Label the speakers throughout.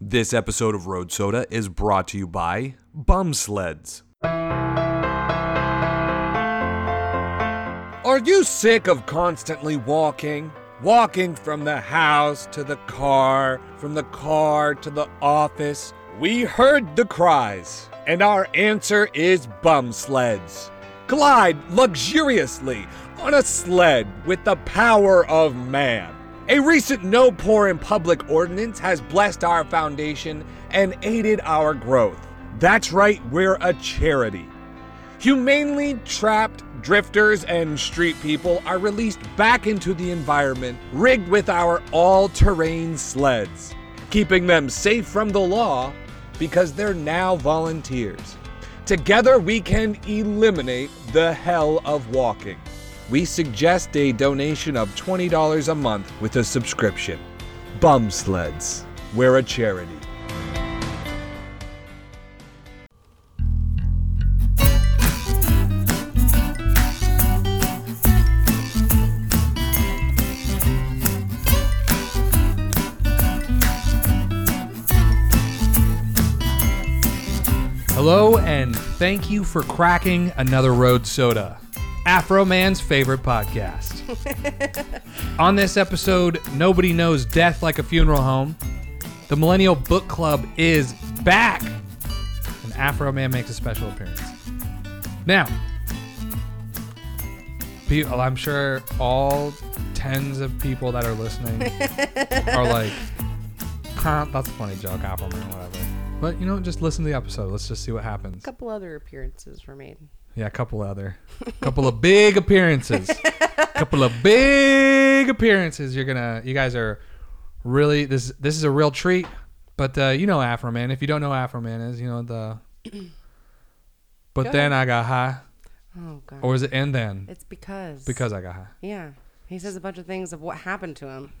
Speaker 1: This episode of Road Soda is brought to you by Bum Sleds. Are you sick of constantly walking? Walking from the house to the car, from the car to the office? We heard the cries, and our answer is bum sleds. Glide luxuriously on a sled with the power of man. A recent no pour in public ordinance has blessed our foundation and aided our growth. That's right, we're a charity. Humanely trapped drifters and street people are released back into the environment, rigged with our all terrain sleds, keeping them safe from the law because they're now volunteers. Together, we can eliminate the hell of walking. We suggest a donation of $20 a month with a subscription. Bum Sleds. We're a charity.
Speaker 2: Hello, and thank you for cracking another Road Soda, Afro Man's favorite podcast. On this episode, nobody knows death like a funeral home. The Millennial Book Club is back, and Afro Man makes a special appearance. Now, pe- oh, I'm sure all tens of people that are listening are like, huh, that's a funny joke, Afro Man, whatever. But you know, just listen to the episode. Let's just see what happens.
Speaker 3: couple other appearances were made.
Speaker 2: Yeah, a couple other, couple of big appearances, couple of big appearances. You're gonna, you guys are really this. This is a real treat. But uh, you know Afro Man. If you don't know who Afro Man is, you know the. But
Speaker 3: Go
Speaker 2: then I got high,
Speaker 3: Oh god.
Speaker 2: or is it and then
Speaker 3: it's because
Speaker 2: because I got high?
Speaker 3: yeah, he says a bunch of things of what happened to him.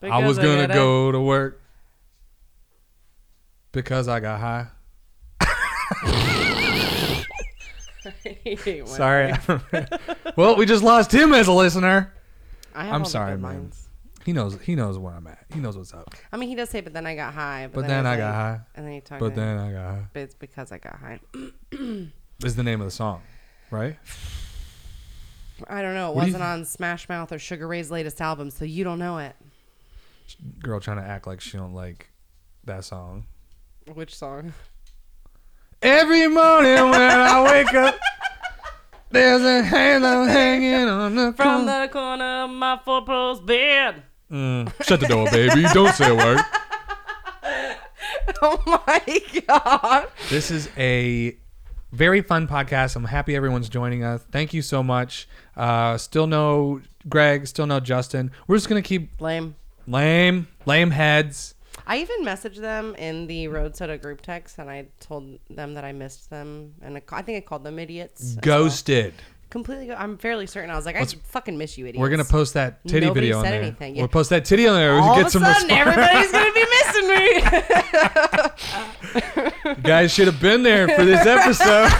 Speaker 2: I was
Speaker 3: Because
Speaker 2: gonna
Speaker 3: gotta-
Speaker 2: go to work because I got high.
Speaker 3: Anyway,
Speaker 2: Sorry. well, we just lost him as a listener.
Speaker 3: I have
Speaker 2: I'm
Speaker 3: all the
Speaker 2: sorry,
Speaker 3: good
Speaker 2: man.
Speaker 3: lines.
Speaker 2: He knows. He knows where I'm at. He knows what's up.
Speaker 3: I mean, he does say, but then I got high. But,
Speaker 2: But
Speaker 3: then,
Speaker 2: then I
Speaker 3: it's
Speaker 2: got
Speaker 3: like-
Speaker 2: high.
Speaker 3: And then he talks.
Speaker 2: But then I got high.
Speaker 3: but it's because I got high.
Speaker 2: is the name of the song, right?
Speaker 3: I don't know. It
Speaker 2: What do you
Speaker 3: wasn't on Smash Mouth or Sugar Ray's latest album, so you don't know it.
Speaker 2: Girl trying to act like she don't like that song.
Speaker 3: Which song?
Speaker 2: Every morning when I wake up, there's a halo hanging on the phone.
Speaker 3: From the corner of my four post bed.
Speaker 2: Mm, shut the door, baby. Don't say a word.
Speaker 3: Oh my god.
Speaker 2: This is a very fun podcast. I'm happy everyone's joining us. Thank you so much. Uh, still no Greg. Still no Justin. We're just gonna keep
Speaker 3: Lame.
Speaker 2: lame, lame heads.
Speaker 3: I even messaged them in the Road Soda group text, and I told them that I missed them, and I, ca- I think I called them idiots. as well.
Speaker 2: Ghosted.
Speaker 3: completely. Go- I'm fairly certain. I was like, I fucking miss you, idiots.
Speaker 2: We're gonna post that titty
Speaker 3: Nobody
Speaker 2: video on
Speaker 3: said
Speaker 2: there.
Speaker 3: anything, yeah.
Speaker 2: We'll post that titty on there. We'll
Speaker 3: all
Speaker 2: get
Speaker 3: of a
Speaker 2: some
Speaker 3: sudden,
Speaker 2: response.
Speaker 3: everybody's gonna be missing me.
Speaker 2: You guys should have been there for this episode.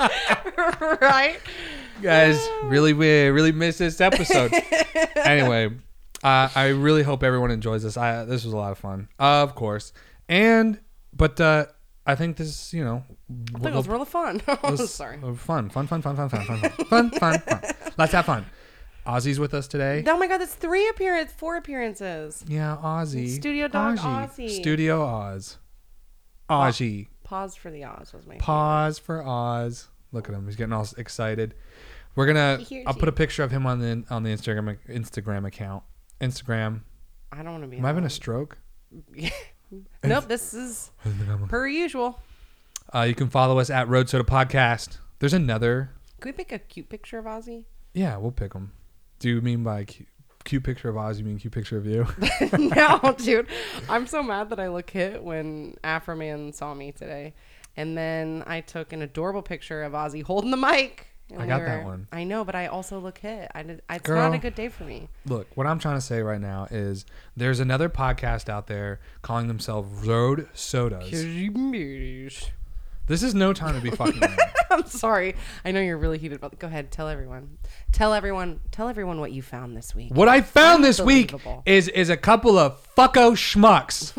Speaker 3: right?
Speaker 2: guys really we really missed this episode anyway uh, i really hope everyone enjoys this i this was a lot of fun of course and but uh i think this you know
Speaker 3: I think it was really fun. I'm sorry.
Speaker 2: fun fun fun fun fun fun fun fun fun fun fun let's have fun ozzy's with us today
Speaker 3: Oh my god, that's three appearance, four appearances.
Speaker 2: yeah ozzy
Speaker 3: Studio dog Ozzy.
Speaker 2: studio oz ozzy
Speaker 3: Pause for the Oz was my.
Speaker 2: pause for Oz. Look at him; he's getting all excited. We're gonna.
Speaker 3: He hears
Speaker 2: I'll
Speaker 3: you.
Speaker 2: put a picture of him on the on the Instagram Instagram account. Instagram.
Speaker 3: I don't want to be.
Speaker 2: Am I having a
Speaker 3: loud.
Speaker 2: stroke?
Speaker 3: nope. This is per usual.
Speaker 2: Uh, you can follow us at Road Soda Podcast. There's another.
Speaker 3: Can we pick a cute picture of Ozzy?
Speaker 2: Yeah, we'll pick him. Do you mean by cute, cute picture of Oz? You mean cute picture of you?
Speaker 3: no, dude. I'm so mad that I look hit when Afro Man saw me today. And then I took an adorable picture of Ozzy holding the mic. and
Speaker 2: I got that one.
Speaker 3: I know, but I also look hit. I did, it's
Speaker 2: Girl.
Speaker 3: not a good day for me.
Speaker 2: Look, what I'm trying to say right now is there's another podcast out there calling themselves Road Sodas. This is no time to be fucking. around.
Speaker 3: I'm sorry. I know you're really heated about. Go ahead, tell everyone. Tell everyone. Tell everyone what you found this week.
Speaker 2: What I found this week
Speaker 3: Unbelievable.
Speaker 2: is is a couple of fucko schmucks.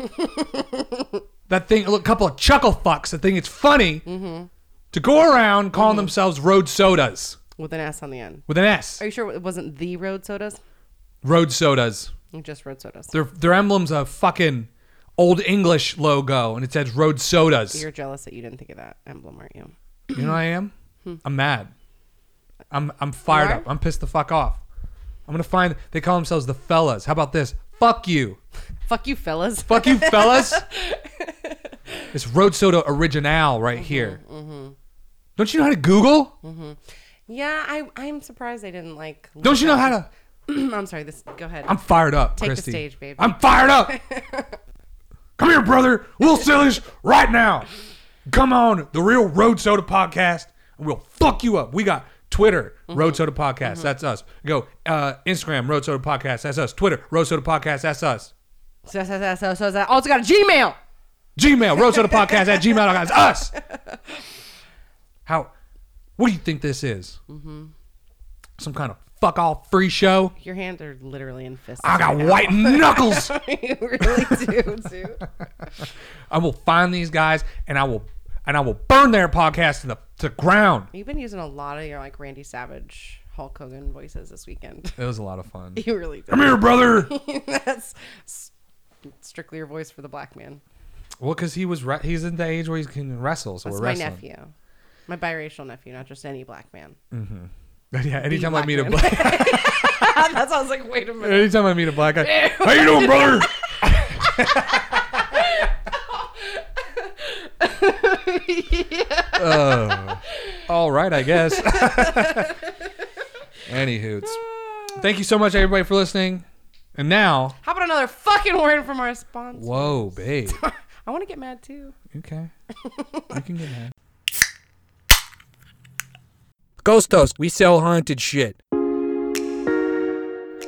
Speaker 2: that thing, a couple of chuckle fucks. That think it's funny
Speaker 3: Mm-hmm.
Speaker 2: to go around calling themselves road sodas
Speaker 3: With an S on the end.
Speaker 2: with an S.
Speaker 3: Are you sure it wasn't the road sodas?
Speaker 2: Road sodas.
Speaker 3: Just road sodas.
Speaker 2: Their their emblem's a fucking old English logo, and it says road sodas.
Speaker 3: You're jealous that you didn't think of that emblem, aren't you?
Speaker 2: You know what I am? I'm mad. I'm I'm fired
Speaker 3: Hmm. are?
Speaker 2: up. I'm pissed the fuck off. I'm gonna find. They call themselves the fellas. How about this? Fuck you.
Speaker 3: Fuck you, fellas.
Speaker 2: Fuck you, fellas. it's road soda original right
Speaker 3: Mm-hmm,
Speaker 2: here. Don't you know how to Google?
Speaker 3: Yeah, I, I'm surprised they didn't like.
Speaker 2: Don't you know how to?
Speaker 3: I'm sorry. This. Go ahead.
Speaker 2: I'm fired up,
Speaker 3: Take the
Speaker 2: Christy.
Speaker 3: stage, babe.
Speaker 2: I'm fired up. Come here, brother. We'll sell this right now. Come on, the real Road Soda Podcast, and we'll fuck you up. We got Twitter,
Speaker 3: Mm-hmm.
Speaker 2: Road Soda Podcast. That's us. Go uh, Instagram, Road Soda Podcast. That's us. Twitter, Road Soda Podcast. That's us.
Speaker 3: So, so, so, so, so, so. Also got a Gmail.
Speaker 2: Gmail, Road Soda Podcast at gmail.com. It's us. How? What do you think this is? Some kind of fuck all free show?
Speaker 3: Your hands are literally in fists.
Speaker 2: I got
Speaker 3: right now.
Speaker 2: white knuckles.
Speaker 3: you really do, too.
Speaker 2: I will find these guys and I will and I will burn their podcast to the to the ground.
Speaker 3: You've been using a lot of your like Randy Savage, Hulk Hogan voices this weekend.
Speaker 2: It was a lot of fun.
Speaker 3: you really
Speaker 2: Come here, brother.
Speaker 3: did. That's s- strictly your voice for the black man.
Speaker 2: well, because he was re- he's in the age where he can wrestle, so
Speaker 3: That's
Speaker 2: we're
Speaker 3: my
Speaker 2: wrestling.
Speaker 3: nephew, my biracial nephew, not just any black man.
Speaker 2: yeah, anytime I
Speaker 3: black
Speaker 2: meet a
Speaker 3: man.
Speaker 2: black,
Speaker 3: that sounds like wait a minute.
Speaker 2: anytime I meet a black guy, how you doing, brother? Oh, all right, I guess. Any hoots. Thank you so much, everybody, for listening. And now,
Speaker 3: How about another fucking word from our sponsor?
Speaker 2: whoa, babe.
Speaker 3: I want to get mad too.
Speaker 2: Okay, you can get mad.
Speaker 4: Ghostos, we sell haunted shit.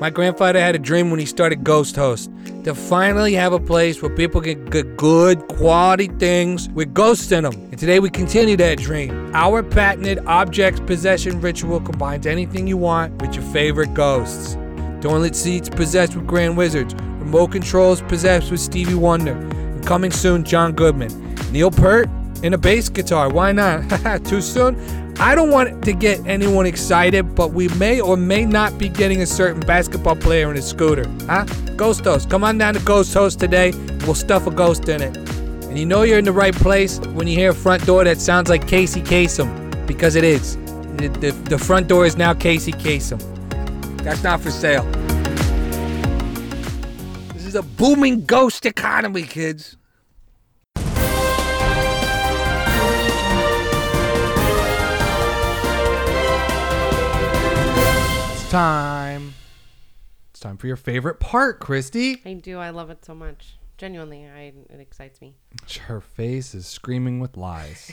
Speaker 4: My grandfather had a dream when he started Ghost Host to finally have a place where people can get good quality things with ghosts in them. And today we continue that dream. Our patented objects possession ritual combines anything you want with your favorite ghosts. Toilet seats possessed with Grand Wizards, remote controls possessed with Stevie Wonder, and coming soon, John Goodman. Neil Peart and a bass guitar. Why not? Too soon? I don't want to get anyone excited, but we may or may not be getting a certain basketball player in a scooter. Huh? Ghost Host. Come on down to Ghost Host today. We'll stuff a ghost in it. And you know you're in the right place when you hear a front door that sounds like Casey Kasem, because it is. The, the, the front door is now Casey Kasem. That's not for sale. This is a booming ghost economy, kids.
Speaker 2: It's time. It's time for your favorite part, Christy.
Speaker 3: I do. I love it so much. Genuinely, I, it excites me.
Speaker 2: Her face is screaming with lies.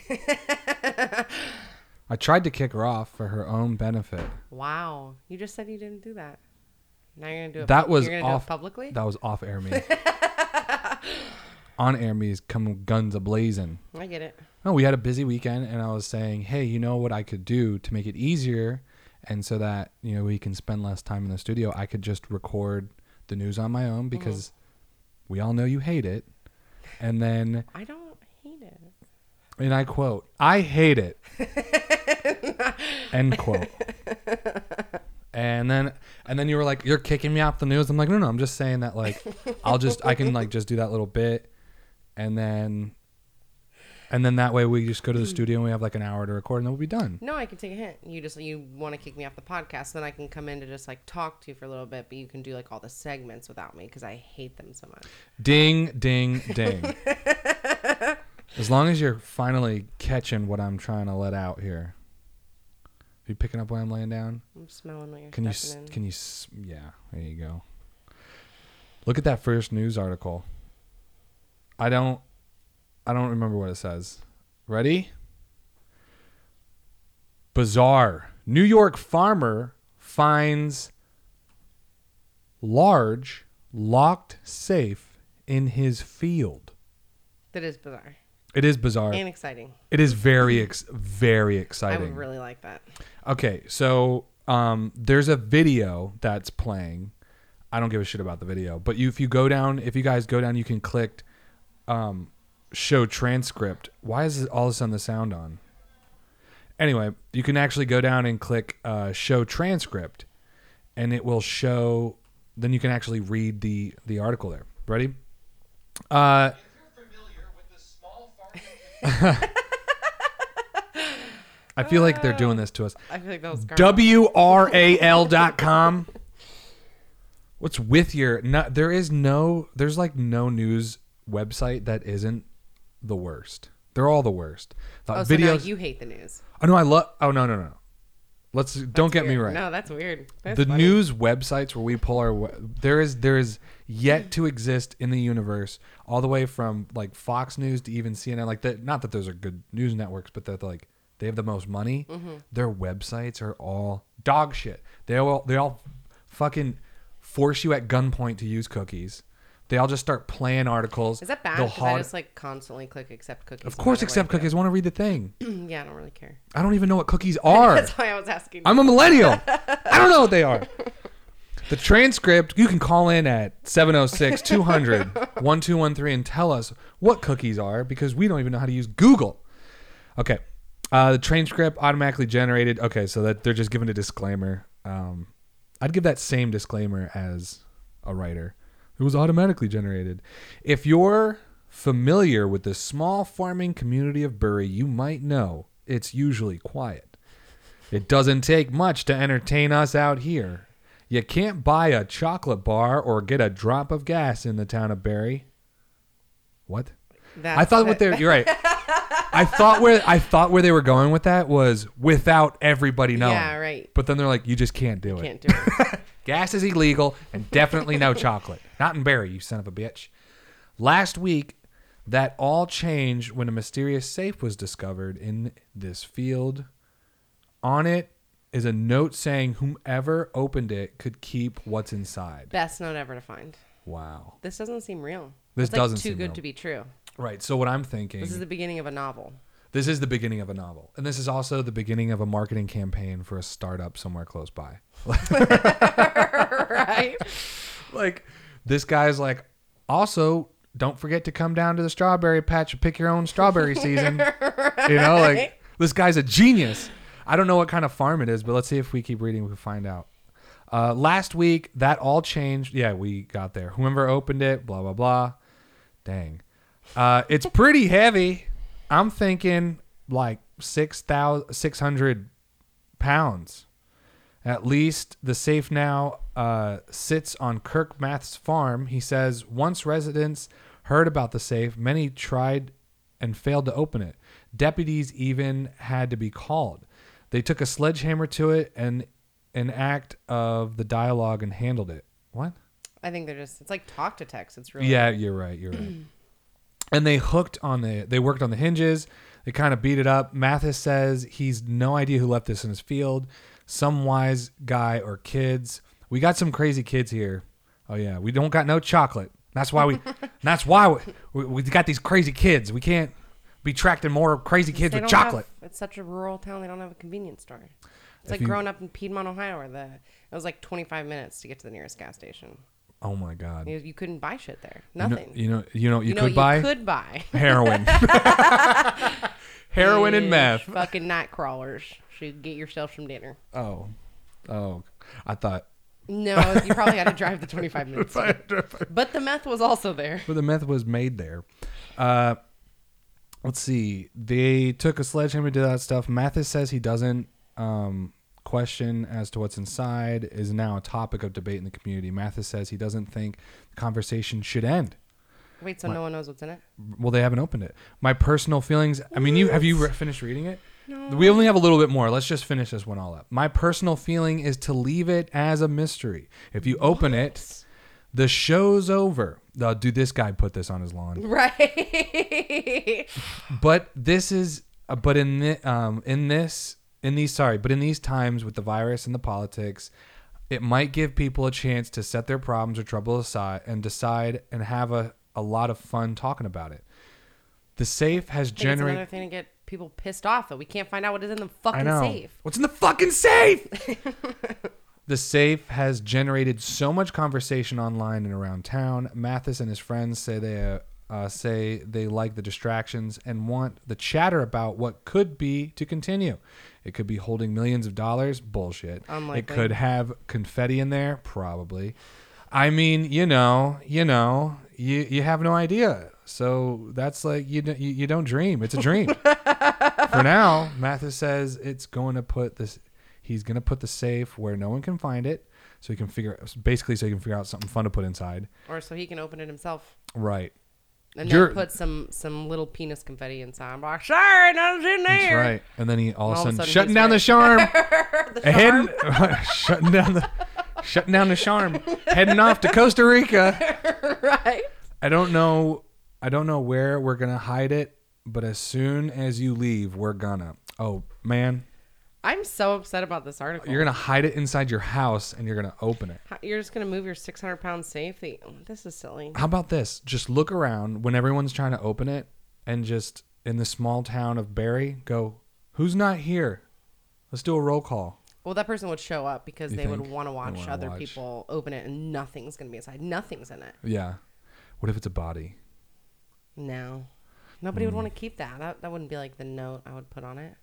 Speaker 2: I tried to kick her off for her own benefit.
Speaker 3: Wow, you just said you didn't do that. Now you're gonna do it.
Speaker 2: That was
Speaker 3: you're gonna
Speaker 2: off
Speaker 3: do it publicly.
Speaker 2: That was off air me. On air me is coming guns a blazing.
Speaker 3: I get it.
Speaker 2: No, we had a busy weekend, and I was saying, hey, you know what I could do to make it easier, and so that you know we can spend less time in the studio. I could just record the news on my own because we all know you hate it, and then
Speaker 3: I don't hate it.
Speaker 2: and I quote, I hate it. End quote. And then and then you were like, You're kicking me off the news. I'm like, No, no, I'm just saying that like I'll just I can like just do that little bit and then and then that way we just go to the studio and we have like an hour to record and then we'll be done.
Speaker 3: No, I can take a hint. You just you want to kick me off the podcast, then I can come in to just like talk to you for a little bit, but you can do like all the segments without me because I hate them so much.
Speaker 2: Ding, ding, ding. as long as you're finally catching what I'm trying to let out here. you picking up what I'm laying down?
Speaker 3: I'm smelling what you're
Speaker 2: Can you s-
Speaker 3: stuffing in.
Speaker 2: can you s- yeah, there you go. Look at that first news article. I don't I don't remember what it says. Ready? Bizarre. New York farmer finds large locked safe in his field.
Speaker 3: That is bizarre.
Speaker 2: It is bizarre.
Speaker 3: and exciting.
Speaker 2: It is very, ex- very
Speaker 3: I
Speaker 2: exciting.
Speaker 3: would really like that.
Speaker 2: Okay, so um, there's a video that's playing. I don't give a shit about the video, but you, if you go down, if you guys go down, you can click um, show transcript. Why is all of a sudden the sound on? Anyway, you can actually go down and click uh, show transcript, and it will show. Then you can actually read the the article there. Ready? Uh, I feel like they're doing this to us.
Speaker 3: I feel like that was garbage.
Speaker 2: W-R-A-L dot com. What's with your no, there is no there's like no news website that isn't the worst. They're all the worst. Uh,
Speaker 3: Oh, so now
Speaker 2: videos.
Speaker 3: you hate the news.
Speaker 2: oh no, I love oh no no no. Let's don't get me
Speaker 3: Weird.
Speaker 2: right.
Speaker 3: No, that's weird. That's
Speaker 2: the
Speaker 3: funny.
Speaker 2: news websites where we pull our we- there is there is yet to exist in the universe all the way from like Fox News to even CNN like that not that those are good news networks but that like they have the most money
Speaker 3: Mm-hmm.
Speaker 2: their websites are all dog shit they all they all fucking force you at gunpoint to use cookies they all just start playing articles
Speaker 3: Is that bad?
Speaker 2: They'll
Speaker 3: 'Cause I
Speaker 2: hog-
Speaker 3: just like constantly click accept cookies.
Speaker 2: of
Speaker 3: no
Speaker 2: course
Speaker 3: matter
Speaker 2: accept
Speaker 3: what I
Speaker 2: cookies I want to read the thing
Speaker 3: do. Yeah, I don't really care.
Speaker 2: I don't even know what cookies are
Speaker 3: That's why I was asking.
Speaker 2: I'm a millennial. I don't know what they are. The transcript, you can call in at 706 200 1213 and tell us what cookies are because we don't even know how to use Google. Okay. Uh, the transcript automatically generated. Okay, so that they're just giving a disclaimer. Um, I'd give that same disclaimer as a writer. It was automatically generated. If you're familiar with the small farming community of Bury, you might know it's usually quiet. It doesn't take much to entertain us out here. You can't buy a chocolate bar or get a drop of gas in the town of Barry. What?
Speaker 3: That's
Speaker 2: I thought what they you're right. I thought where I thought where they were going with that was without everybody knowing.
Speaker 3: Yeah, right.
Speaker 2: But then they're like, you just can't do it.
Speaker 3: Can't do it.
Speaker 2: Gas is illegal and definitely no chocolate. Not in Barry, you son of a bitch. Last week, that all changed when a mysterious safe was discovered in this field. On it is a note saying whomever opened it could keep what's inside.
Speaker 3: Best note ever to find.
Speaker 2: Wow.
Speaker 3: This doesn't seem real.
Speaker 2: This
Speaker 3: It's, like,
Speaker 2: doesn't
Speaker 3: too
Speaker 2: seem
Speaker 3: good
Speaker 2: real. Mm.
Speaker 3: to be true.
Speaker 2: Right. So what I'm thinking
Speaker 3: This is the beginning of a novel.
Speaker 2: This is the beginning of a novel. And this is also the beginning of a marketing campaign for a startup somewhere close by.
Speaker 3: right?
Speaker 2: like, this guy's like, also, don't forget to come down to the strawberry patch and pick your own strawberry season. You know, like, this guy's a genius. I don't know what kind of farm it is, but let's see if we keep reading, we can find out. Uh, last week, that all changed. Yeah, we got there. Whoever opened it, blah, blah, blah. Dang. Uh, it's pretty heavy. I'm thinking like 6,000 600 pounds. At least the safe now uh, sits on Kirk Math's farm. He says once residents heard about the safe, many tried and failed to open it. Deputies even had to be called. They took a sledgehammer to it and an act of the dialogue and handled it. What?
Speaker 3: I think they're just, it's like talk to text. It's really.
Speaker 2: Yeah, you're right. You're right. and they hooked on the they worked on the hinges. They kind of beat it up. Mathis says he's no idea who left this in his field. Some wise guy or kids. We got some crazy kids here. Oh yeah, we don't got no chocolate. That's why we. that's why we, we, we got these crazy kids. We can't be tracking more crazy kids
Speaker 3: They
Speaker 2: with
Speaker 3: don't have-
Speaker 2: chocolate.
Speaker 3: it's such a rural town. They don't have a convenience store. It's like
Speaker 2: you-
Speaker 3: growing up in Piedmont, Ohio, where the it was like 25 minutes to get to the nearest gas station.
Speaker 2: oh my god.
Speaker 3: You, you couldn't buy shit there.
Speaker 2: You know-
Speaker 3: Nothing.
Speaker 2: You know. You know. what You,
Speaker 3: You know
Speaker 2: could
Speaker 3: what
Speaker 2: buy
Speaker 3: you could buy.
Speaker 2: heroin. heroin and
Speaker 3: is
Speaker 2: meth.
Speaker 3: Fucking night crawlers. Should get yourself some dinner.
Speaker 2: Oh. Oh. I thought.
Speaker 3: No, you probably had to drive the 25 minutes. But the meth was also there.
Speaker 2: But the meth was made there. Uh, let's see. They took a sledgehammer to that stuff. Mathis says he doesn't um, question as to what's inside is now a topic of debate in the community. Mathis says he doesn't think the conversation should end.
Speaker 3: Wait, so no one knows what's in it?
Speaker 2: Well, they haven't opened it. My personal feelings. I mean, you have you re- finished reading it? We only have a little bit more. Let's just finish this one all up. My personal feeling is to leave it as a mystery. If you open it, the show's over. Uh, dude, this guy put this on his lawn.
Speaker 3: Right.
Speaker 2: But this is, uh, but in the, um, in this, in these, sorry, but in these times with the virus and the politics, it might give people a chance to set their problems or trouble aside and decide and have a, a lot of fun talking about it. The safe has
Speaker 3: think it's another
Speaker 2: generated.
Speaker 3: thing to get people pissed off that we can't find out what is in the fucking
Speaker 2: I know.
Speaker 3: safe.
Speaker 2: What's in the fucking safe? the safe has generated so much conversation online and around town. Mathis and his friends say they uh, uh, say they like the distractions and want the chatter about what could be to continue. It could be holding millions of dollars. Bullshit. It
Speaker 3: Unlikely.
Speaker 2: could have confetti in there. Probably. I mean, you know, you know, you you have no idea. So that's like you don't- you, you don't dream. It's a dream. For now, Mathis says it's going to put this. He's going to put the safe where no one can find it, so he can figure basically so he can figure out something fun to put inside.
Speaker 3: Or so he can open it himself.
Speaker 2: Right.
Speaker 3: And
Speaker 2: You're-
Speaker 3: then put some some little penis confetti in soundbox. Sorry, nothing's in there.
Speaker 2: That's right. And then he all,
Speaker 3: All of a
Speaker 2: of a sudden
Speaker 3: sudden
Speaker 2: shutting
Speaker 3: he's
Speaker 2: down the
Speaker 3: right.
Speaker 2: charm. A hidden, shutting down the shutting down the charm. Heading off to Costa Rica.
Speaker 3: Right.
Speaker 2: I don't know. I don't know where we're gonna hide it, but as soon as you leave, we're gonna. Oh man,
Speaker 3: I'm so upset about this article.
Speaker 2: you're gonna hide it inside your house and you're gonna open it.
Speaker 3: How- You're just gonna move your 600 pound safe. that you- This is silly.
Speaker 2: How about this? Just look around when everyone's trying to open it and just in the small town of Barry, go, who's not here? Let's do a roll call.
Speaker 3: Well, that person would show up because
Speaker 2: You
Speaker 3: they would
Speaker 2: think?
Speaker 3: want
Speaker 2: They
Speaker 3: to watch
Speaker 2: wanna
Speaker 3: other
Speaker 2: watch.
Speaker 3: people open it, and nothing's gonna be inside. Nothing's in it.
Speaker 2: Yeah. What if it's a body?
Speaker 3: No, nobody
Speaker 2: Hmm.
Speaker 3: would want to keep that. That that wouldn't be like the note I would put on it.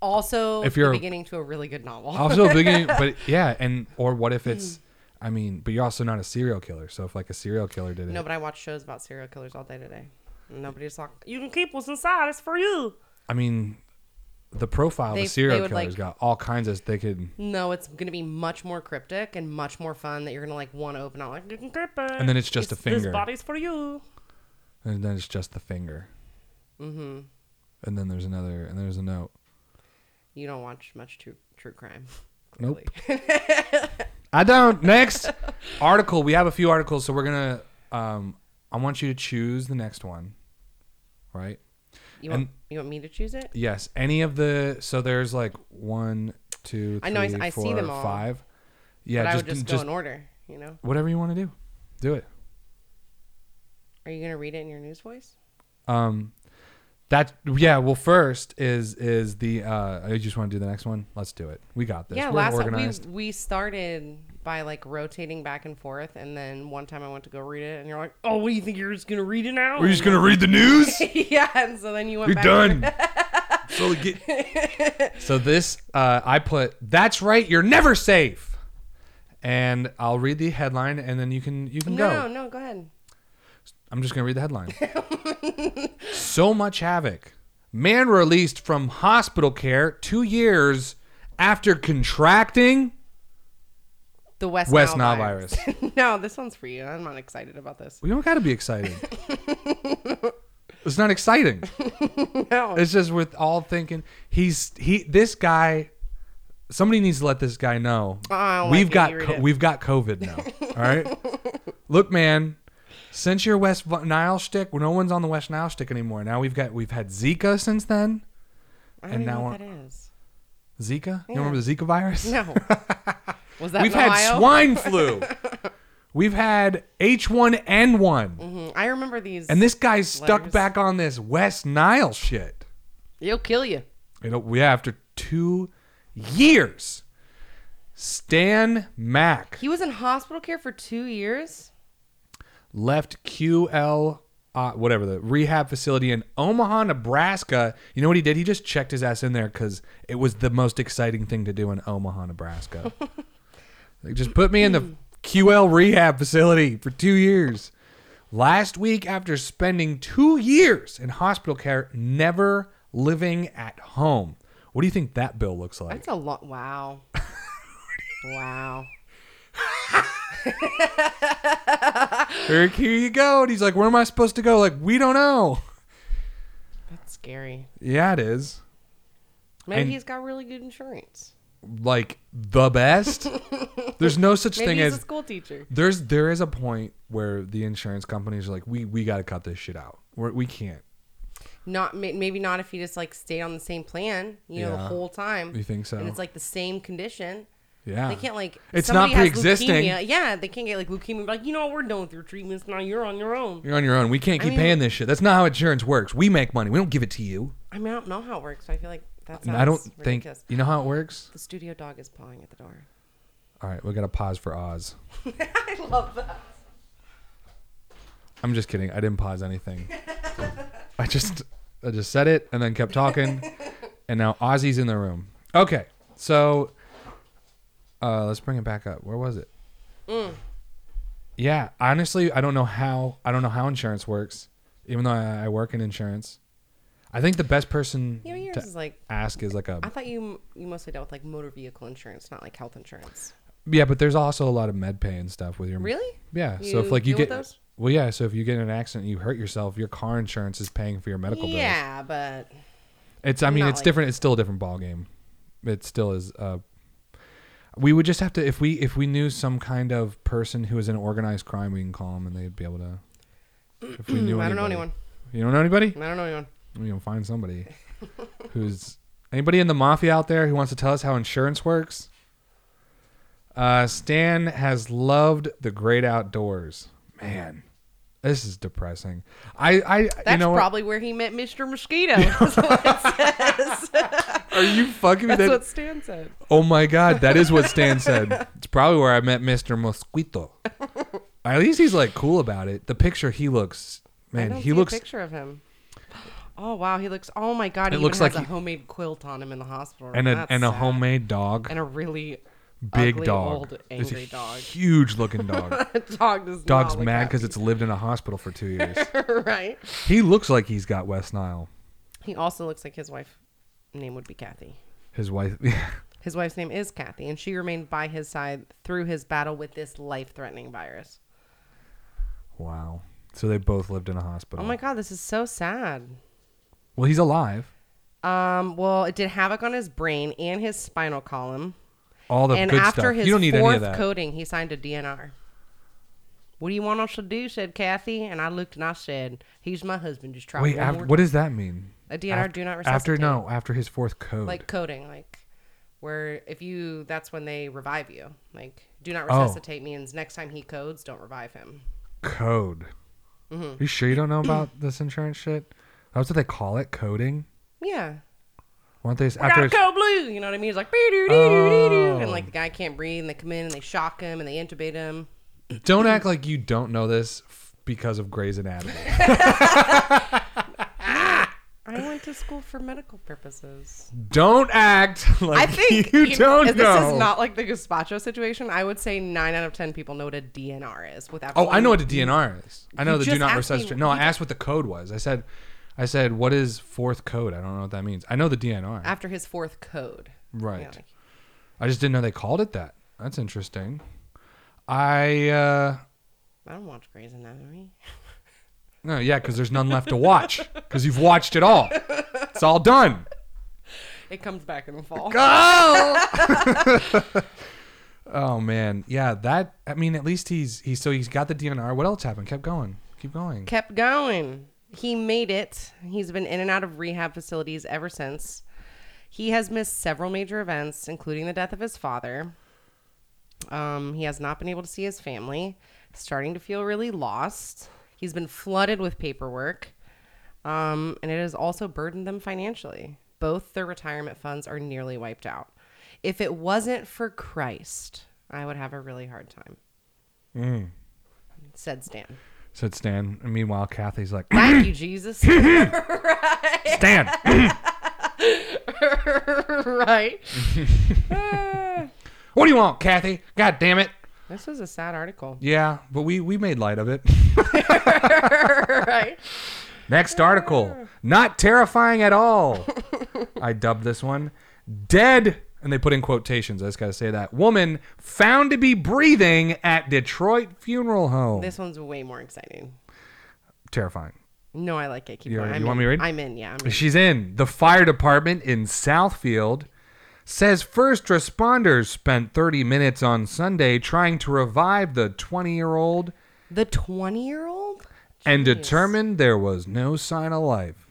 Speaker 3: Also,
Speaker 2: If
Speaker 3: if
Speaker 2: you're
Speaker 3: you're
Speaker 2: a-
Speaker 3: the beginning to a really good novel.
Speaker 2: Also beginning but yeah, and or what if it's
Speaker 3: Hmm.
Speaker 2: I mean, but you're also not a serial killer. So if like a serial killer did it.
Speaker 3: No, but I watch shows about serial killers all day today. Nobody's like, you can keep what's inside. It's for you.
Speaker 2: I mean the profile
Speaker 3: They-
Speaker 2: of a serial
Speaker 3: they
Speaker 2: killer's
Speaker 3: would, like-
Speaker 2: got all kinds of they could
Speaker 3: No, it's gonna be much more cryptic and much more fun. That you're gonna like want to open up. Like you can keep it.
Speaker 2: And then it's just a finger.
Speaker 3: This body's for you.
Speaker 2: and then it's just the finger. Mm-hmm. And then there's another and there's a note.
Speaker 3: You don't watch much true true crime.
Speaker 2: Nope.
Speaker 3: clearly.
Speaker 2: I don't. Next article. We have a few articles, so we're gonna. Um, I want you to choose the next one, right?
Speaker 3: You want
Speaker 2: And-
Speaker 3: you want me to choose it?
Speaker 2: Yes. Any of the. So there's like one, two,
Speaker 3: I know, I s-
Speaker 2: three,
Speaker 3: I see
Speaker 2: four,
Speaker 3: them all.
Speaker 2: five. Yeah,
Speaker 3: but I
Speaker 2: just
Speaker 3: would just, go
Speaker 2: just
Speaker 3: in order. You know,
Speaker 2: whatever you want to do, do it.
Speaker 3: are you gonna read it in your news voice?
Speaker 2: Um, that yeah. Well, first is is the. Uh, I just want to do the next one. Let's do it. We got this.
Speaker 3: yeah,
Speaker 2: we're
Speaker 3: last time
Speaker 2: organized.
Speaker 3: we we started by like rotating back and forth, and then one time I went to go read it, and you're like, "Oh, what do you think you're just gonna read it now?"
Speaker 2: We're just gonna read the news.
Speaker 3: yeah, and so then you went.
Speaker 2: You're
Speaker 3: back
Speaker 2: done. so, this, uh, I put. That's right. You're never safe. And I'll read the headline, and then you can you can
Speaker 3: No,
Speaker 2: go.
Speaker 3: no, go ahead.
Speaker 2: I'm just gonna read the headline. so much havoc. Man released from hospital care two years after contracting
Speaker 3: The West,
Speaker 2: West
Speaker 3: Nile
Speaker 2: Nile virus.
Speaker 3: no, this one's for you. I'm not excited about this.
Speaker 2: We don't gotta be excited. it's not exciting.
Speaker 3: No,
Speaker 2: It's just with all thinking he's he this guy. Somebody needs to let this guy know
Speaker 3: Oh, I don't like
Speaker 2: we've
Speaker 3: it.
Speaker 2: got
Speaker 3: You read
Speaker 2: co-
Speaker 3: it.
Speaker 2: we've got COVID now. All right, look, man. Since your West Vi- Nile stick, well, no one's on the West Nile stick anymore. Now we've got we've had Zika since then.
Speaker 3: I
Speaker 2: and
Speaker 3: don't even know
Speaker 2: now
Speaker 3: what that is.
Speaker 2: Zika, you remember the Zika virus?
Speaker 3: No, was that
Speaker 2: we've
Speaker 3: in
Speaker 2: had
Speaker 3: Ohio?
Speaker 2: swine flu. we've had H1N1,
Speaker 3: Mhm. I remember these.
Speaker 2: and this guy's stuck
Speaker 3: Letters.
Speaker 2: back on this West Nile shit.
Speaker 3: It'll kill you.
Speaker 2: You know, we after two years. Stan Mack
Speaker 3: He was in hospital care for two years.
Speaker 2: left QL, uh, whatever the rehab facility in Omaha, Nebraska. You know what he did? He just checked his ass in there because it was the most exciting thing to do in Omaha, Nebraska. They just put me in the QL rehab facility for two years. Last week, after spending two years in hospital care, never living at home. What do you think that bill looks like?
Speaker 3: That's a lot. Wow. wow.
Speaker 2: Eric, here you go. And he's like, Where am I supposed to go? Like, we don't know.
Speaker 3: That's scary.
Speaker 2: Yeah, it is.
Speaker 3: Maybe
Speaker 2: And-
Speaker 3: he's got really good insurance.
Speaker 2: Like the best. There's no such
Speaker 3: Maybe
Speaker 2: thing
Speaker 3: he's
Speaker 2: as
Speaker 3: a school teacher.
Speaker 2: there's there is a point where the insurance companies are like, we we gotta cut this shit out. We're, we can't.
Speaker 3: Not may- maybe not if he just like stayed on the same plan, you know, the
Speaker 2: Yeah.
Speaker 3: whole time.
Speaker 2: You think so?
Speaker 3: And it's like the same condition.
Speaker 2: Yeah.
Speaker 3: They can't like.
Speaker 2: It's
Speaker 3: somebody
Speaker 2: not
Speaker 3: has
Speaker 2: pre-existing.
Speaker 3: leukemia- Yeah, they can't get like leukemia. Like you know, what? we're done with your treatments now. You're on your own.
Speaker 2: You're on your own. We can't keep
Speaker 3: mean-
Speaker 2: paying this shit. That's not how insurance works. We make money. We don't give it to you.
Speaker 3: I mean, I don't know how it works. I feel like that's.
Speaker 2: And I don't think
Speaker 3: ridiculous.
Speaker 2: you know how it works.
Speaker 3: the studio dog is pawing at the door.
Speaker 2: All right, we got to pause for Oz.
Speaker 3: I love that.
Speaker 2: I'm just kidding. I didn't pause anything. I just I just said it and then kept talking, and now Ozzy's in the room. Okay, so uh, let's bring it back up. Where was it?
Speaker 3: Mm.
Speaker 2: Yeah, honestly, I don't know how I don't know how insurance works. Even though I, I work in insurance, I think the best person
Speaker 3: You know, yours
Speaker 2: to
Speaker 3: is like.
Speaker 2: ask is like a
Speaker 3: I thought you you mostly dealt with like motor vehicle insurance, not like health insurance.
Speaker 2: yeah, but there's also a lot of med pay and stuff with your
Speaker 3: Really?
Speaker 2: Yeah, so if
Speaker 3: You
Speaker 2: like you
Speaker 3: deal with
Speaker 2: get
Speaker 3: those?
Speaker 2: well, yeah, so if you get in an accident, and you hurt yourself, your car insurance is paying for your medical bills.
Speaker 3: Yeah, but
Speaker 2: It's. I mean,
Speaker 3: Not
Speaker 2: it's
Speaker 3: like-
Speaker 2: different. It's still a different ball game. It still is. Uh, we would just have to if we if we knew some kind of person who was in organized crime, we can call them and they'd be able to. If we knew,
Speaker 3: I don't know
Speaker 2: anybody.
Speaker 3: anyone.
Speaker 2: You don't know anybody?
Speaker 3: I don't know anyone.
Speaker 2: We can find somebody who's anybody in the mafia out there who wants to tell us how insurance works. Uh, Stan has loved the great outdoors. Man, this is depressing. I I
Speaker 3: That's
Speaker 2: you know what?
Speaker 3: probably where he met Mr. Mosquito. That's what it says.
Speaker 2: are you fucking me?
Speaker 3: That's
Speaker 2: That-
Speaker 3: what Stan said.
Speaker 2: Oh my God, that is what Stan said. It's probably where I met Mr. Mosquito. At least he's like cool about it. The picture he looks,
Speaker 3: I
Speaker 2: man,
Speaker 3: don't
Speaker 2: he
Speaker 3: see
Speaker 2: looks.
Speaker 3: a picture of him. Oh wow, he looks. Oh my god,
Speaker 2: It
Speaker 3: he
Speaker 2: looks
Speaker 3: looks
Speaker 2: like
Speaker 3: like a
Speaker 2: he-
Speaker 3: homemade quilt on him in the hospital. room.
Speaker 2: And a
Speaker 3: That's
Speaker 2: and a
Speaker 3: sad.
Speaker 2: homemade dog,
Speaker 3: and a really
Speaker 2: big
Speaker 3: ugly,
Speaker 2: dog,
Speaker 3: old
Speaker 2: It's a
Speaker 3: angry dog.
Speaker 2: huge looking dog.
Speaker 3: dog does
Speaker 2: Dog's
Speaker 3: not look
Speaker 2: mad because
Speaker 3: happy.
Speaker 2: it's lived in a hospital for two years.
Speaker 3: right.
Speaker 2: he looks like he's got West Nile.
Speaker 3: He also looks like his wife. Name would be Kathy.
Speaker 2: His wife.
Speaker 3: His wife's name is Kathy, and she remained by his side through his battle with this life-threatening virus.
Speaker 2: wow. So they both lived in a
Speaker 3: Oh
Speaker 2: hospital.
Speaker 3: my god, this is so sad.
Speaker 2: Well, he's alive.
Speaker 3: Um, well, it did havoc on his brain and his spinal column.
Speaker 2: All the
Speaker 3: and
Speaker 2: good
Speaker 3: after
Speaker 2: stuff.
Speaker 3: his
Speaker 2: You don't need
Speaker 3: fourth
Speaker 2: any of that.
Speaker 3: coating, he signed a DNR. What do you want us to do? said Kathy, and I looked and I said, "He's my husband. Just try
Speaker 2: Wait,
Speaker 3: one
Speaker 2: af-
Speaker 3: more."
Speaker 2: what does that mean?
Speaker 3: A DNR, do not
Speaker 2: After
Speaker 3: resuscitate.
Speaker 2: no, after his fourth code.
Speaker 3: like coding, like where if you that's when they revive you. Like do not
Speaker 2: Oh.
Speaker 3: resuscitate means next time he codes, don't revive him.
Speaker 2: code.
Speaker 3: Mm-hmm.
Speaker 2: You sure you don't know about this insurance shit? That's what they call it, coding.
Speaker 3: Yeah,
Speaker 2: Why don't they just,
Speaker 3: I
Speaker 2: after
Speaker 3: got
Speaker 2: it's-
Speaker 3: code blue. You know what I mean? He's like, "Bee-doo-doo-doo-doo," and
Speaker 2: Oh.
Speaker 3: like the guy can't breathe, and they come in and they shock him and they intubate him.
Speaker 2: don't act like you don't know this f- because of Grey's Anatomy.
Speaker 3: I went to school for medical purposes.
Speaker 2: don't act like
Speaker 3: I think
Speaker 2: you,
Speaker 3: you-
Speaker 2: don't
Speaker 3: if
Speaker 2: know.
Speaker 3: This is not like the gazpacho situation. I would say nine out of ten people know what a DNR is. Without
Speaker 2: oh, I know what a DNR is. I know
Speaker 3: You
Speaker 2: the do
Speaker 3: just
Speaker 2: not
Speaker 3: asked me-
Speaker 2: resuscitate. No, I
Speaker 3: you
Speaker 2: asked what the code was. I said, I said, what is fourth code? I don't know what that means. I know the DNR.
Speaker 3: after his fourth code.
Speaker 2: Right.
Speaker 3: You know, like-
Speaker 2: I just didn't know they called it that. That's interesting. I uh
Speaker 3: I don't watch Grey's Anatomy.
Speaker 2: no, yeah, because there's none left to watch. Because you've watched it all. It's all done.
Speaker 3: It comes back in the fall.
Speaker 2: Oh man, yeah. That I mean, at least he's he's so he's got the DNR. What else happened? Kept going, keep going.
Speaker 3: Kept going. He made it. He's been in and out of rehab facilities ever since. He has missed several major events, including the death of his father. Um, he has not been able to see his family. Starting to feel really lost. He's been flooded with paperwork. Um, and it has also burdened them financially. Both their retirement funds are nearly wiped out. If it wasn't for Christ, I would have a really hard time. Said Stan.
Speaker 2: Said Stan. And meanwhile, Kathy's like,
Speaker 3: Thank you, Jesus.
Speaker 2: Stan.
Speaker 3: right. Ah.
Speaker 2: What do you want, Kathy? God damn it.
Speaker 3: this was a sad article.
Speaker 2: Yeah, but we we made light of it.
Speaker 3: right.
Speaker 2: Next article. Not terrifying at all. I dubbed this one dead. And they put in quotations. I just got to say that. Woman found to be breathing at Detroit funeral home.
Speaker 3: This one's way more exciting.
Speaker 2: terrifying.
Speaker 3: No, I like it. Keep
Speaker 2: You-
Speaker 3: going.
Speaker 2: you
Speaker 3: I'm
Speaker 2: want
Speaker 3: in.
Speaker 2: me to read?
Speaker 3: I'm in. Yeah. I'm in.
Speaker 2: She's in. The fire department in Southfield says first responders spent 30 minutes on Sunday trying to revive the 20 year old
Speaker 3: The 20 year old?
Speaker 2: and determined there was no sign of life.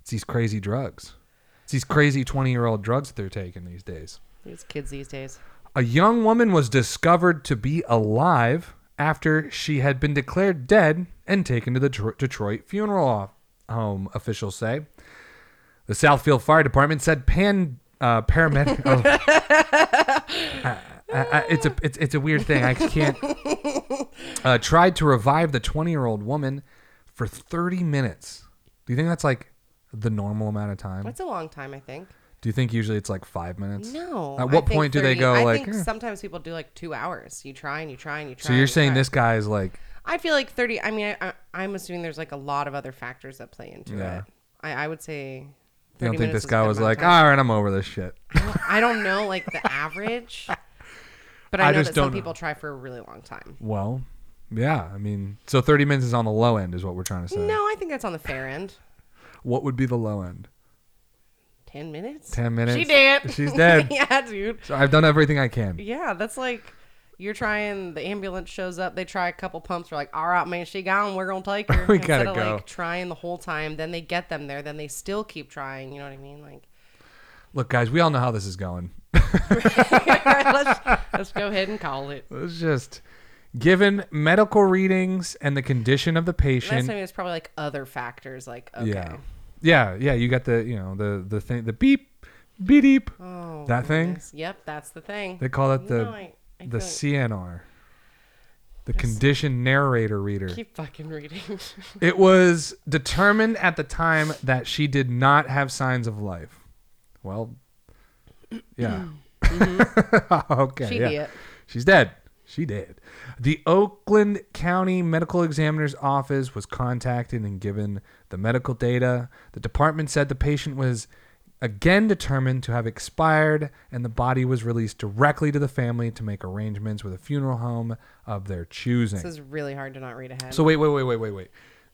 Speaker 2: It's these crazy drugs. It's these crazy 20 year old drugs that they're taking these days.
Speaker 3: These kids these days.
Speaker 2: A young woman was discovered to be alive after she had been declared dead and taken to the Tro- Detroit funeral ho- home, officials say. The Southfield Fire Department said pan uh, paramedic. oh. I- I- it's a it's, it's a weird thing. I can't. Uh, tried to revive the 20 year old woman for 30 minutes. Do you think that's like the normal amount of time?
Speaker 3: That's a long time, I think.
Speaker 2: Do you think usually it's like five minutes?
Speaker 3: No.
Speaker 2: At
Speaker 3: I
Speaker 2: what
Speaker 3: think
Speaker 2: point do they
Speaker 3: 30
Speaker 2: go
Speaker 3: I
Speaker 2: like?
Speaker 3: think
Speaker 2: "Eh."
Speaker 3: sometimes people do like two hours. You try and you try and you try.
Speaker 2: so you're
Speaker 3: and you
Speaker 2: saying
Speaker 3: try.
Speaker 2: this guy is like
Speaker 3: I feel like 30. I mean, I, I, I'm assuming there's like a lot of other factors that play into
Speaker 2: Yeah.
Speaker 3: it. I, I would say.
Speaker 2: You don't
Speaker 3: 30
Speaker 2: think
Speaker 3: minutes
Speaker 2: this
Speaker 3: is a
Speaker 2: guy
Speaker 3: good
Speaker 2: was
Speaker 3: amount
Speaker 2: like,
Speaker 3: of time.
Speaker 2: all right, I'm over this shit.
Speaker 3: I don't know, like the average. But I,
Speaker 2: I
Speaker 3: know
Speaker 2: just
Speaker 3: that some
Speaker 2: don't know.
Speaker 3: people try for a really long time.
Speaker 2: Well, yeah. I mean, so 30 minutes is on the low end, is what we're trying to say.
Speaker 3: No, I think that's on the fair end.
Speaker 2: What would be the low end?
Speaker 3: 10 minutes?
Speaker 2: 10 minutes?
Speaker 3: She did.
Speaker 2: She's dead.
Speaker 3: yeah, dude.
Speaker 2: So I've done everything I can.
Speaker 3: Yeah, that's like you're trying. The ambulance shows up. They try a couple pumps. We're like, all right, man, she gone. We're gonna take her.
Speaker 2: We
Speaker 3: Instead
Speaker 2: gotta
Speaker 3: of,
Speaker 2: go.
Speaker 3: Like trying the whole time. Then they get them there. Then they still keep trying. You know what I mean? Like,
Speaker 2: Look, guys, we all know how this is going.
Speaker 3: let's, let's go ahead and call it.
Speaker 2: It's just given medical readings and the condition of the
Speaker 3: Last
Speaker 2: patient.
Speaker 3: time it was probably like other factors. Like, okay,
Speaker 2: Yeah. Yeah, yeah. You got the, you know, the, the thing, the beep, beep, beep.
Speaker 3: oh,
Speaker 2: That thing?
Speaker 3: goodness. Yep, that's the thing.
Speaker 2: They call that the,
Speaker 3: No, I- I
Speaker 2: the
Speaker 3: feel-
Speaker 2: CNR, the condition narrator reader.
Speaker 3: Keep fucking reading.
Speaker 2: It was determined at the time that she did not have signs of life. Well, yeah. Mm-hmm. okay.
Speaker 3: Mm-hmm. She
Speaker 2: yeah.
Speaker 3: did.
Speaker 2: She's dead. She did. The Oakland County Medical Examiner's Office was contacted and given the medical data. The department said the patient was again determined to have expired and the body was released directly to the family to make arrangements with a funeral home of their choosing.
Speaker 3: this is really hard to not read ahead.
Speaker 2: So wait, wait, wait, wait, wait, wait.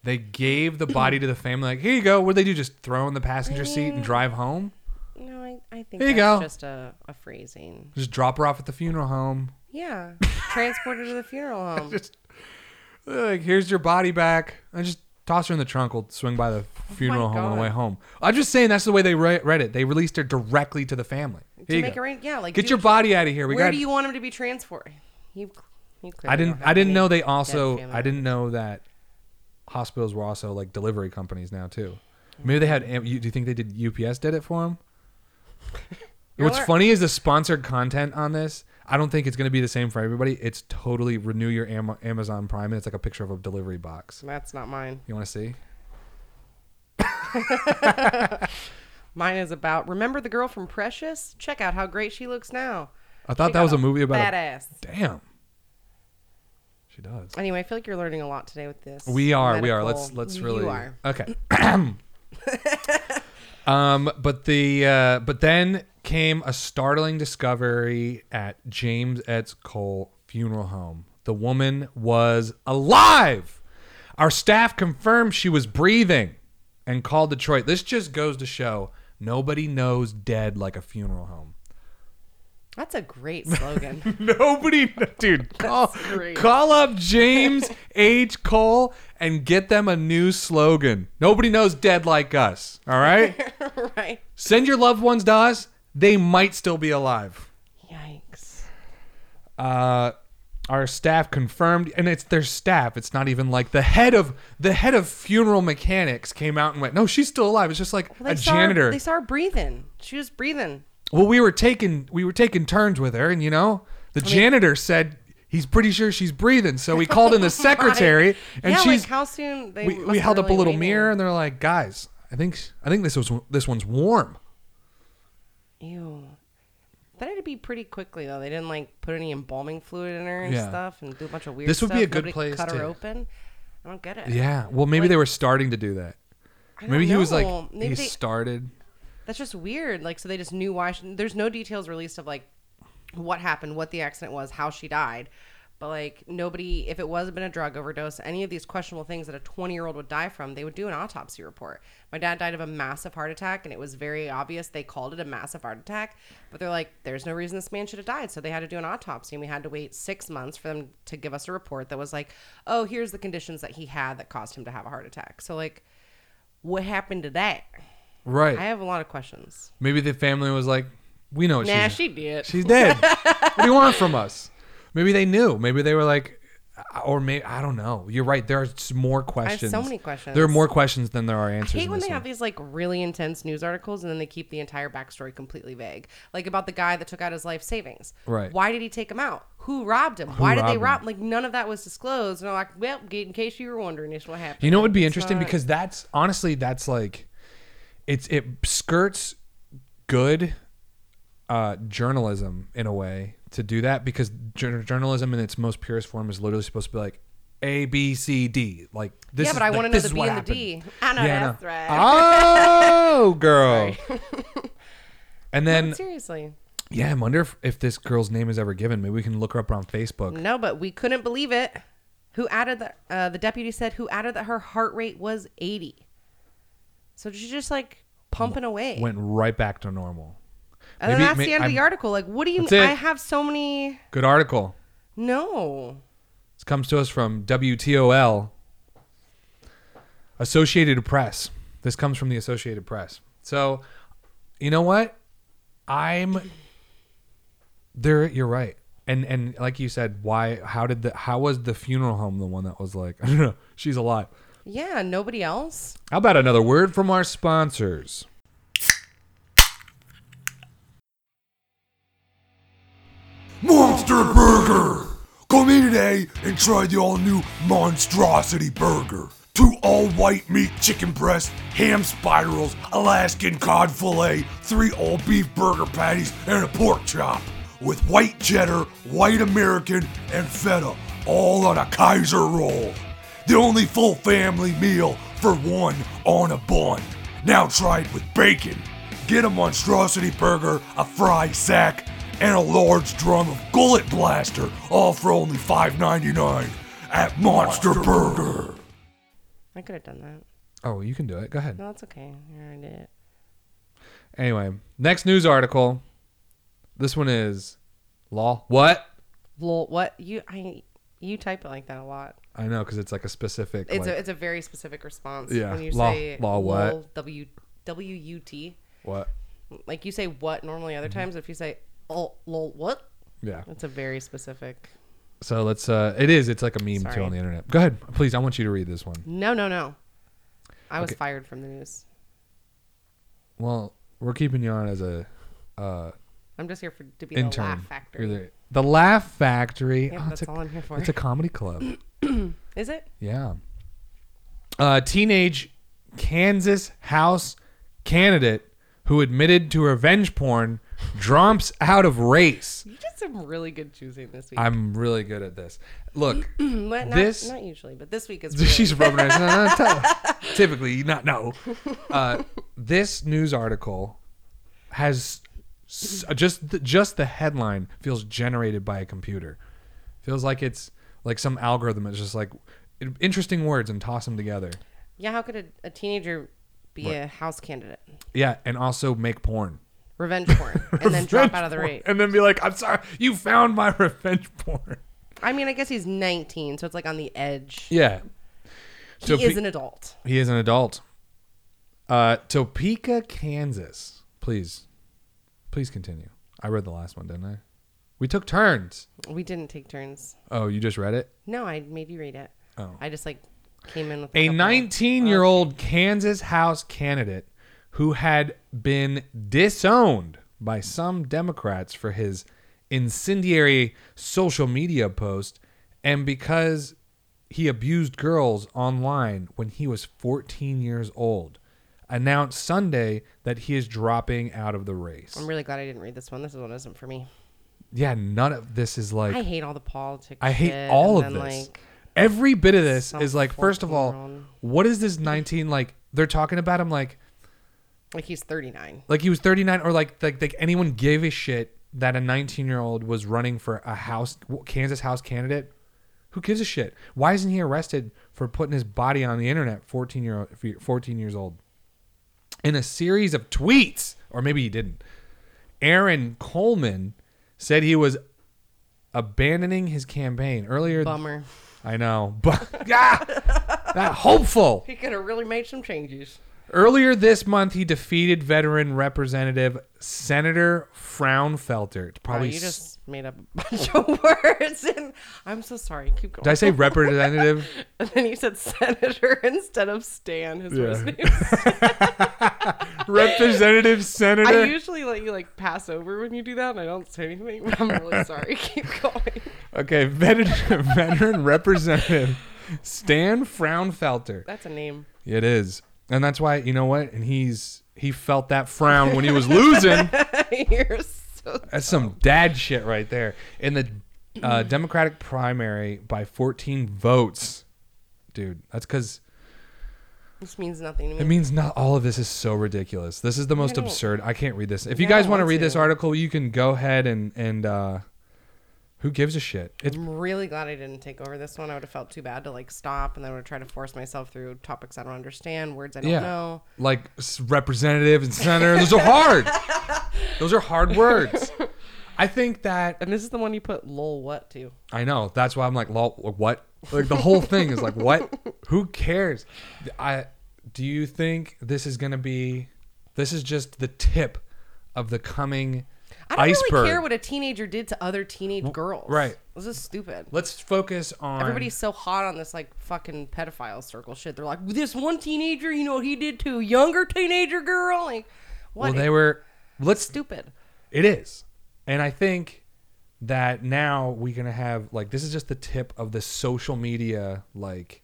Speaker 2: They gave the body to the family. Like, here you go. What would they do? Just throw in the passenger seat and drive home?
Speaker 3: no, I, I think
Speaker 2: Here you
Speaker 3: that's
Speaker 2: go.
Speaker 3: just a, a phrasing.
Speaker 2: Just drop her off at the funeral home?
Speaker 3: Yeah, transported to the funeral home.
Speaker 2: Just they're like, here's your body back. I just toss her in the trunk. We'll swing by the funeral home on the
Speaker 3: Oh God.
Speaker 2: way home. I'm just saying that's the way they re- read it. They released her directly to the family. Here
Speaker 3: to
Speaker 2: you
Speaker 3: make
Speaker 2: go.
Speaker 3: arrange- yeah, like
Speaker 2: Get
Speaker 3: do
Speaker 2: your body out of here. We
Speaker 3: Where
Speaker 2: got.
Speaker 3: do you want him to be transported? You, you clearly
Speaker 2: I didn't.
Speaker 3: don't have
Speaker 2: I didn't
Speaker 3: any
Speaker 2: know they
Speaker 3: dead
Speaker 2: also.
Speaker 3: family
Speaker 2: I didn't know that hospitals were also like delivery companies now too.
Speaker 3: Mm-hmm.
Speaker 2: Maybe they had. am- you- Do you think they did? UPS did it for them.
Speaker 3: You're
Speaker 2: What's
Speaker 3: right.
Speaker 2: funny is the sponsored content on this. I don't think it's going to be the same for everybody. It's totally renew your Am- Amazon Prime, and it's like a picture of a delivery box.
Speaker 3: members. That's not mine.
Speaker 2: You want to see?
Speaker 3: Mine is about remember the girl from Precious? Check out how great she looks now.
Speaker 2: I thought
Speaker 3: She
Speaker 2: that
Speaker 3: got
Speaker 2: was a movie about.
Speaker 3: fat
Speaker 2: A,
Speaker 3: ass.
Speaker 2: damn. She does.
Speaker 3: Anyway, I feel like you're learning a lot today with this.
Speaker 2: We are. We are.
Speaker 3: medical-
Speaker 2: Let's let's really.
Speaker 3: You are.
Speaker 2: Okay. um, but the uh, but then came a startling discovery at James Etz Cole funeral home. The woman was alive. Our staff confirmed she was breathing and called Detroit. This just goes to show nobody knows dead like a funeral home.
Speaker 3: That's a great slogan.
Speaker 2: Nobody, dude, call,
Speaker 3: great.
Speaker 2: call up James H. Cole and get them a new slogan. Nobody knows dead like us. All right,
Speaker 3: right?
Speaker 2: send your loved ones to us. They might still be alive.
Speaker 3: Yikes.
Speaker 2: Uh, our staff confirmed, and it's their staff. It's not even like the head of the head of funeral mechanics came out and went, "No, she's still alive." It's just like
Speaker 3: Well, they
Speaker 2: a
Speaker 3: saw her-
Speaker 2: janitor.
Speaker 3: they saw her breathing. She was breathing.
Speaker 2: Well, we were taking we were taking turns with her, and you know, the janitor said he's pretty sure she's breathing. So we called in the secretary, and
Speaker 3: yeah,
Speaker 2: she's
Speaker 3: like how soon they
Speaker 2: we,
Speaker 3: must
Speaker 2: we
Speaker 3: have
Speaker 2: held up a
Speaker 3: really
Speaker 2: little
Speaker 3: waited.
Speaker 2: mirror, and they're like, guys, I think I think this was this one's warm.
Speaker 3: Ew. That had to be pretty quickly though. They didn't like put any embalming fluid in her and
Speaker 2: Yeah.
Speaker 3: stuff, and do a bunch of weird.
Speaker 2: This would be
Speaker 3: stuff.
Speaker 2: a good
Speaker 3: Nobody
Speaker 2: place
Speaker 3: Cut her
Speaker 2: to-
Speaker 3: open. I don't get it.
Speaker 2: Yeah. Well, maybe
Speaker 3: Like-
Speaker 2: they were starting to do that.
Speaker 3: I don't
Speaker 2: Maybe he was
Speaker 3: know.
Speaker 2: like
Speaker 3: Maybe
Speaker 2: he
Speaker 3: they-
Speaker 2: started.
Speaker 3: That's just weird. Like, so they just knew why. She, there's no details released of like what happened, what the accident was, how she died. But like nobody, if it was been a drug overdose, any of these questionable things that a 20 year old would die from, they would do an autopsy report. My dad died of a massive heart attack, and it was very obvious. They called it a massive heart attack, but they're like, there's no reason this man should have died. So they had to do an autopsy, and we had to wait six months for them to give us a report that was like, oh, here's the conditions that he had that caused him to have a heart attack. So like, what happened to that?
Speaker 2: Right.
Speaker 3: I have a lot of questions.
Speaker 2: Maybe the family was like, We know what
Speaker 3: Nah,
Speaker 2: she's
Speaker 3: she did.
Speaker 2: She's dead. what do you want from us? Maybe they knew. Maybe they were like, or maybe I don't know. You're right. There are s- more questions.
Speaker 3: many questions.
Speaker 2: There are more questions than there are answers.
Speaker 3: hate
Speaker 2: in
Speaker 3: when
Speaker 2: this
Speaker 3: they have
Speaker 2: one.
Speaker 3: these like really intense news articles and then they keep the entire backstory completely vague. Like about the guy that took out his life savings.
Speaker 2: Right.
Speaker 3: Why did he take him out? Who robbed him? Why did
Speaker 2: robbed
Speaker 3: they
Speaker 2: him?
Speaker 3: rob him? Like none of that was disclosed. And I'm like, well, in case you were wondering, this is what happened.
Speaker 2: You know what would be
Speaker 3: It's
Speaker 2: interesting
Speaker 3: not-
Speaker 2: because that's honestly that's like, it's it skirts good uh, journalism in a way to do that because jour- journalism in its most purest form is literally supposed to be like A B C D like this.
Speaker 3: yeah, but
Speaker 2: is,
Speaker 3: I
Speaker 2: like,
Speaker 3: want to know
Speaker 2: this
Speaker 3: the
Speaker 2: is
Speaker 3: B
Speaker 2: what
Speaker 3: and the
Speaker 2: happened.
Speaker 3: D. I know
Speaker 2: Yeah, I
Speaker 3: that's
Speaker 2: know.
Speaker 3: right.
Speaker 2: Oh, girl. and then
Speaker 3: Seriously.
Speaker 2: Yeah, I wonder if, if this girl's name is ever given. Maybe we can look her up on Facebook.
Speaker 3: No, but we couldn't believe it. Who added that? Uh, the deputy said who added that her heart rate was 80. So she's just like pumping away.
Speaker 2: Went right back to normal.
Speaker 3: and then
Speaker 2: Maybe-
Speaker 3: Oh, that's
Speaker 2: may-
Speaker 3: the end of the
Speaker 2: I'm-
Speaker 3: article. Like, what do you?
Speaker 2: That's it.
Speaker 3: I have so many.
Speaker 2: Good article.
Speaker 3: No.
Speaker 2: This comes to us from WTOL, Associated Press. This comes from the Associated Press. So, you know what? I'm there. You're right. And and like you said, why? How did the? How was the funeral home the one that was like, I don't know, she's alive.
Speaker 3: Yeah, nobody else.
Speaker 2: How about another word from our sponsors?
Speaker 5: Monster Burger! Come in today and try the all new Monstrosity Burger. Two all white meat chicken breasts, ham spirals, Alaskan cod fillet, three all beef burger patties, and a pork chop. With white cheddar, white American, and feta, all on a Kaiser roll. The only full family meal for one on a bun. Now try it with bacon. Get a monstrosity burger, a fry sack, and a large drum of gullet blaster, all for only $5.99 at Monster, burger.
Speaker 3: I could have done that.
Speaker 2: Oh, you can do it. Go ahead.
Speaker 3: No, that's okay. I already did it.
Speaker 2: Anyway, next news article. This one is law. What?
Speaker 3: Lol, what you? I you type it like that a lot.
Speaker 2: I know because it's like a specific.
Speaker 3: It's
Speaker 2: like,
Speaker 3: a it's a very specific response.
Speaker 2: Yeah,
Speaker 3: When you
Speaker 2: law-
Speaker 3: say
Speaker 2: law what?
Speaker 3: lol, W W U T.
Speaker 2: what?
Speaker 3: Like you say what normally other
Speaker 2: Mm-hmm.
Speaker 3: times. If you say oh lol what,
Speaker 2: Yeah.
Speaker 3: that's a very specific.
Speaker 2: So let's. uh It is. It's like a meme too
Speaker 3: Sorry.
Speaker 2: on the internet. Go ahead, please. I want you to read this one.
Speaker 3: No, no, no. I was
Speaker 2: Okay.
Speaker 3: fired from the news.
Speaker 2: Well, we're keeping you on as a uh
Speaker 3: I'm just here for to be
Speaker 2: intern.
Speaker 3: the laugh
Speaker 2: You're
Speaker 3: factor.
Speaker 2: the, the Laugh Factory.
Speaker 3: Yeah,
Speaker 2: Oh,
Speaker 3: that's
Speaker 2: it's a-
Speaker 3: all I'm here for.
Speaker 2: It's a comedy club.
Speaker 3: Is it?
Speaker 2: Yeah. A teenage Kansas House candidate who admitted to revenge porn drumps out of race.
Speaker 3: You did some really good choosing this week.
Speaker 2: I'm really good at this. Look,
Speaker 3: But not,
Speaker 2: this-
Speaker 3: not usually, but this week is.
Speaker 2: she's
Speaker 3: really-
Speaker 2: rubbing her hands. No, no, t- Typically, not no. Uh, this news article has s- uh, just the, just the headline feels generated by a computer. Feels like it's like some algorithm. It's just like interesting words and toss them together.
Speaker 3: Yeah, how could a, a teenager be a house candidate?
Speaker 2: Yeah, and also make porn.
Speaker 3: Revenge porn, and then drop out of the rate.
Speaker 2: And then be like, I'm sorry, you found my revenge porn.
Speaker 3: I mean, I guess he's 19, so it's like on the edge.
Speaker 2: Yeah.
Speaker 3: He is an adult.
Speaker 2: he is an adult. Uh, Topeka, Kansas. Please, please continue. I read the last one, didn't I? We took turns.
Speaker 3: We didn't take turns.
Speaker 2: Oh, you just read it?
Speaker 3: No, I made you read it.
Speaker 2: Oh.
Speaker 3: I just like came in with
Speaker 2: A
Speaker 3: couple-
Speaker 2: 19 year old Kansas House candidate who had been disowned by some Democrats for his incendiary social media post and because he abused girls online when he was 14 years old, announced Sunday that he is dropping out of the race.
Speaker 3: I'm really glad I didn't read this one. This one isn't for me.
Speaker 2: Yeah, none of this is like.
Speaker 3: I hate all the politics.
Speaker 2: I hate
Speaker 3: shit,
Speaker 2: all of
Speaker 3: and
Speaker 2: this.
Speaker 3: then,
Speaker 2: Every bit of this
Speaker 3: some
Speaker 2: is like, first of all,
Speaker 3: 14-year-old.
Speaker 2: what is this 19 like? They're talking about him like,
Speaker 3: like he's 39.
Speaker 2: like he was 39 or like like, like anyone gave a shit that a 19 year old was running for a house kansas house candidate who gives a shit why isn't he arrested for putting his body on the internet 14 year old 14 years old in a series of tweets or maybe he didn't aaron coleman said he was abandoning his campaign earlier
Speaker 3: Bummer.
Speaker 2: i know but yeah that hopeful
Speaker 3: He could have really made some changes.
Speaker 2: Earlier this month, he defeated veteran representative Senator Fraunfelter. It's
Speaker 3: Wow,
Speaker 2: Probably.
Speaker 3: you
Speaker 2: s-
Speaker 3: just made up a bunch of words, and I'm so sorry. Keep going.
Speaker 2: did I say representative?
Speaker 3: And then you said senator instead of Stan. His first
Speaker 2: Yeah.
Speaker 3: name.
Speaker 2: representative
Speaker 3: I
Speaker 2: Senator.
Speaker 3: usually let you like pass over when you do that, and I don't say anything. But I'm really sorry. Keep going.
Speaker 2: okay, veteran, veteran representative Stan Fraunfelter.
Speaker 3: That's a name.
Speaker 2: It is. And that's why, you know what? And he's he felt that frown when he was losing.
Speaker 3: You're so.
Speaker 2: That's some dad shit right there. In the uh, Democratic primary by 14 votes. Dude, that's cuz
Speaker 3: This means nothing to me.
Speaker 2: it means not all of this is so ridiculous. This is the most
Speaker 3: don't-
Speaker 2: absurd. I can't read this. If you
Speaker 3: I don't
Speaker 2: guys want to
Speaker 3: want
Speaker 2: read this
Speaker 3: to.
Speaker 2: article, you can go ahead and and uh who gives a shit? It's
Speaker 3: I'm really glad I didn't take over this one. I would have felt too bad to like stop, and then I would try to force myself through topics I don't understand, words I don't
Speaker 2: yeah.
Speaker 3: know.
Speaker 2: Like s- representative and senator, those are hard. those are hard words. I think that
Speaker 3: And this is the one you put "lol" what to?
Speaker 2: I know. That's why I'm like, lol, what? Like the whole thing is like, what? Who cares? I do you think this is gonna be? This is just the tip of the coming
Speaker 3: I don't
Speaker 2: iceberg.
Speaker 3: really care what a teenager did to other teenage girls.
Speaker 2: right.
Speaker 3: This is stupid.
Speaker 2: Let's focus on
Speaker 3: Everybody's so hot on this like fucking pedophile circle shit. They're like, this one teenager, you know what he did to a younger teenager girl? Like,
Speaker 2: Well,
Speaker 3: what?
Speaker 2: they were. Let's
Speaker 3: stupid.
Speaker 2: It is. And I think that now we're gonna have like this is just the tip of the social media like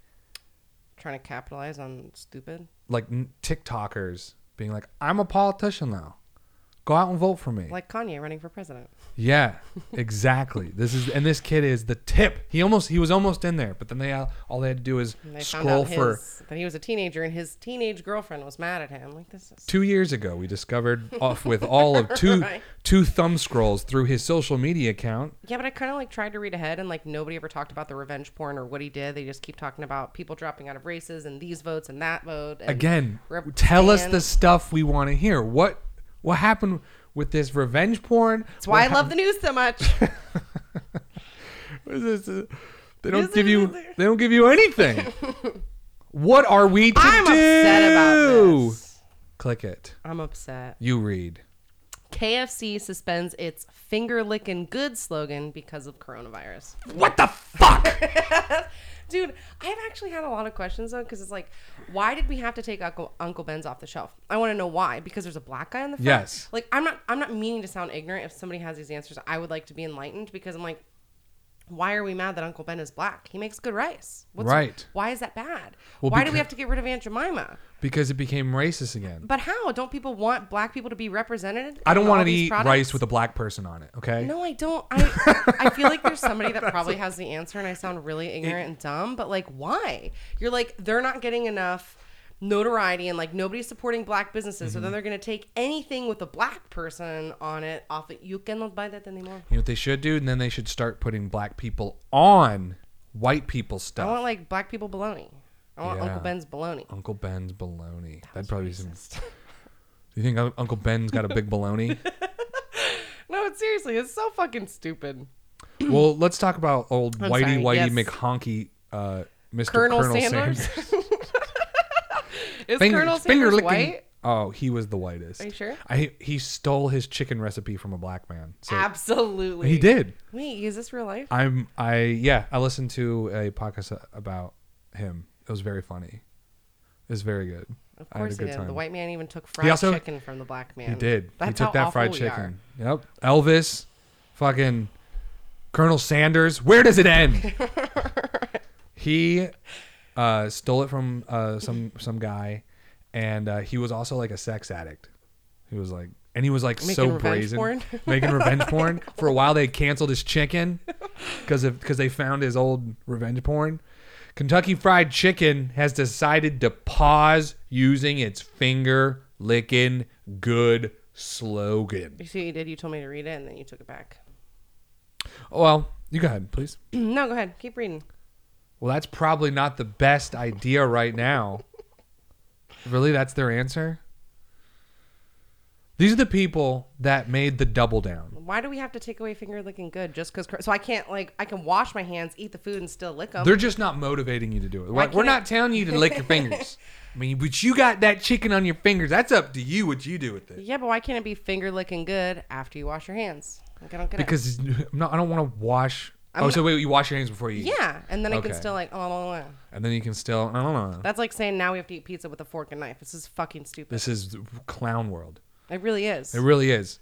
Speaker 3: Trying to capitalize on stupid.
Speaker 2: like n- TikTokers being like, I'm a politician now. Go out and vote for me.
Speaker 3: Like Kanye running for president.
Speaker 2: Yeah, exactly. this is and this kid is the tip. He almost he was almost in there, but then they all, all they had to do is
Speaker 3: And they
Speaker 2: scroll
Speaker 3: found out
Speaker 2: for
Speaker 3: his, that he was a teenager and his teenage girlfriend was mad at him. Like, this is.
Speaker 2: two years ago we discovered off with all of two
Speaker 3: Right.
Speaker 2: two thumb scrolls through his social media account.
Speaker 3: Yeah, but I kind of like tried to read ahead and like nobody ever talked about the revenge porn or what he did. They just keep talking about people dropping out of races and these votes and that vote. And
Speaker 2: Again,
Speaker 3: rep-
Speaker 2: tell us
Speaker 3: and-
Speaker 2: the stuff we want to hear. What what happened with this revenge porn?
Speaker 3: That's why I love the news so much.
Speaker 2: What is this? uh, They don't
Speaker 3: This
Speaker 2: give
Speaker 3: is-
Speaker 2: you they don't give you anything. what are we to
Speaker 3: I'm
Speaker 2: do?
Speaker 3: upset about this.
Speaker 2: Click it.
Speaker 3: I'm upset.
Speaker 2: You read.
Speaker 3: KFC suspends its finger licking good slogan because of coronavirus.
Speaker 2: What the fuck?
Speaker 3: Dude, I've actually had a lot of questions though, because it's like, why did we have to take Uncle, Uncle Ben's off the shelf? I want to know why. Because there's a black guy on the front.
Speaker 2: Yes.
Speaker 3: Like I'm not I'm not meaning to sound ignorant. If somebody has these answers, I would like to be enlightened because I'm like, why are we mad that Uncle Ben is black? He makes good rice. What's,
Speaker 2: Right.
Speaker 3: Why is that bad?
Speaker 2: Well,
Speaker 3: why do we
Speaker 2: beca-
Speaker 3: have to get rid of Aunt Jemima?
Speaker 2: because it became racist again.
Speaker 3: But how? Don't people want black people to be represented?
Speaker 2: I don't
Speaker 3: in all
Speaker 2: want to
Speaker 3: these
Speaker 2: eat
Speaker 3: products?
Speaker 2: rice with a black person on it. Okay.
Speaker 3: No, I don't. I I feel like there's somebody that probably has the answer, and I sound really ignorant and dumb. But like, why? You're like they're not getting enough notoriety, and like nobody's supporting black businesses,
Speaker 2: Mm-hmm.
Speaker 3: so then they're gonna take anything with a black person on it off. It. You cannot buy that anymore.
Speaker 2: You know what they should do? And then they should start putting black people on white people
Speaker 3: I
Speaker 2: stuff.
Speaker 3: want like black people bologna. I want
Speaker 2: Yeah. Oh.
Speaker 3: Uncle Ben's bologna.
Speaker 2: Uncle Ben's baloney. That would probably be some. Do you think Un- Uncle Ben's got a big baloney?
Speaker 3: No, it's seriously, it's so fucking stupid.
Speaker 2: well, let's talk about old
Speaker 3: I'm
Speaker 2: Whitey
Speaker 3: sorry,
Speaker 2: Whitey
Speaker 3: yes.
Speaker 2: McHonky, uh, Mr.
Speaker 3: Colonel,
Speaker 2: Colonel,
Speaker 3: Sanders.
Speaker 2: Sanders.
Speaker 3: Is
Speaker 2: Finger-
Speaker 3: Colonel
Speaker 2: finger
Speaker 3: Sanders
Speaker 2: licking-
Speaker 3: white?
Speaker 2: Oh, he was the whitest.
Speaker 3: Are you sure?
Speaker 2: I, he stole his chicken recipe from a black man. So
Speaker 3: Absolutely.
Speaker 2: he did.
Speaker 3: Wait, is this real life?
Speaker 2: I'm I yeah, I listened to a podcast about him. It was very funny. It was very good.
Speaker 3: Of
Speaker 2: I had a
Speaker 3: course he
Speaker 2: good
Speaker 3: did.
Speaker 2: time.
Speaker 3: The white man even took fried
Speaker 2: also-
Speaker 3: chicken from the black man.
Speaker 2: He did. he
Speaker 3: That's
Speaker 2: took
Speaker 3: how
Speaker 2: that
Speaker 3: awful
Speaker 2: fried
Speaker 3: we are.
Speaker 2: chicken. Yep. Elvis, fucking Colonel Sanders. Where does it end? he uh, stole it from uh, some some guy, and uh, he was also like a sex addict. He was like, and he was like so
Speaker 3: Making revenge
Speaker 2: brazen,
Speaker 3: porn?
Speaker 2: making revenge porn. For a while, they canceled his chicken because of because they found his old revenge porn. Kentucky Fried Chicken has decided to pause using its finger licking good slogan.
Speaker 3: You see what you did? You told me to read it and then you took it back.
Speaker 2: Well, you go ahead, please.
Speaker 3: no, go ahead. Keep reading.
Speaker 2: Well, that's probably not the best idea right now. really, that's their answer? These are the people that made the double down.
Speaker 3: Why do we have to take away finger licking good just because? So I can't, like, I can wash my hands, eat the food, and still lick them.
Speaker 2: They're just not motivating you to do it. Like, we're
Speaker 3: can't-
Speaker 2: not telling you to lick your fingers. I mean, but you got that chicken on your fingers. That's up to you what you do with it.
Speaker 3: Yeah, but why can't it be finger licking good after you wash your hands? Like, I don't get it.
Speaker 2: Because it's- no, I don't want to wash.
Speaker 3: I'm
Speaker 2: oh,
Speaker 3: gonna-
Speaker 2: so wait, you wash your hands before you eat.
Speaker 3: yeah, and then I can
Speaker 2: Okay.
Speaker 3: still like oh, blah, blah, blah.
Speaker 2: And then you can still, I don't know.
Speaker 3: that's like saying now we have to eat pizza with a fork and knife. This is fucking stupid.
Speaker 2: This is clown world.
Speaker 3: it really is.
Speaker 2: It really is.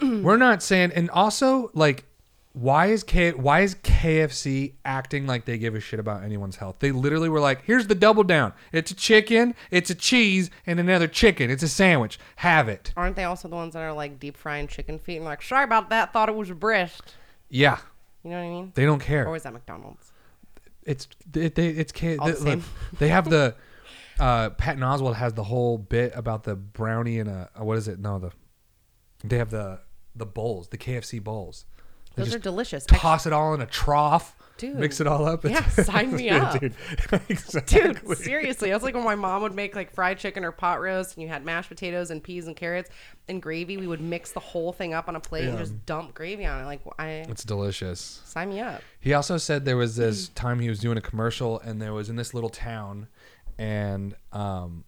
Speaker 2: We're not saying, and also like, why is K why is KFC acting like they give a shit about anyone's health? They literally were like, "Here's the double down. It's a chicken, it's a cheese, and another chicken. It's a sandwich. Have it."
Speaker 3: Aren't they also the ones that are like deep frying chicken feet and like sorry about that, thought it was breast.
Speaker 2: Yeah,
Speaker 3: You know what I mean?
Speaker 2: they don't care.
Speaker 3: Or was that McDonald's?
Speaker 2: it's they, they it's K.
Speaker 3: All
Speaker 2: they,
Speaker 3: the same.
Speaker 2: look, they have the uh, Patton Oswald has the whole bit about the brownie and a what is it? No, the they have the the bowls, the KFC bowls. They
Speaker 3: Those are
Speaker 2: just
Speaker 3: delicious.
Speaker 2: toss it all in a trough,
Speaker 3: Dude.
Speaker 2: mix it all up.
Speaker 3: Yeah, sign me up.
Speaker 2: dude.
Speaker 3: Dude,
Speaker 2: Exactly.
Speaker 3: seriously, that's like when my mom would make like fried chicken or pot roast, and you had mashed potatoes and peas and carrots and gravy. We would mix the whole thing up on a plate and just dump gravy on it. Like I
Speaker 2: It's delicious.
Speaker 3: sign me up.
Speaker 2: He also said there was this
Speaker 3: Mm.
Speaker 2: time he was doing a commercial and there was in this little town and um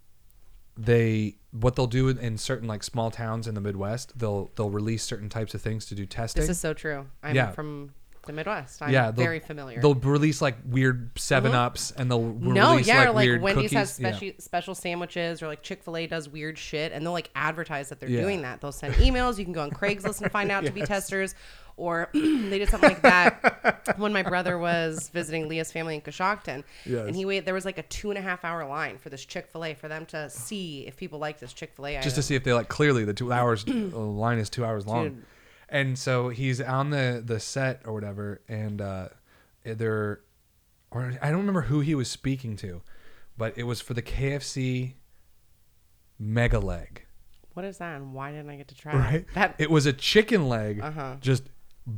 Speaker 2: they what they'll do in- in certain like small towns in the Midwest, they'll they'll release certain types of things to do testing.
Speaker 3: This is so true. I'm
Speaker 2: Yeah.
Speaker 3: from the Midwest. I'm
Speaker 2: yeah, they'll-
Speaker 3: very familiar. Uh-huh.
Speaker 2: They'll release like weird 7 ups and they'll re-
Speaker 3: No,
Speaker 2: release
Speaker 3: yeah,
Speaker 2: like,
Speaker 3: or like
Speaker 2: weird
Speaker 3: Wendy's
Speaker 2: cookies.
Speaker 3: has
Speaker 2: Yeah.
Speaker 3: special special sandwiches, or like Chick Fil A does weird shit, and they'll like advertise that they're
Speaker 2: Yeah.
Speaker 3: doing that. They'll send emails. You can go on Craigslist and find out to be testers, or they did something like that when my brother was visiting Leah's family in Coshocton, and he waited. There was like a two and a half hour line for this Chick Fil A for them to see if people like this Chick Fil A.
Speaker 2: just to see if they like clearly the two hours uh, line is two hours long and so he's on the the set or whatever and uh there or i don't remember who he was speaking to but it was for the kfc mega leg
Speaker 3: what is that, and why didn't I get to try
Speaker 2: right
Speaker 3: it? that
Speaker 2: it was a chicken leg just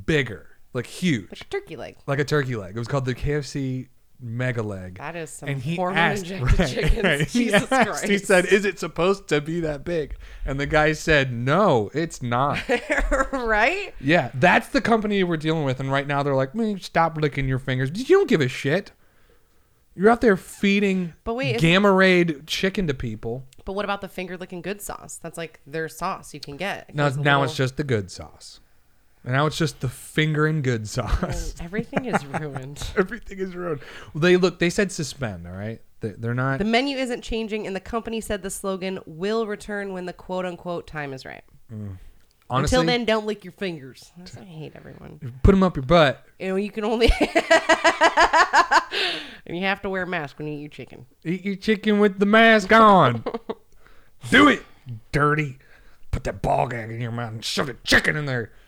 Speaker 2: bigger like huge
Speaker 3: turkey leg?
Speaker 2: like a turkey leg it was called the kfc mega leg
Speaker 3: That is some
Speaker 2: and he
Speaker 3: hormone
Speaker 2: asked,
Speaker 3: injected
Speaker 2: right,
Speaker 3: chickens.
Speaker 2: right. he
Speaker 3: Jesus
Speaker 2: asked,
Speaker 3: Christ!
Speaker 2: He said, "Is it supposed to be that big?" And the guy said, "No, it's not."
Speaker 3: right?
Speaker 2: yeah, that's the company we're dealing with, and right now they're like, "Man, stop licking your fingers. You don't give a shit. You're out there feeding
Speaker 3: But wait, if-
Speaker 2: gamma rayed chicken to people.
Speaker 3: But what about the finger licking good sauce? That's like their sauce you can get. It
Speaker 2: Now,
Speaker 3: goes a
Speaker 2: now
Speaker 3: little-
Speaker 2: it's just the good sauce. And now it's just the finger and good sauce.
Speaker 3: everything is ruined.
Speaker 2: Everything is ruined. Well, they look. They said suspend. All right, They- they're not.
Speaker 3: The menu isn't changing, and the company said the slogan will return when the quote unquote time is right.
Speaker 2: honestly,
Speaker 3: Until then, don't lick your fingers. That's why I hate everyone.
Speaker 2: put them up your butt.
Speaker 3: You know, you can only. and you have to wear a mask when you eat your chicken.
Speaker 2: Eat your chicken with the mask on. Do it, dirty. Put that ball gag in your mouth and shove the chicken in there.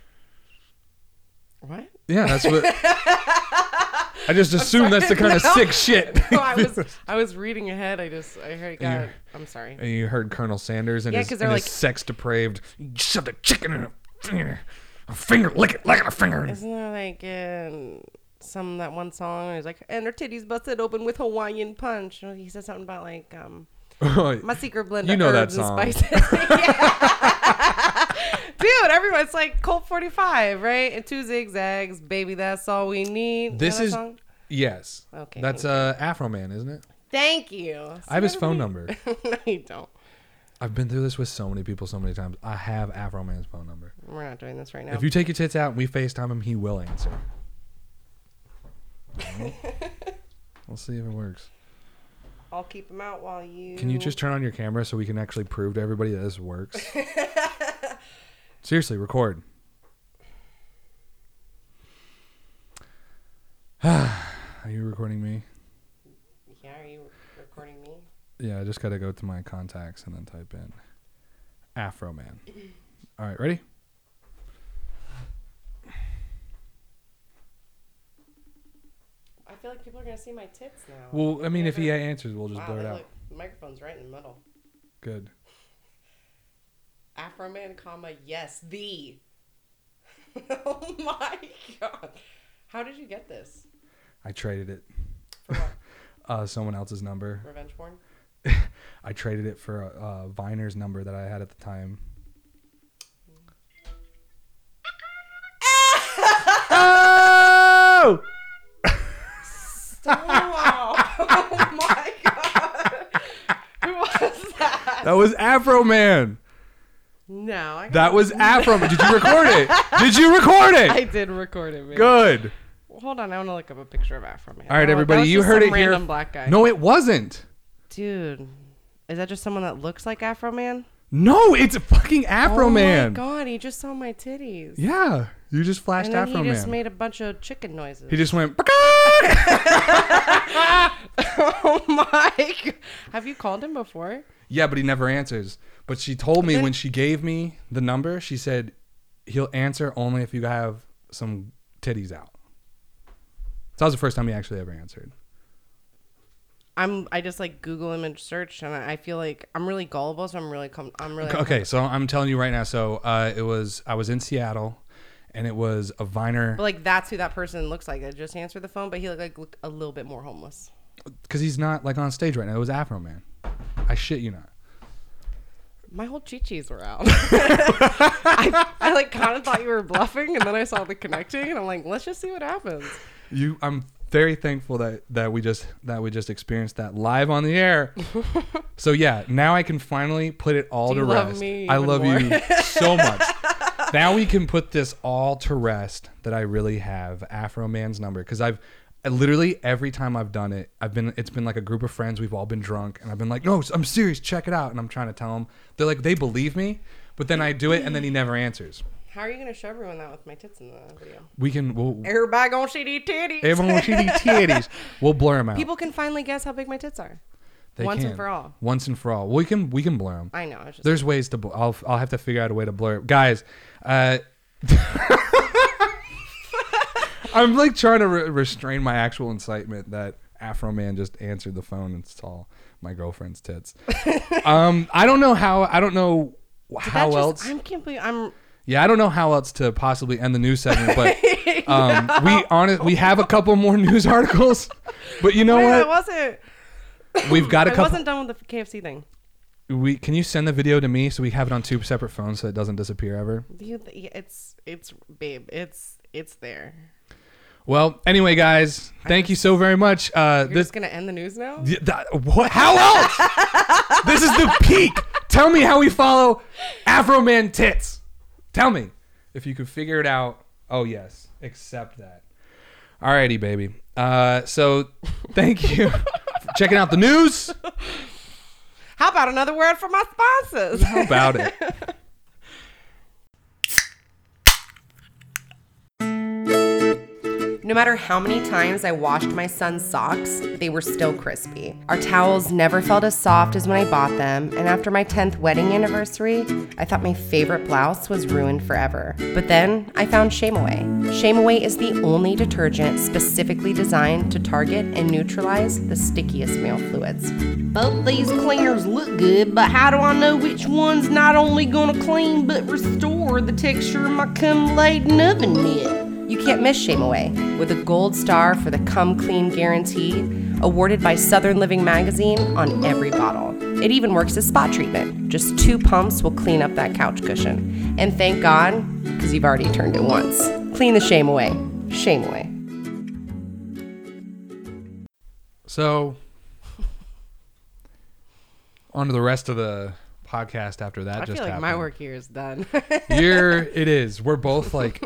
Speaker 3: What?
Speaker 2: Yeah, that's what. I just assume that's the kind of sick shit.
Speaker 3: No, Oh, I was I was reading ahead. I just I heard got.
Speaker 2: Yeah.
Speaker 3: I'm sorry.
Speaker 2: And you heard Colonel Sanders and,
Speaker 3: Yeah,
Speaker 2: his,
Speaker 3: 'cause they're
Speaker 2: and his
Speaker 3: like-
Speaker 2: sex depraved. You shove the chicken in a finger, a finger, lick it, lick it, a finger.
Speaker 3: Isn't there like in some that one song? It's like, and her titties busted open with Hawaiian punch. Or He said something about like, um, my secret blend.
Speaker 2: You
Speaker 3: of
Speaker 2: know that
Speaker 3: herbs and
Speaker 2: song.
Speaker 3: Spices. Yeah. Dude, everyone, it's like Colt 45, right? And two zigzags, baby, that's all we need. You know
Speaker 2: this
Speaker 3: that
Speaker 2: is
Speaker 3: song?
Speaker 2: yes.
Speaker 3: Okay,
Speaker 2: That's uh, Afro Man, isn't it?
Speaker 3: Thank you.
Speaker 2: I have his phone number.
Speaker 3: no, you don't.
Speaker 2: I've been through this with so many people so many times. I have Afro Man's phone number.
Speaker 3: We're not doing this right now.
Speaker 2: If you take your tits out and we FaceTime him, he will answer. we'll see if it works.
Speaker 3: I'll keep him out while you.
Speaker 2: Can you just turn on your camera so we can actually prove to everybody that this works? Seriously, record. Are you recording me?
Speaker 3: Yeah, are you recording me?
Speaker 2: Yeah, I just gotta go to my contacts and then type in Afro Man. All right, ready?
Speaker 3: I feel like people are gonna see my tits now.
Speaker 2: Well, I mean, if he answers, we'll just
Speaker 3: Wow,
Speaker 2: blur it
Speaker 3: they
Speaker 2: out.
Speaker 3: look- the microphone's right in the middle.
Speaker 2: Good.
Speaker 3: Afro man, comma, yes, the. oh my god. How did you get this?
Speaker 2: I traded it.
Speaker 3: For what?
Speaker 2: Uh, someone else's number.
Speaker 3: Revenge porn?
Speaker 2: I traded it for uh, Viner's number that I had at the time. oh!
Speaker 3: Oh, wow. oh my god.
Speaker 2: That was Afro Man.
Speaker 3: No, I,
Speaker 2: That was Afro Man. Did you record it? Did you record it?
Speaker 3: I did record it. Man.
Speaker 2: Good.
Speaker 3: Hold on, I want to look up a picture of Afro Man.
Speaker 2: All right,
Speaker 3: No, that
Speaker 2: everybody,
Speaker 3: was
Speaker 2: you
Speaker 3: just
Speaker 2: heard
Speaker 3: some
Speaker 2: it here.
Speaker 3: Random black guy.
Speaker 2: No, it wasn't.
Speaker 3: dude, is that just someone that looks like Afro Man?
Speaker 2: No, it's fucking Afro
Speaker 3: Oh my
Speaker 2: Man.
Speaker 3: god, he just saw my titties.
Speaker 2: Yeah, you just flashed
Speaker 3: and then
Speaker 2: Afro
Speaker 3: he
Speaker 2: Man.
Speaker 3: just made a bunch of chicken noises.
Speaker 2: he just went. "Baka!"
Speaker 3: oh my! g- Have you called him before?
Speaker 2: Yeah, but he never answers. But she told me when she gave me the number, she said he'll answer only if you have some titties out. So that was the first time he actually ever answered.
Speaker 3: I'm. I just like Google image search, and I I feel like I'm really gullible, so I'm really. Com- I'm really.
Speaker 2: Okay, so I'm telling you right now. So uh, it was I was in Seattle, and it was a Viner
Speaker 3: But like that's who that person looks like. That just answered the phone, but he looked like looked a little bit more homeless.
Speaker 2: because he's not like on stage right now. It was Afro Man. I shit you not.
Speaker 3: My whole chichis were out. I, I like kind of thought you were bluffing, and then I saw the connecting, and I'm like, let's just see what happens.
Speaker 2: You, I'm very thankful that that we just that we just experienced that live on the air. so yeah, now I can finally put it all
Speaker 3: Do
Speaker 2: to
Speaker 3: you love
Speaker 2: rest.
Speaker 3: me
Speaker 2: I
Speaker 3: even
Speaker 2: love you
Speaker 3: more?
Speaker 2: so much. now we can put this all to rest that I really have Afro Man's number because I've I literally every time I've done it, I've been it's been like a group of friends. We've all been drunk, and I've been like, "No, I'm serious. Check it out." And I'm trying to tell them. They're like, they believe me, but then I do it, and then he never answers.
Speaker 3: How are you gonna show everyone that with my tits in the video?
Speaker 2: We can. We'll,
Speaker 3: Everybody gonna see these titties.
Speaker 2: everyone will see these titties. We'll blur them out.
Speaker 3: People can finally guess how big my tits are.
Speaker 2: They
Speaker 3: once and
Speaker 2: can.
Speaker 3: for all.
Speaker 2: Once and for all. We can we can blur them.
Speaker 3: I know. I was just
Speaker 2: There's ways to. Bl- I'll I'll have to figure out a way to blur it, guys. Uh, I'm like trying to re- restrain my actual incitement that Afro Man just answered the phone and saw my girlfriend's tits. um, I don't know how. I don't know
Speaker 3: That
Speaker 2: how
Speaker 3: just-
Speaker 2: else.
Speaker 3: I can't believe I'm.
Speaker 2: Yeah, I don't know how else to possibly end the news segment, but um, we honest we have a couple more news articles. But you know
Speaker 3: Wait, I
Speaker 2: what?
Speaker 3: wasn't.
Speaker 2: We've got a
Speaker 3: I
Speaker 2: couple.
Speaker 3: wasn't done with the KFC thing.
Speaker 2: we can you send the video to me so we have it on two separate phones so it doesn't disappear ever
Speaker 3: Do you th- yeah, it's it's babe. It's it's there.
Speaker 2: well anyway guys thank you so very much uh
Speaker 3: You're
Speaker 2: this
Speaker 3: just gonna end the news now.
Speaker 2: y- that- what how else this is the peak tell me how we follow afro man tits tell me if you could figure it out oh yes accept that alrighty baby uh so thank you for checking out the news
Speaker 3: How about another word for my sponsors?
Speaker 2: How about it
Speaker 3: No matter how many times I washed my son's socks, they were still crispy. Our towels never felt as soft as when I bought them, and after my 10th wedding anniversary, I thought my favorite blouse was ruined forever. But then I found Shame Away. Shame Away is the only detergent specifically designed to target and neutralize the stickiest male fluids. Both these cleaners look good, but how do I know which one's not only gonna clean but restore the texture of my cum laden oven mitt? You can't miss Shame Away with a gold star for the Come Clean Guarantee awarded by Southern Living Magazine on every bottle. It even works as spot treatment. Just two pumps will clean up that couch cushion. And thank God, because you've already turned it once. Clean the shame away. Shame away.
Speaker 2: So, on to the rest of the podcast after that. just happened.
Speaker 3: here is done.
Speaker 2: Here it is. We're both like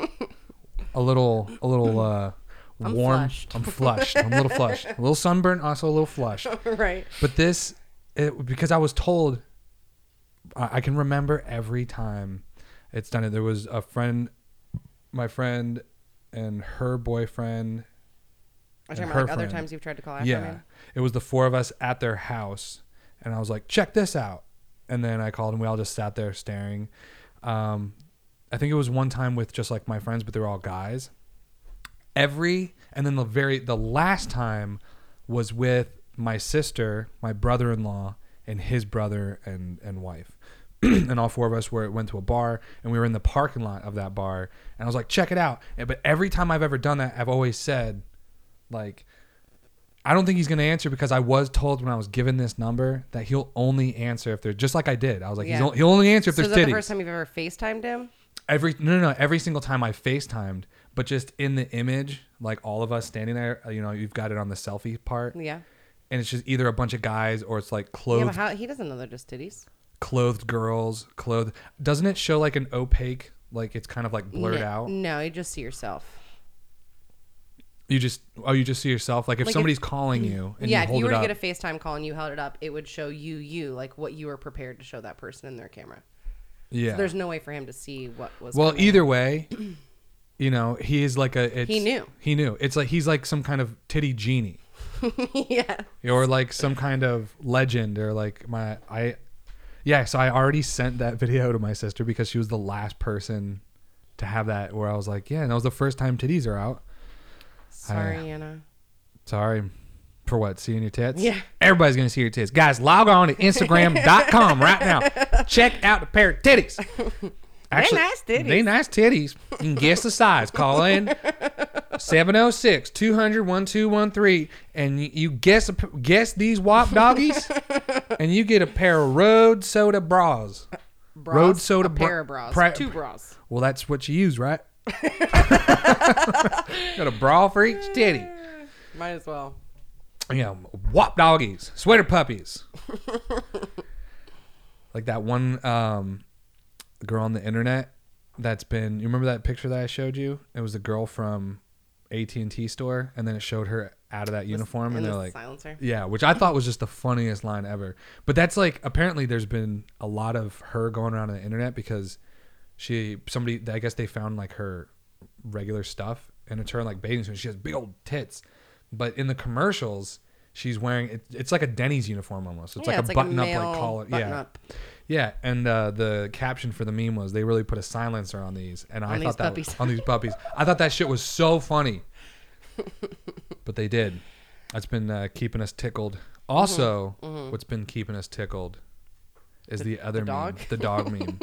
Speaker 2: a little, a little uh, warm.
Speaker 3: flushed.
Speaker 2: I'm flushed. I'm a little flushed. A little sunburned, also a little flushed.
Speaker 3: right.
Speaker 2: But this, it, because I was told, I, I can remember every time it's done it. There was a friend, my friend, and her boyfriend
Speaker 3: I'm
Speaker 2: talking about, her like, other friend. times
Speaker 3: you've tried to call
Speaker 2: yeah. It was the four of us at their house, and I was like, check this out. And then I called, and we all just sat there staring. Um, I think it was one time with just like my friends, but they were all guys. Every, and then the very, the last time was with my sister, my brother in law, and his brother and, and wife. and all four of us were went to a bar and we were in the parking lot of that bar and I was like check it out and, but every time I've ever done that I've always said like I don't think he's going to answer because I was told when I was given this number that he'll only answer if they're just like I did. I was like, he's
Speaker 3: Yeah.
Speaker 2: on- he'll only answer if there's titties.
Speaker 3: you've ever FaceTimed him?
Speaker 2: every no, no, no, every single time I FaceTimed, but just in the image, like all of us standing there, you know, you've got it on the selfie part,
Speaker 3: Yeah.
Speaker 2: and it's just either a bunch of guys or it's like clothed
Speaker 3: how, he doesn't know they're just titties.
Speaker 2: clothed girls, clothed. Doesn't it show like an opaque, like it's kind of like blurred
Speaker 3: no,
Speaker 2: out?
Speaker 3: No, you just see yourself.
Speaker 2: You just oh, you just see yourself. Like if
Speaker 3: Like if-
Speaker 2: somebody's calling you and
Speaker 3: yeah,
Speaker 2: you
Speaker 3: if
Speaker 2: hold
Speaker 3: you were
Speaker 2: it
Speaker 3: to
Speaker 2: up,
Speaker 3: get a FaceTime call and you held it up, it would show you you like what you were prepared to show that person in their camera.
Speaker 2: yeah.
Speaker 3: There's no way for him to see what was.
Speaker 2: well,
Speaker 3: coming.
Speaker 2: either way, you know he is like a. It's,
Speaker 3: He knew.
Speaker 2: He knew. It's like he's like some kind of titty genie.
Speaker 3: yeah.
Speaker 2: or like some kind of legend or like my i yeah so i already sent that video to my sister because she was the last person to have that where i was like yeah and that was the first time titties are out
Speaker 3: Sorry, Anna.
Speaker 2: sorry for what seeing your tits
Speaker 3: Yeah.
Speaker 2: everybody's gonna see your tits guys log on to instagram.com right now check out the pair of titties
Speaker 3: nice titties.
Speaker 2: they nice titties you can guess the size call in 706 200 1213 and y- you guess a p- guess these wop doggies and you get a pair of road soda bras
Speaker 3: Bras,
Speaker 2: Road soda
Speaker 3: a
Speaker 2: bra-
Speaker 3: pair of bras,
Speaker 2: pra-
Speaker 3: two bras.
Speaker 2: well that's what you use right got a bra for each titty
Speaker 3: Might as well.
Speaker 2: you know, wop doggies, sweater puppies. like that one um, girl on the internet that's been. You remember that picture that I showed you? It was the girl from AT and T store, and then it showed her out of that uniform, and
Speaker 3: And
Speaker 2: they're
Speaker 3: the
Speaker 2: like,
Speaker 3: silencer.
Speaker 2: yeah, which I thought was just the funniest line ever. But that's like apparently there's been a lot of her going around on the internet because she somebody I guess they found like her regular stuff and it's her in like bathing suit. She has big old tits, but in the commercials she's wearing it, it's like a Denny's uniform almost. It's
Speaker 3: Yeah,
Speaker 2: like
Speaker 3: it's
Speaker 2: a
Speaker 3: like a
Speaker 2: button up
Speaker 3: male
Speaker 2: like collar.
Speaker 3: button
Speaker 2: yeah,
Speaker 3: up.
Speaker 2: yeah. And uh, the caption for the meme was they really put a silencer on these, and I
Speaker 3: On
Speaker 2: thought
Speaker 3: these
Speaker 2: that
Speaker 3: puppies.
Speaker 2: on these puppies. I thought that shit was so funny but they did. That's been uh, keeping us tickled.
Speaker 3: Mm-hmm.
Speaker 2: Also, what's been keeping us tickled is the, other
Speaker 3: dog?
Speaker 2: meme, the dog meme.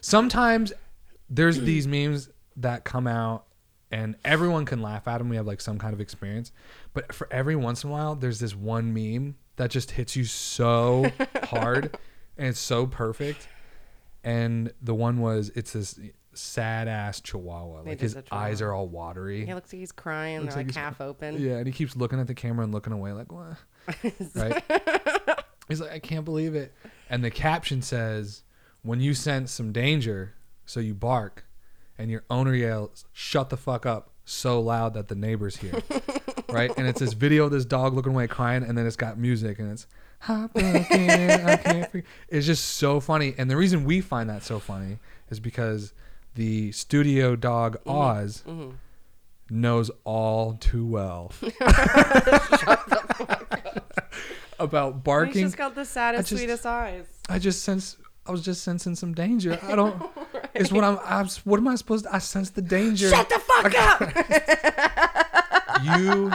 Speaker 2: Sometimes there's these memes that come out and everyone can laugh at them. We have like some kind of experience, but for every once in a while, there's this one meme that just hits you so hard and it's so perfect. And the one was it's this sad ass chihuahua. Like
Speaker 3: is
Speaker 2: his
Speaker 3: a chihuahua.
Speaker 2: eyes are all watery.
Speaker 3: He looks like he's crying. They're
Speaker 2: like
Speaker 3: like,
Speaker 2: he's-
Speaker 3: half open.
Speaker 2: Yeah, and he keeps looking at the camera and looking away, like, what? right? He's like, I can't believe it. And the caption says, When you sense some danger, so you bark, and your owner yells, Shut the fuck up, so loud that the neighbors hear. right? And it's this video of this dog looking away crying, and then it's got music, and it's, Heartbroken, I can't free-" It's just so funny. And the reason we find that so funny is because the studio dog
Speaker 3: Mm-hmm.
Speaker 2: Oz knows all too well about
Speaker 3: He's
Speaker 2: barking.
Speaker 3: just got the saddest,
Speaker 2: I just-
Speaker 3: sweetest eyes.
Speaker 2: I just sense I was just sensing some danger. I don't. It's what I'm. I'm. What am I supposed? to... I sense the danger.
Speaker 3: Shut the fuck up!
Speaker 2: you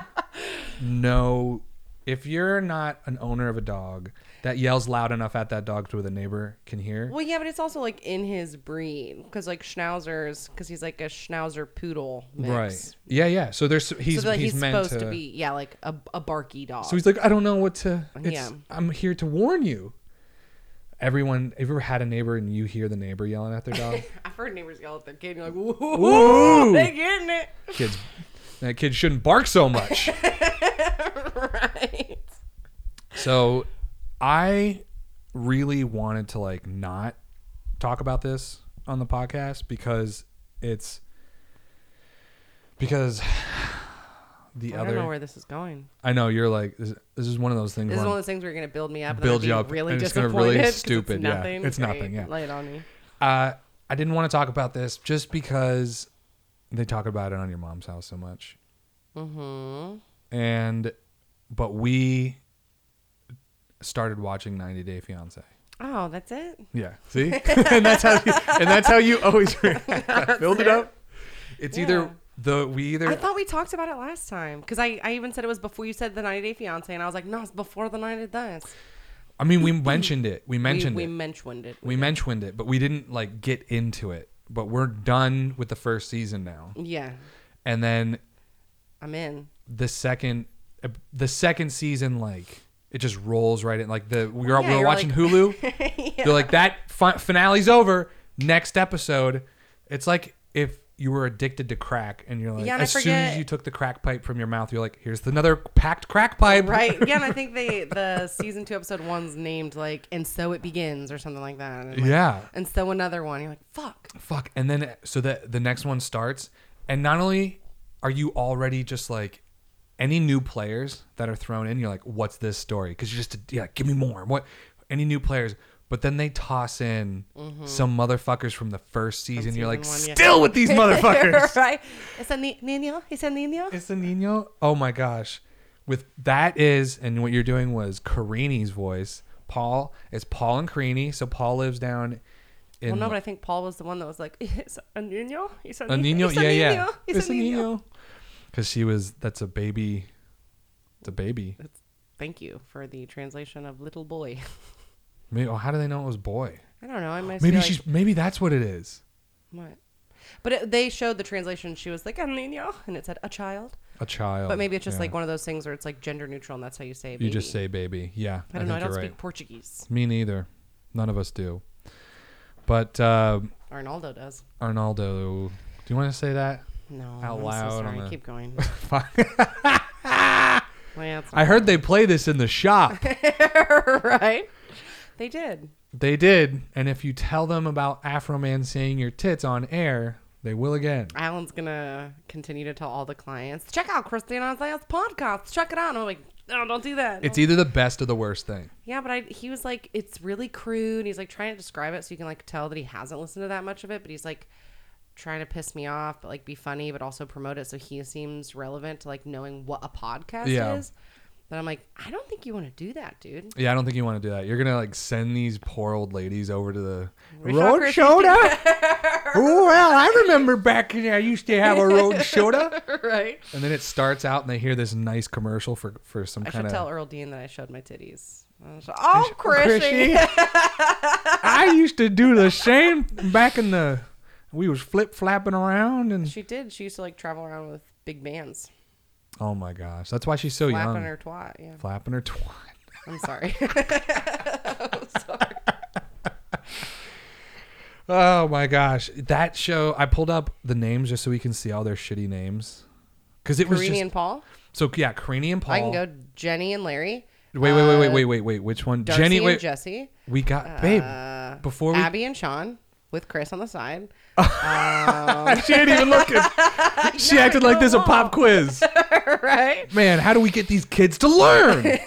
Speaker 2: know, if you're not an owner of a dog that yells loud enough at that dog to where the neighbor can hear,
Speaker 3: well, yeah, but it's also like in his breed because like schnauzers, because he's like a schnauzer poodle mix.
Speaker 2: right? Yeah, yeah. So there's he's
Speaker 3: So that
Speaker 2: he's,
Speaker 3: he's,
Speaker 2: meant
Speaker 3: supposed to... be yeah, like a, a barky dog.
Speaker 2: So he's like, I don't know what to. It's,
Speaker 3: Yeah.
Speaker 2: I'm here to warn you. Everyone, have you ever had a neighbor and you hear the neighbor yelling at their dog?
Speaker 3: I've heard neighbors yell at their kid. You're like, whoa,
Speaker 2: Ooh,
Speaker 3: they getting it
Speaker 2: kids, that kid shouldn't bark so much.
Speaker 3: right.
Speaker 2: So I really wanted to like not talk about this on the podcast because it's because the
Speaker 3: I
Speaker 2: other
Speaker 3: don't know where this is going.
Speaker 2: I know you're like this, this is one of those things
Speaker 3: This
Speaker 2: where
Speaker 3: is
Speaker 2: I'm-
Speaker 3: one of those things where you're gonna build me up, and
Speaker 2: Build
Speaker 3: then
Speaker 2: you
Speaker 3: I'll be
Speaker 2: up,
Speaker 3: really
Speaker 2: and it's gonna
Speaker 3: disappointed.
Speaker 2: really
Speaker 3: 'cause
Speaker 2: stupid,
Speaker 3: It's
Speaker 2: yeah.
Speaker 3: nothing.
Speaker 2: It's
Speaker 3: Great.
Speaker 2: nothing, yeah.
Speaker 3: lay it on me.
Speaker 2: uh, I didn't want to talk about this just because they talk about it on your mom's house so much. Mm-hmm. And but we started watching 90 Day Fiance.
Speaker 3: Oh, that's it.
Speaker 2: Yeah. See? and that's how you, and that's how you always react. build it up. It's
Speaker 3: Yeah.
Speaker 2: either the we either
Speaker 3: I thought we talked about it last time because I, I even said it was before you said the 90 Day Fiance, and I was like, no, it's before the 90 Days.
Speaker 2: I mean we mentioned it. We mentioned
Speaker 3: we,
Speaker 2: it.
Speaker 3: we mentioned it.
Speaker 2: we mentioned it, but we didn't like get into it. But we're done with the first season now.
Speaker 3: Yeah,
Speaker 2: And then
Speaker 3: I'm in.
Speaker 2: the second uh, the second season like it just rolls right in like the we were,
Speaker 3: yeah,
Speaker 2: we were
Speaker 3: you're
Speaker 2: watching
Speaker 3: like-
Speaker 2: hulu they're like that fi- finale's over next episode it's like if you were addicted to crack, and you're like,
Speaker 3: Yeah, and I
Speaker 2: as soon as
Speaker 3: forget-
Speaker 2: you took the crack pipe from your mouth, you're like, here's another packed crack pipe.
Speaker 3: Right. Yeah, and I think they the season two episode one's named like and so it begins or something like that. And I'm like,
Speaker 2: Yeah.
Speaker 3: And so another one. You're like, fuck.
Speaker 2: Fuck. And then so that the next one starts, and not only are you already just like any new players that are thrown in, you're like, what's this story? Because you're just you're like, give me more. What any new players? But then they toss in some motherfuckers from the first season. you're like,
Speaker 3: season Mm-hmm. one, yeah.
Speaker 2: still with these motherfuckers.
Speaker 3: right. It's a ni- niño. It's a niño.
Speaker 2: It's a Nino. Oh my gosh. With that is and what you're doing was Carini's voice. Paul it's Paul and Carini. So Paul lives down in
Speaker 3: Well, no, but I think Paul was the one that was like, it's a niño. It's a,
Speaker 2: a
Speaker 3: ni-
Speaker 2: Nino.
Speaker 3: it's a
Speaker 2: yeah, yeah.
Speaker 3: niño, It's, a niño.
Speaker 2: Because she was. That's a baby. It's a baby.
Speaker 3: Thank you for the translation of little boy.
Speaker 2: Maybe, oh, how do they know it was boy?
Speaker 3: I don't know. I might
Speaker 2: Maybe
Speaker 3: be
Speaker 2: she's. Maybe that's what it is.
Speaker 3: like, what? But it, they showed the translation. She was like a niño, and it said a child.
Speaker 2: A child.
Speaker 3: But maybe it's just
Speaker 2: Oh, yeah.
Speaker 3: like one of those things where it's like gender neutral, and that's how you say. Baby.
Speaker 2: You just say baby. Yeah.
Speaker 3: I don't know. I
Speaker 2: think
Speaker 3: don't
Speaker 2: you're
Speaker 3: speak
Speaker 2: right.
Speaker 3: Portuguese.
Speaker 2: Me neither. None of us do. But uh,
Speaker 3: Arnaldo does.
Speaker 2: Arnaldo, do you want to say that?
Speaker 3: No.
Speaker 2: Out
Speaker 3: I'm
Speaker 2: loud
Speaker 3: So
Speaker 2: on
Speaker 3: sorry.
Speaker 2: the-
Speaker 3: Keep going. Well, yeah, it's
Speaker 2: I heard they play this in the shop.
Speaker 3: not- right. They did.
Speaker 2: they did. And if you tell them about Afro Man seeing your tits on air, they will again.
Speaker 3: Alan's gonna continue to tell all the clients, check out Christina Isaiah's podcast. Check it out. And I'm like, no, don't do that.
Speaker 2: It's either the best or the worst thing.
Speaker 3: yeah, but I, he was like, it's really crude. He's like trying to describe it so you can like tell that he hasn't listened to that much of it. But he's like trying to piss me off, but like be funny, but also promote it so he seems relevant to like knowing what a podcast
Speaker 2: Yeah.
Speaker 3: is. But I'm like, I don't think you want to do that, dude.
Speaker 2: Yeah, I don't think you want to do that. You're gonna like send these poor old ladies over to the
Speaker 3: not
Speaker 2: road
Speaker 3: Christmas
Speaker 2: soda. oh well, I remember back when I used to have a road soda.
Speaker 3: right.
Speaker 2: And then it starts out, and they hear this nice commercial for for some
Speaker 3: I
Speaker 2: kind
Speaker 3: should tell
Speaker 2: of.
Speaker 3: Earl Dean that I showed my titties. I was like, Oh, Chrissy.
Speaker 2: I used to do the same back in the. We was flip flapping around, and
Speaker 3: She did. She used to like travel around with big bands,
Speaker 2: oh my gosh, that's why she's so
Speaker 3: flapping
Speaker 2: young.
Speaker 3: her twat. Yeah,
Speaker 2: Flapping her twat.
Speaker 3: I'm sorry.
Speaker 2: Oh my gosh, that show! I pulled up the names just so we can see all their shitty names, because it was
Speaker 3: Karini
Speaker 2: just
Speaker 3: and Paul.
Speaker 2: so yeah. Karini and Paul.
Speaker 3: I can go. Jenny and Larry.
Speaker 2: Wait, wait, wait, wait, wait, wait, wait. Which one?
Speaker 3: Darcy
Speaker 2: Jenny,
Speaker 3: and
Speaker 2: wait.
Speaker 3: Jesse.
Speaker 2: we got babe. Before we,
Speaker 3: Abby and Sean with Chris on the side.
Speaker 2: she ain't even looking. she acted like this a pop quiz.
Speaker 3: right.
Speaker 2: Man, how do we get these kids to learn?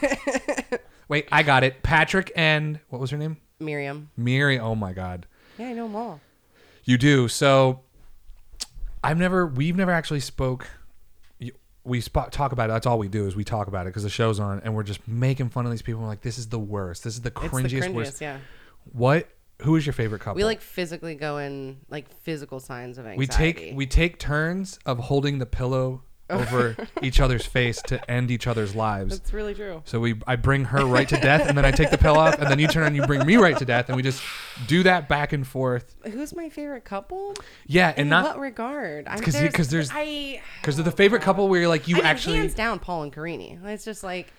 Speaker 2: wait, I got it. Patrick and what was her name?
Speaker 3: Miriam.
Speaker 2: Miri. Oh my god,
Speaker 3: Yeah, I know them all.
Speaker 2: you do. So I've never. We've never actually spoke. you- We spot, talk about it. That's all we do is we talk about it because the show's on, and we're just making fun of these people. We're like, this is the worst. This is the
Speaker 3: It's
Speaker 2: cringiest,
Speaker 3: the cringiest.
Speaker 2: worst.
Speaker 3: Yeah.
Speaker 2: What? Who is your favorite couple?
Speaker 3: We like physically go in like physical signs of anxiety. Oh.
Speaker 2: We take we take turns of holding the pillow over each other's face to end each other's lives.
Speaker 3: It's really true.
Speaker 2: So we I bring her right to death and then I take the pillow off and then you turn and you bring me right to death and we just do that back and forth.
Speaker 3: Who's my favorite couple?
Speaker 2: Yeah, and
Speaker 3: In
Speaker 2: not
Speaker 3: what regard? I'm-
Speaker 2: 'cause- 'cause there's-
Speaker 3: I
Speaker 2: because they're the favorite couple where you're like you
Speaker 3: I mean,
Speaker 2: actually
Speaker 3: hands down, Paul and Carini. It's just like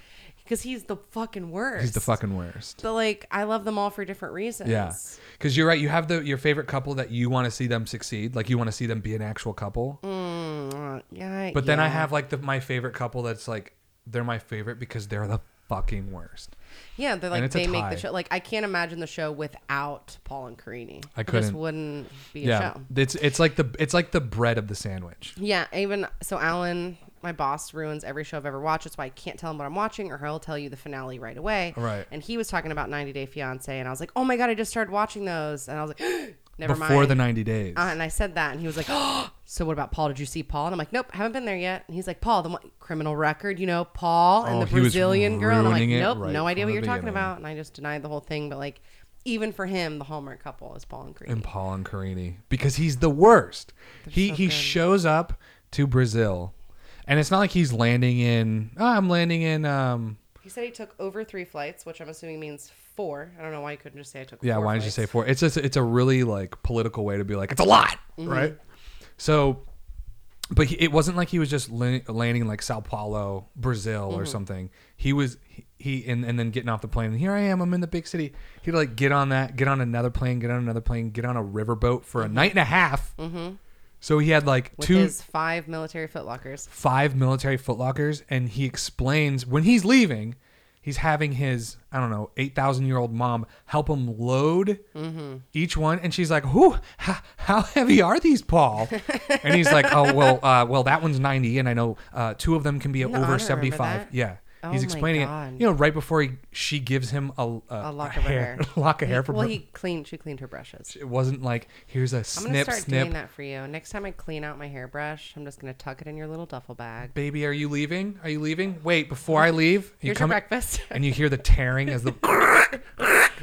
Speaker 3: because he's the fucking worst.
Speaker 2: he's the fucking worst.
Speaker 3: So like, I love them all for different reasons.
Speaker 2: Yeah, because you're right. You have the your favorite couple that you want to see them succeed, like you want to see them be an actual couple.
Speaker 3: Mm, yeah.
Speaker 2: but then I
Speaker 3: yeah.
Speaker 2: have like the my favorite couple that's like they're my favorite because they're the fucking worst.
Speaker 3: Yeah, they're like
Speaker 2: it's a
Speaker 3: they make
Speaker 2: tie.
Speaker 3: the show. Like I can't imagine the show without Paul and Carini.
Speaker 2: I
Speaker 3: It just
Speaker 2: couldn't.
Speaker 3: wouldn't be a
Speaker 2: Yeah,
Speaker 3: show.
Speaker 2: it's it's like the it's like the bread of the sandwich.
Speaker 3: Yeah, even so, Alan, my boss, ruins every show I've ever watched. That's why I can't tell him what I'm watching, or he'll tell you the finale right away.
Speaker 2: Right.
Speaker 3: And he was talking about 90 Day Fiance, and I was like, oh my god, I just started watching those, and I was like, never mind.
Speaker 2: Before the ninety days,
Speaker 3: Uh, and I said that, and he was like, "Oh, so what about Paul? Did you see Paul?" And I'm like, "Nope, haven't been there yet." And he's like, "Paul, the one, criminal record, you know, Paul and
Speaker 2: Oh,
Speaker 3: the
Speaker 2: he was
Speaker 3: Brazilian girl." And I'm like,
Speaker 2: ruining it
Speaker 3: "Nope,
Speaker 2: right
Speaker 3: no idea
Speaker 2: from
Speaker 3: what
Speaker 2: the
Speaker 3: you're talking
Speaker 2: beginning.
Speaker 3: about." And I just denied the whole thing. But like, even for him, the hallmark couple is Paul and Creed.
Speaker 2: and Paul and Carini because he's the worst. he he shows up to Brazil, and it's not like he's landing in. Oh, I'm landing in. Um,
Speaker 3: he said he took over three flights, which I'm assuming means four. I don't know why you couldn't just say I took.
Speaker 2: yeah,
Speaker 3: four
Speaker 2: why did
Speaker 3: flights.
Speaker 2: you say four? It's just it's a really like political way to be like it's a lot,
Speaker 3: Mm-hmm.
Speaker 2: right? So, but he, it wasn't like he was just la- landing in like Sao Paulo, Brazil,
Speaker 3: Mm-hmm.
Speaker 2: or something. He was he, he and and then getting off the plane. And here I am, I'm in the big city. He'd like get on that, get on another plane, get on another plane, get on a riverboat for a night and a half. So he had like
Speaker 3: Mm-hmm. with
Speaker 2: two
Speaker 3: his five military footlockers.
Speaker 2: five military footlockers and he explains when he's leaving he's having his i don't know 8000 year old mom help him load
Speaker 3: Mm-hmm.
Speaker 2: each one and she's like who how, how heavy are these paul and he's like oh well uh, well that one's 90 and i know uh, two of them can be
Speaker 3: I don't
Speaker 2: over
Speaker 3: remember
Speaker 2: 75
Speaker 3: that.
Speaker 2: yeah
Speaker 3: Oh
Speaker 2: he's
Speaker 3: my
Speaker 2: explaining it
Speaker 3: God.
Speaker 2: you know right before he, she gives him a, a,
Speaker 3: A lock
Speaker 2: a
Speaker 3: of her
Speaker 2: hair,
Speaker 3: hair.
Speaker 2: lock of hair from
Speaker 3: Well,
Speaker 2: her.
Speaker 3: he cleaned. She cleaned her brushes.
Speaker 2: it wasn't like here's a
Speaker 3: I'm gonna
Speaker 2: snip
Speaker 3: start
Speaker 2: snip
Speaker 3: doing that for you. Next time I clean out my hairbrush, I'm just gonna tuck it in your little duffel bag.
Speaker 2: baby are you leaving are you leaving wait before i leave you
Speaker 3: Here's your breakfast.
Speaker 2: and you hear the tearing as the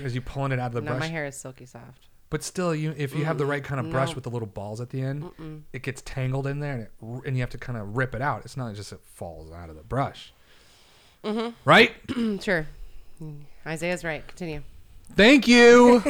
Speaker 2: as you pulling it out of the
Speaker 3: No, my
Speaker 2: brush.
Speaker 3: hair is silky soft.
Speaker 2: But still, you if you have the right kind of brush with the little balls at the end, it gets tangled in there, and it, r- and you have to kind of rip it out. It's not just it falls out of the brush, right?
Speaker 3: Mm, sure. Mm, Isaiah's right. Continue.
Speaker 2: Thank you.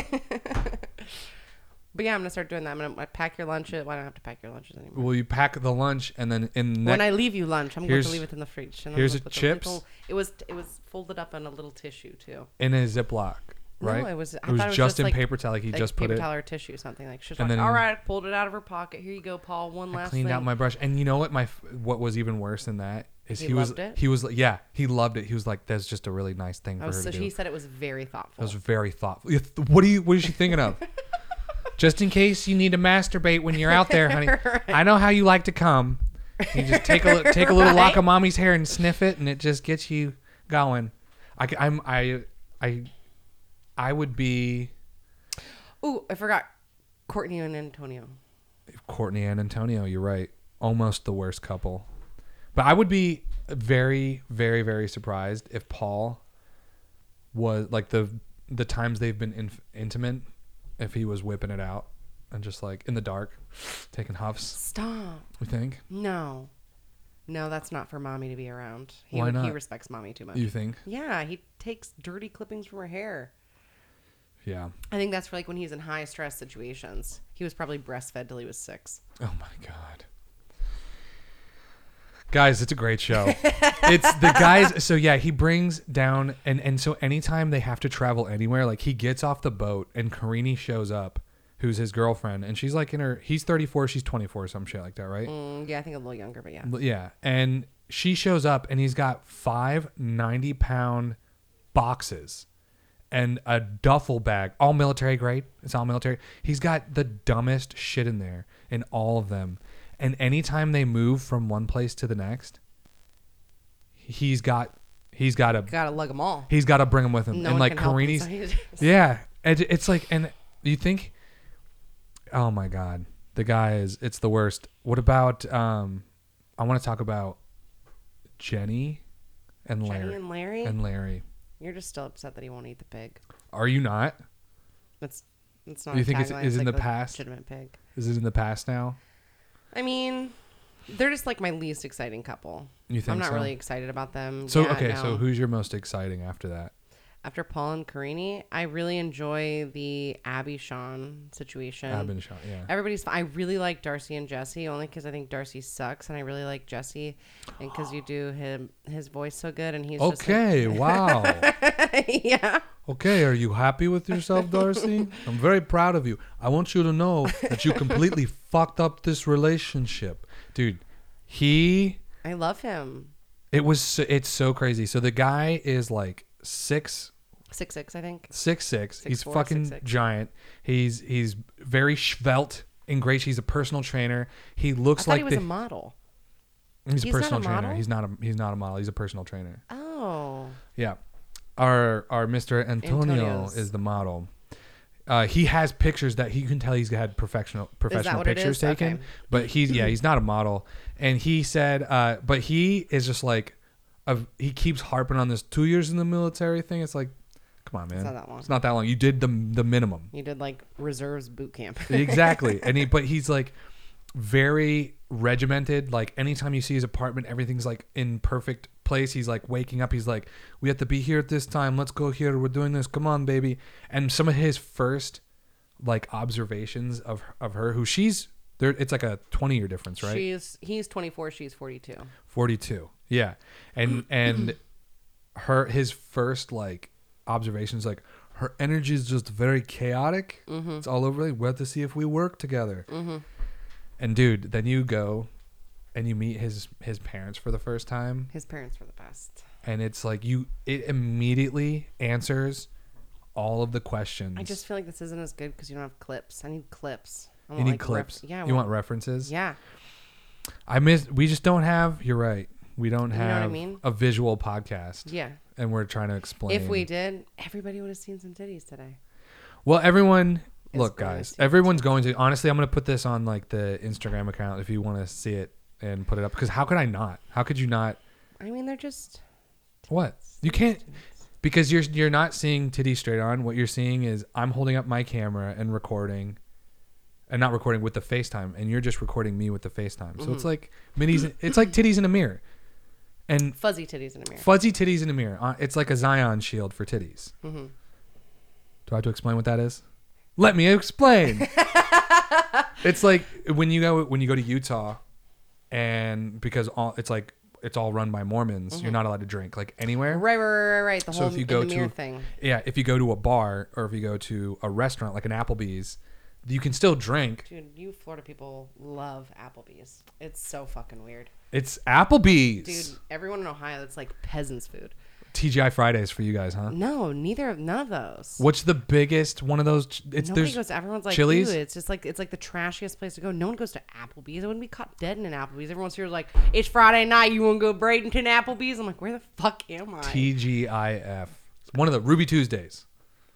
Speaker 3: But yeah, I'm gonna start doing that. I'm gonna uh, pack your lunches. Well, I don't have to pack your lunches anymore.
Speaker 2: Will you pack the lunch and then in
Speaker 3: when
Speaker 2: next?
Speaker 3: I leave you lunch, I'm going
Speaker 2: Here's-
Speaker 3: to leave it in the fridge. And I'm
Speaker 2: here's
Speaker 3: gonna
Speaker 2: a
Speaker 3: put the
Speaker 2: chips.
Speaker 3: little- it was it was folded up in a little tissue too.
Speaker 2: in a Ziploc, right?
Speaker 3: No, it was. I
Speaker 2: it was
Speaker 3: thought
Speaker 2: just,
Speaker 3: just
Speaker 2: in
Speaker 3: like-
Speaker 2: paper towel. Like he
Speaker 3: like
Speaker 2: just put
Speaker 3: paper
Speaker 2: it.
Speaker 3: towel or tissue, something like. She's
Speaker 2: And
Speaker 3: like,
Speaker 2: then-
Speaker 3: all right, pulled it out of her pocket. Here you go, Paul. One
Speaker 2: I
Speaker 3: last
Speaker 2: cleaned
Speaker 3: thing.
Speaker 2: out my brush, and you know what? My f- what was even worse than that is he,
Speaker 3: He
Speaker 2: was
Speaker 3: loved it?
Speaker 2: he was yeah he loved it. He was like, "That's just a really nice thing for
Speaker 3: Oh,
Speaker 2: her
Speaker 3: so
Speaker 2: to
Speaker 3: she
Speaker 2: do."
Speaker 3: said it was very thoughtful.
Speaker 2: That was very thoughtful. You th- What are you? What is she thinking of? just in case you need to masturbate when you're out there, honey. I know how you like to come. You just take a li- take a little lock of mommy's hair and sniff it, and it just gets you going. I, c- I'm I I I would be
Speaker 3: Ooh, I forgot Courtney and Antonio.
Speaker 2: Courtney and Antonio. You're right. Almost the worst couple, but I would be very very very surprised if Paul was like the the times they've been inf- intimate, if he was whipping it out and just like in the dark, taking huffs.
Speaker 3: Stop.
Speaker 2: We think
Speaker 3: No. No, that's not for mommy to be around. He,
Speaker 2: Why
Speaker 3: He
Speaker 2: not?
Speaker 3: respects mommy too much.
Speaker 2: you think
Speaker 3: yeah, he takes dirty clippings from her hair.
Speaker 2: yeah.
Speaker 3: I think that's for like when he's in high stress situations. He was probably breastfed till he was six.
Speaker 2: Oh my god. Guys, it's a great show. it's the guys. So yeah, he brings down and and so anytime they have to travel anywhere, like he gets off the boat and Karini shows up, who's his girlfriend, and she's like in her. He's thirty four, she's twenty four, some shit like that, right?
Speaker 3: Mm, yeah, I think a little younger, but yeah.
Speaker 2: L- Yeah, and she shows up and he's got five 90 pound boxes and a duffel bag, all military grade. It's all military. He's got the dumbest shit in there in all of them. And anytime they move from one place to the next, he's got he's got to
Speaker 3: Gotta lug them all.
Speaker 2: he's got to bring them with him.
Speaker 3: No
Speaker 2: and
Speaker 3: one
Speaker 2: like
Speaker 3: can help him,
Speaker 2: Karini's
Speaker 3: so he just-
Speaker 2: yeah, and it's like, and you think, oh my god, the guy is, it's the worst. What about, um, I want to talk about Jenny and Larry.
Speaker 3: Jenny and Larry?
Speaker 2: And Larry.
Speaker 3: You're just still upset that he won't eat the pig.
Speaker 2: Are you not?
Speaker 3: That's that's not.
Speaker 2: You
Speaker 3: a
Speaker 2: think it's-
Speaker 3: tagline,
Speaker 2: is in
Speaker 3: like
Speaker 2: the
Speaker 3: a
Speaker 2: past?
Speaker 3: Legitimate pig.
Speaker 2: Is it in the past now?
Speaker 3: I mean, they're just like my least exciting couple.
Speaker 2: You think
Speaker 3: I'm not
Speaker 2: so?
Speaker 3: really excited about them.
Speaker 2: So,
Speaker 3: Yeah,
Speaker 2: okay, so
Speaker 3: no.
Speaker 2: who's your most exciting after that?
Speaker 3: after Paul and Carini, I really enjoy the Abby Sean situation.
Speaker 2: Ab and Sean, yeah.
Speaker 3: Everybody's. I really like Darcy and Jesse only because I think Darcy sucks, and I really like Jesse, and because you do him his voice so good, and he's
Speaker 2: Okay, wow.
Speaker 3: Just like, yeah.
Speaker 2: Okay, are you happy with yourself, Darcy? I'm very proud of you. I want you to know that you completely fucked up this relationship. Dude, he
Speaker 3: I love him.
Speaker 2: It was so, it's so crazy. So the guy is like six
Speaker 3: Six six, I think.
Speaker 2: six six. he's
Speaker 3: four,
Speaker 2: fucking
Speaker 3: six, six.
Speaker 2: giant. He's he's very svelte and great. He's a personal trainer. He looks
Speaker 3: I thought
Speaker 2: like
Speaker 3: he was
Speaker 2: the,
Speaker 3: a model.
Speaker 2: he's a
Speaker 3: he's not a
Speaker 2: personal trainer.
Speaker 3: model?
Speaker 2: He's not a he's not a model. He's a personal trainer.
Speaker 3: Oh,
Speaker 2: Yeah. Our our Mr. Antonio
Speaker 3: Antonio's.
Speaker 2: is the model. Uh, he has pictures that he can tell he's had professional professional
Speaker 3: what it
Speaker 2: pictures
Speaker 3: is? Okay.
Speaker 2: taken, but he's yeah he's not a model, and he said, uh, but he is just like, of he keeps harping on this two years in the military thing. It's like, come on, man, it's
Speaker 3: not that long.
Speaker 2: It's not that long. You did the the minimum
Speaker 3: you did like reserves boot camp.
Speaker 2: exactly and he but he's like very regimented like anytime you see his apartment everything's like in perfect place he's like waking up he's like we have to be here at this time let's go here we're doing this come on baby and some of his first like observations of of her who she's there it's like a 20 year difference right
Speaker 3: She's he's 24, she's 42.
Speaker 2: 42 yeah and and her his first like observations like her
Speaker 3: Mm-hmm.
Speaker 2: energy is just very chaotic it's all over like we have to see if we work together And dude, then you go and you meet his his parents for the first time
Speaker 3: His parents were the best.
Speaker 2: and it's like you it immediately answers all of the questions.
Speaker 3: I just feel like this isn't as good because you don't have clips. I need clips. I
Speaker 2: you
Speaker 3: want,
Speaker 2: need
Speaker 3: like, ref-
Speaker 2: clips.
Speaker 3: yeah. I
Speaker 2: You want references?
Speaker 3: Yeah.
Speaker 2: I miss we just don't have you're right. We don't
Speaker 3: know what I
Speaker 2: have
Speaker 3: mean?
Speaker 2: a visual podcast.
Speaker 3: Yeah.
Speaker 2: And we're trying to explain
Speaker 3: If we did, everybody would have seen some titties today.
Speaker 2: Well, everyone,
Speaker 3: Is
Speaker 2: look,
Speaker 3: going
Speaker 2: guys,
Speaker 3: to-
Speaker 2: everyone's going to. Honestly, I'm going to put this on like the Instagram account if you want to see it and put it up. Because how could I not? How could you not?
Speaker 3: I mean, they're just.
Speaker 2: What you can't because you're you're not seeing titty straight on. What you're seeing is I'm holding up my camera and recording, and not recording with the FaceTime, and you're just recording me with the FaceTime. So it's like minis. It's like titties in a mirror, and
Speaker 3: Fuzzy titties in a mirror.
Speaker 2: fuzzy titties in a mirror. Uh, It's like a Zion shield for titties.
Speaker 3: Mm-hmm.
Speaker 2: Do I have to explain what that is? Let me explain. it's like when you go when you go to Utah, and because all it's like it's all run by Mormons, you're not allowed to drink like anywhere.
Speaker 3: Mm-hmm. Right, right, right, right, right. The
Speaker 2: So
Speaker 3: whole
Speaker 2: if you
Speaker 3: in
Speaker 2: go
Speaker 3: the mirror
Speaker 2: to
Speaker 3: thing.
Speaker 2: yeah, if you go to a bar or if you go to a restaurant like an Applebee's, you can still drink.
Speaker 3: Dude, you Florida people love Applebee's. It's so fucking weird.
Speaker 2: It's Applebee's.
Speaker 3: Dude, everyone in Ohio, it's like peasants' food.
Speaker 2: TGI Fridays for you guys, huh?
Speaker 3: No, neither of none of those.
Speaker 2: What's the biggest one of those? ch- It's
Speaker 3: Nobody
Speaker 2: there's
Speaker 3: goes. Everyone's like,
Speaker 2: Chili's?
Speaker 3: Ew, it's just like it's like the trashiest place to go. No one goes to Applebee's. I wouldn't be caught dead in an Applebee's. Everyone's here like, it's Friday night. You want to go Bradenton Applebee's? I'm like, where the fuck am I?
Speaker 2: TGIF. It's One of the Ruby Tuesdays.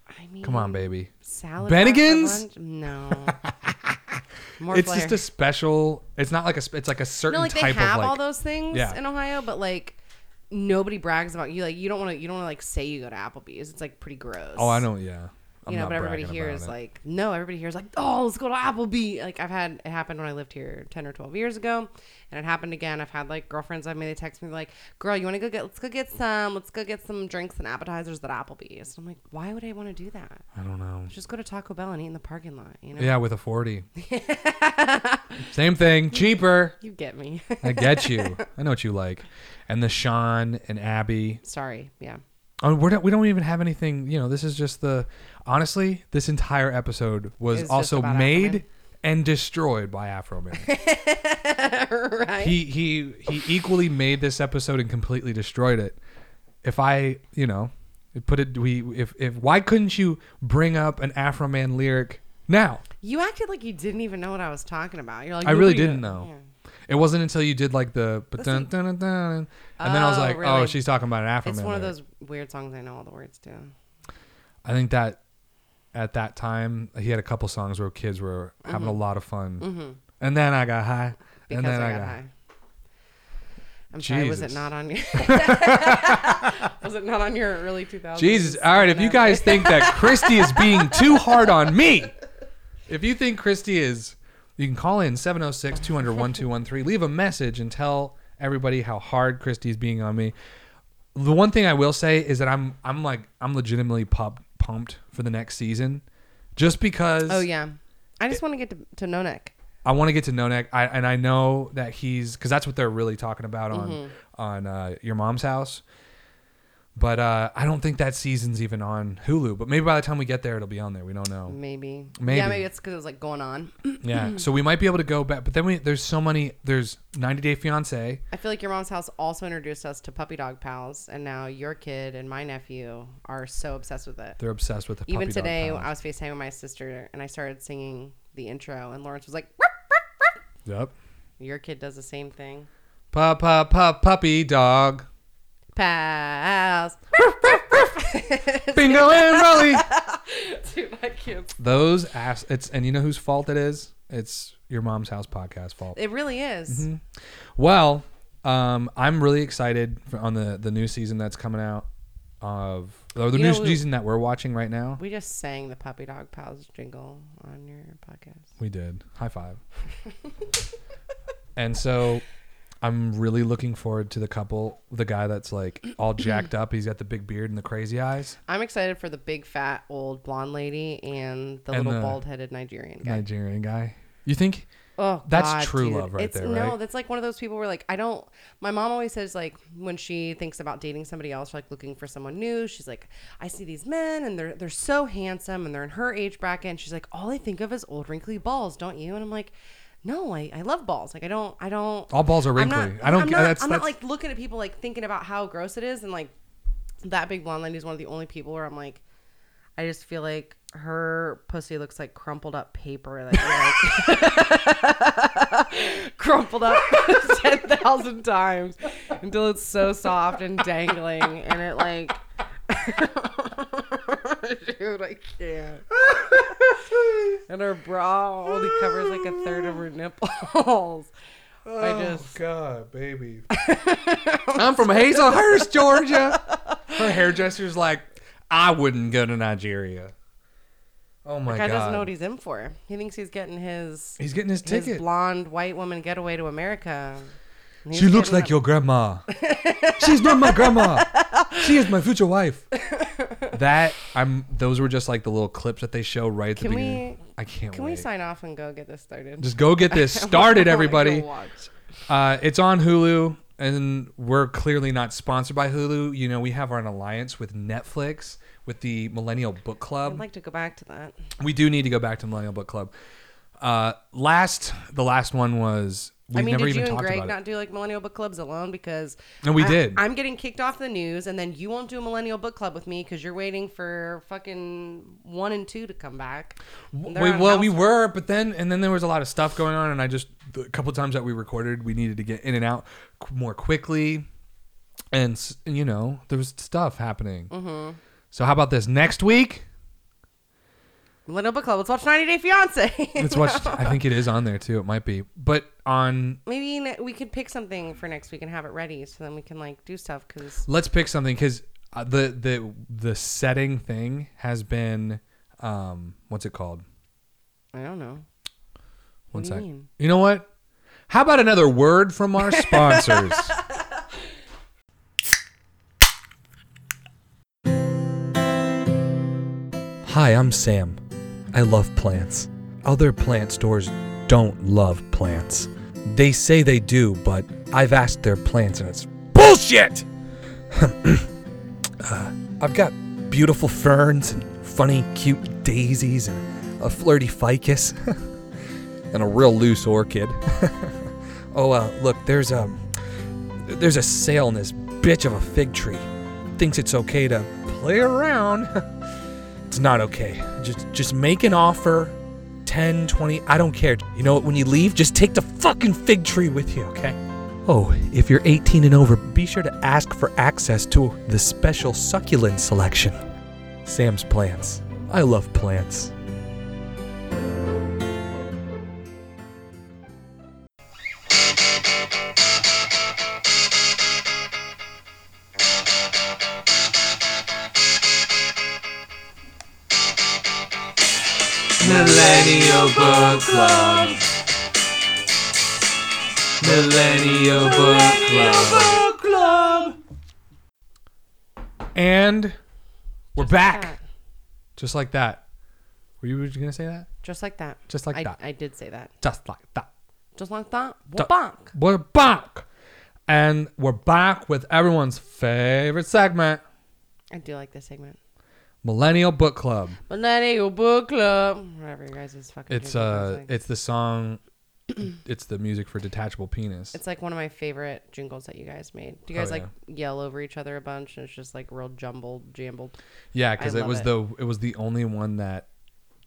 Speaker 3: I mean,
Speaker 2: Come on, baby.
Speaker 3: salad.
Speaker 2: Bennigan's?
Speaker 3: after lunch? No. More
Speaker 2: it's
Speaker 3: flair.
Speaker 2: just a special. It's not like a. sp- It's like a certain
Speaker 3: no, like they
Speaker 2: type
Speaker 3: have
Speaker 2: of like.
Speaker 3: all those things
Speaker 2: Yeah.
Speaker 3: in Ohio, but like nobody brags about you. Like you don't want to. You don't want to like say you go to Applebee's. It's like pretty gross.
Speaker 2: oh, I don't. Yeah. I'm
Speaker 3: you know,
Speaker 2: not
Speaker 3: but everybody
Speaker 2: bragging
Speaker 3: here
Speaker 2: about
Speaker 3: is
Speaker 2: it.
Speaker 3: like, no, everybody here is like, oh, let's go to Applebee. Like I've had it happened when I lived here ten or twelve years ago, and it happened again. I've had like girlfriends I've made they text me like, girl, you want to go get? Let's go get some. Let's go get some drinks and appetizers at Applebee's. And I'm like, why would I want to do that?
Speaker 2: I don't know.
Speaker 3: Just go to Taco Bell and eat in the parking lot. You know,
Speaker 2: Yeah, with a forty. Same thing, cheaper.
Speaker 3: you get me.
Speaker 2: I get you. I know what you like. And the Sean and Abby.
Speaker 3: Sorry, yeah.
Speaker 2: Oh, we're not, we don't even have anything. You know, this is just the. Honestly, this entire episode
Speaker 3: It's
Speaker 2: was
Speaker 3: just
Speaker 2: also
Speaker 3: about Afro
Speaker 2: made
Speaker 3: Man.
Speaker 2: and destroyed by Afro Man.
Speaker 3: right.
Speaker 2: he he he equally made this episode and completely destroyed it. If I, you know, put it we if if why couldn't you bring up an Afro Man lyric now?
Speaker 3: You acted like you didn't even know what I was talking about. You're like,
Speaker 2: I really
Speaker 3: "Nobody
Speaker 2: didn't
Speaker 3: knows."
Speaker 2: know. It wasn't until you did like the but dun, dun, dun, dun, and then I was
Speaker 3: Oh,
Speaker 2: like, oh,
Speaker 3: really?
Speaker 2: she's talking about an Afro
Speaker 3: It's
Speaker 2: Man.
Speaker 3: one of
Speaker 2: lyric.
Speaker 3: those weird songs I know all the words to.
Speaker 2: I think that at that time he had a couple songs where kids were having a lot of fun, and then I got high,
Speaker 3: Mm-hmm. Because
Speaker 2: and then
Speaker 3: I, got, high. I'm sorry, was it
Speaker 2: Jesus.
Speaker 3: not on your Was it not on your early 2000s?
Speaker 2: Jesus. All right. If you guys think that Christy is being too hard on me, if you think Christy is, you can call in 706 200 1213, leave a message, and tell everybody how hard Christy is being on me. The one thing I will say is that I'm I'm like I'm legitimately pop, pumped for the next season, just because
Speaker 3: Oh yeah. I just want to get to, to No Neck.
Speaker 2: I want to get to Nonek, I, and I know that he's because that's what they're really talking about on
Speaker 3: Mm-hmm.
Speaker 2: on uh, your mom's house. But uh, I don't think that season's even on Hulu. But maybe by the time we get there, it'll be on there. We don't know.
Speaker 3: Maybe.
Speaker 2: Maybe.
Speaker 3: Yeah, maybe it's because it was like going on.
Speaker 2: Yeah, so we might be able to go back. But then we there's so many. There's 90 Day Fiance.
Speaker 3: I feel like your mom's house also introduced us to puppy dog pals, and now your kid and my nephew are so obsessed with it.
Speaker 2: They're obsessed with the
Speaker 3: Even
Speaker 2: puppy dog
Speaker 3: today,
Speaker 2: pound.
Speaker 3: I was FaceTiming with my sister, and I started singing the intro, and Lawrence was like, "Ruff, ruff, ruff."
Speaker 2: Yep.
Speaker 3: "Your kid does the same thing."
Speaker 2: Pup, pup, pup, puppy dog.
Speaker 3: Pals,
Speaker 2: Bingo and Rolly.
Speaker 3: dude, I can't
Speaker 2: Those ass. It's and you know whose fault it is. It's your mom's house podcast fault.
Speaker 3: It really is.
Speaker 2: Mm-hmm. Well, um, I'm really excited for, on the the new season that's coming out of or the
Speaker 3: You
Speaker 2: new
Speaker 3: know, we-
Speaker 2: season that we're watching right now.
Speaker 3: We just sang the Puppy Dog Pals jingle on your podcast.
Speaker 2: We did high five, and so I'm really looking forward to the couple, the guy that's like all jacked up, he's got the big beard and the crazy eyes,
Speaker 3: I'm excited for the big fat old blonde lady and the
Speaker 2: And
Speaker 3: little
Speaker 2: the-
Speaker 3: bald headed Nigerian guy.
Speaker 2: Nigerian guy. You think?
Speaker 3: oh,
Speaker 2: that's
Speaker 3: God,
Speaker 2: true
Speaker 3: dude.
Speaker 2: love right
Speaker 3: it's,
Speaker 2: there,
Speaker 3: No,
Speaker 2: right?
Speaker 3: that's like one of those people where like I don't. My mom always says like when she thinks about dating somebody else, like looking for someone new, she's like, I see these men and they're they're so handsome and they're in her age bracket, and she's like, all I think of is old wrinkly balls, don't you? And I'm like. no, I, I love balls. Like I don't I don't
Speaker 2: All balls are
Speaker 3: I'm
Speaker 2: wrinkly.
Speaker 3: not,
Speaker 2: I don't.
Speaker 3: I'm
Speaker 2: get
Speaker 3: not,
Speaker 2: that's,
Speaker 3: I'm
Speaker 2: that's
Speaker 3: not like looking at people like thinking about how gross it is and like that big blonde lady is one of the only people where I'm like I just feel like her pussy looks like crumpled up paper that you, like crumpled up ten thousand times until it's so soft and dangling and it like dude I can't and her bra only covers like a third of her nipples. I just
Speaker 2: Oh, God, baby.
Speaker 4: I'm from Hazelhurst, Georgia.
Speaker 2: Her hairdresser's like, I wouldn't go to Nigeria. Oh my
Speaker 3: guy
Speaker 2: god.
Speaker 3: doesn't know what he's in for. He thinks he's getting his
Speaker 2: He's getting his
Speaker 3: his
Speaker 2: ticket.
Speaker 3: blonde white woman getaway to America. And
Speaker 2: She
Speaker 3: he's
Speaker 2: looks
Speaker 3: getting
Speaker 2: like your grandma. She's not my grandma. She is my future wife. That I'm. Those were just like the little clips that they show right at the
Speaker 3: Can we-
Speaker 2: beginning. I can't
Speaker 3: Can
Speaker 2: wait.
Speaker 3: we sign off and go get this started?
Speaker 2: Just go get this started,
Speaker 3: I wanna
Speaker 2: everybody.
Speaker 3: go watch.
Speaker 2: Uh, it's on Hulu, and we're clearly not sponsored by Hulu. You know, we have our an alliance with Netflix, with the Millennial Book Club.
Speaker 3: I'd like to go back to that.
Speaker 2: we do need to go back to Millennial Book Club. Uh, last, the last one was we
Speaker 3: I mean,
Speaker 2: never
Speaker 3: did you
Speaker 2: even
Speaker 3: and
Speaker 2: talked
Speaker 3: Greg
Speaker 2: about it.
Speaker 3: not do like millennial book clubs alone? Because
Speaker 2: No, we
Speaker 3: I-
Speaker 2: did.
Speaker 3: I'm getting kicked off the news, and then you won't do a millennial book club with me because you're waiting for fucking one and two to come back. And they're
Speaker 2: We,
Speaker 3: on
Speaker 2: well, we
Speaker 3: house-
Speaker 2: were, but then and then there was a lot of stuff going on, and I just the couple times that we recorded, we needed to get in and out qu- more quickly, and s- you know there was stuff happening.
Speaker 3: Mm-hmm.
Speaker 2: So how about this next week?
Speaker 3: millennial book club. Let's watch 90 Day Fiance.
Speaker 2: Let's watch. I think it is on there too. It might be, but on
Speaker 3: Maybe ne- we could pick something for next week and have it ready, so then we can like do stuff. Because
Speaker 2: let's pick something because uh, the the the setting thing has been um what's it called?
Speaker 3: I don't know.
Speaker 2: One
Speaker 3: do you
Speaker 2: sec.
Speaker 3: mean?
Speaker 2: you know what? How about another word from our sponsors?
Speaker 4: Hi, I'm Sam. I love plants. Other plant stores don't love plants. They say they do, but I've asked their plants and it's bullshit! Uh, I've got beautiful ferns and funny, cute daisies and a flirty ficus and a real loose orchid. oh, uh, look, there's a there's a sale in this bitch of a fig tree. Thinks it's okay to play around. it's not okay. Just just make an offer 10, 20, I don't care. You know what? When you leave, just take the fucking fig tree with you, okay? Oh, if you're 18 and over, be sure to ask for access to the special succulent selection. Sam's Plants. I love plants.
Speaker 2: Millennial Book Club. Millennial Book Club. And we're back.
Speaker 3: that.
Speaker 2: Just like that. Were you going to say that?
Speaker 3: Just like that.
Speaker 2: Just like
Speaker 3: I,
Speaker 2: that.
Speaker 3: I did say that.
Speaker 2: Just like that.
Speaker 3: Just like that.
Speaker 2: Duh.
Speaker 3: Bonk.
Speaker 2: We're back. And we're back with everyone's favorite segment,
Speaker 3: I do like this segment.
Speaker 2: Millennial Book Club.
Speaker 3: Millennial book club. Whatever you guys is fucking.
Speaker 2: It's
Speaker 3: jingle
Speaker 2: uh
Speaker 3: sounds like.
Speaker 2: it's the song it's the music for detachable penis.
Speaker 3: It's like one of my favorite jingles that you guys made. Do you guys
Speaker 2: Oh,
Speaker 3: like yell over each other a bunch and it's just like real jumbled, jambled?
Speaker 2: Yeah,
Speaker 3: I
Speaker 2: because it
Speaker 3: love
Speaker 2: was
Speaker 3: it.
Speaker 2: the it was the only one that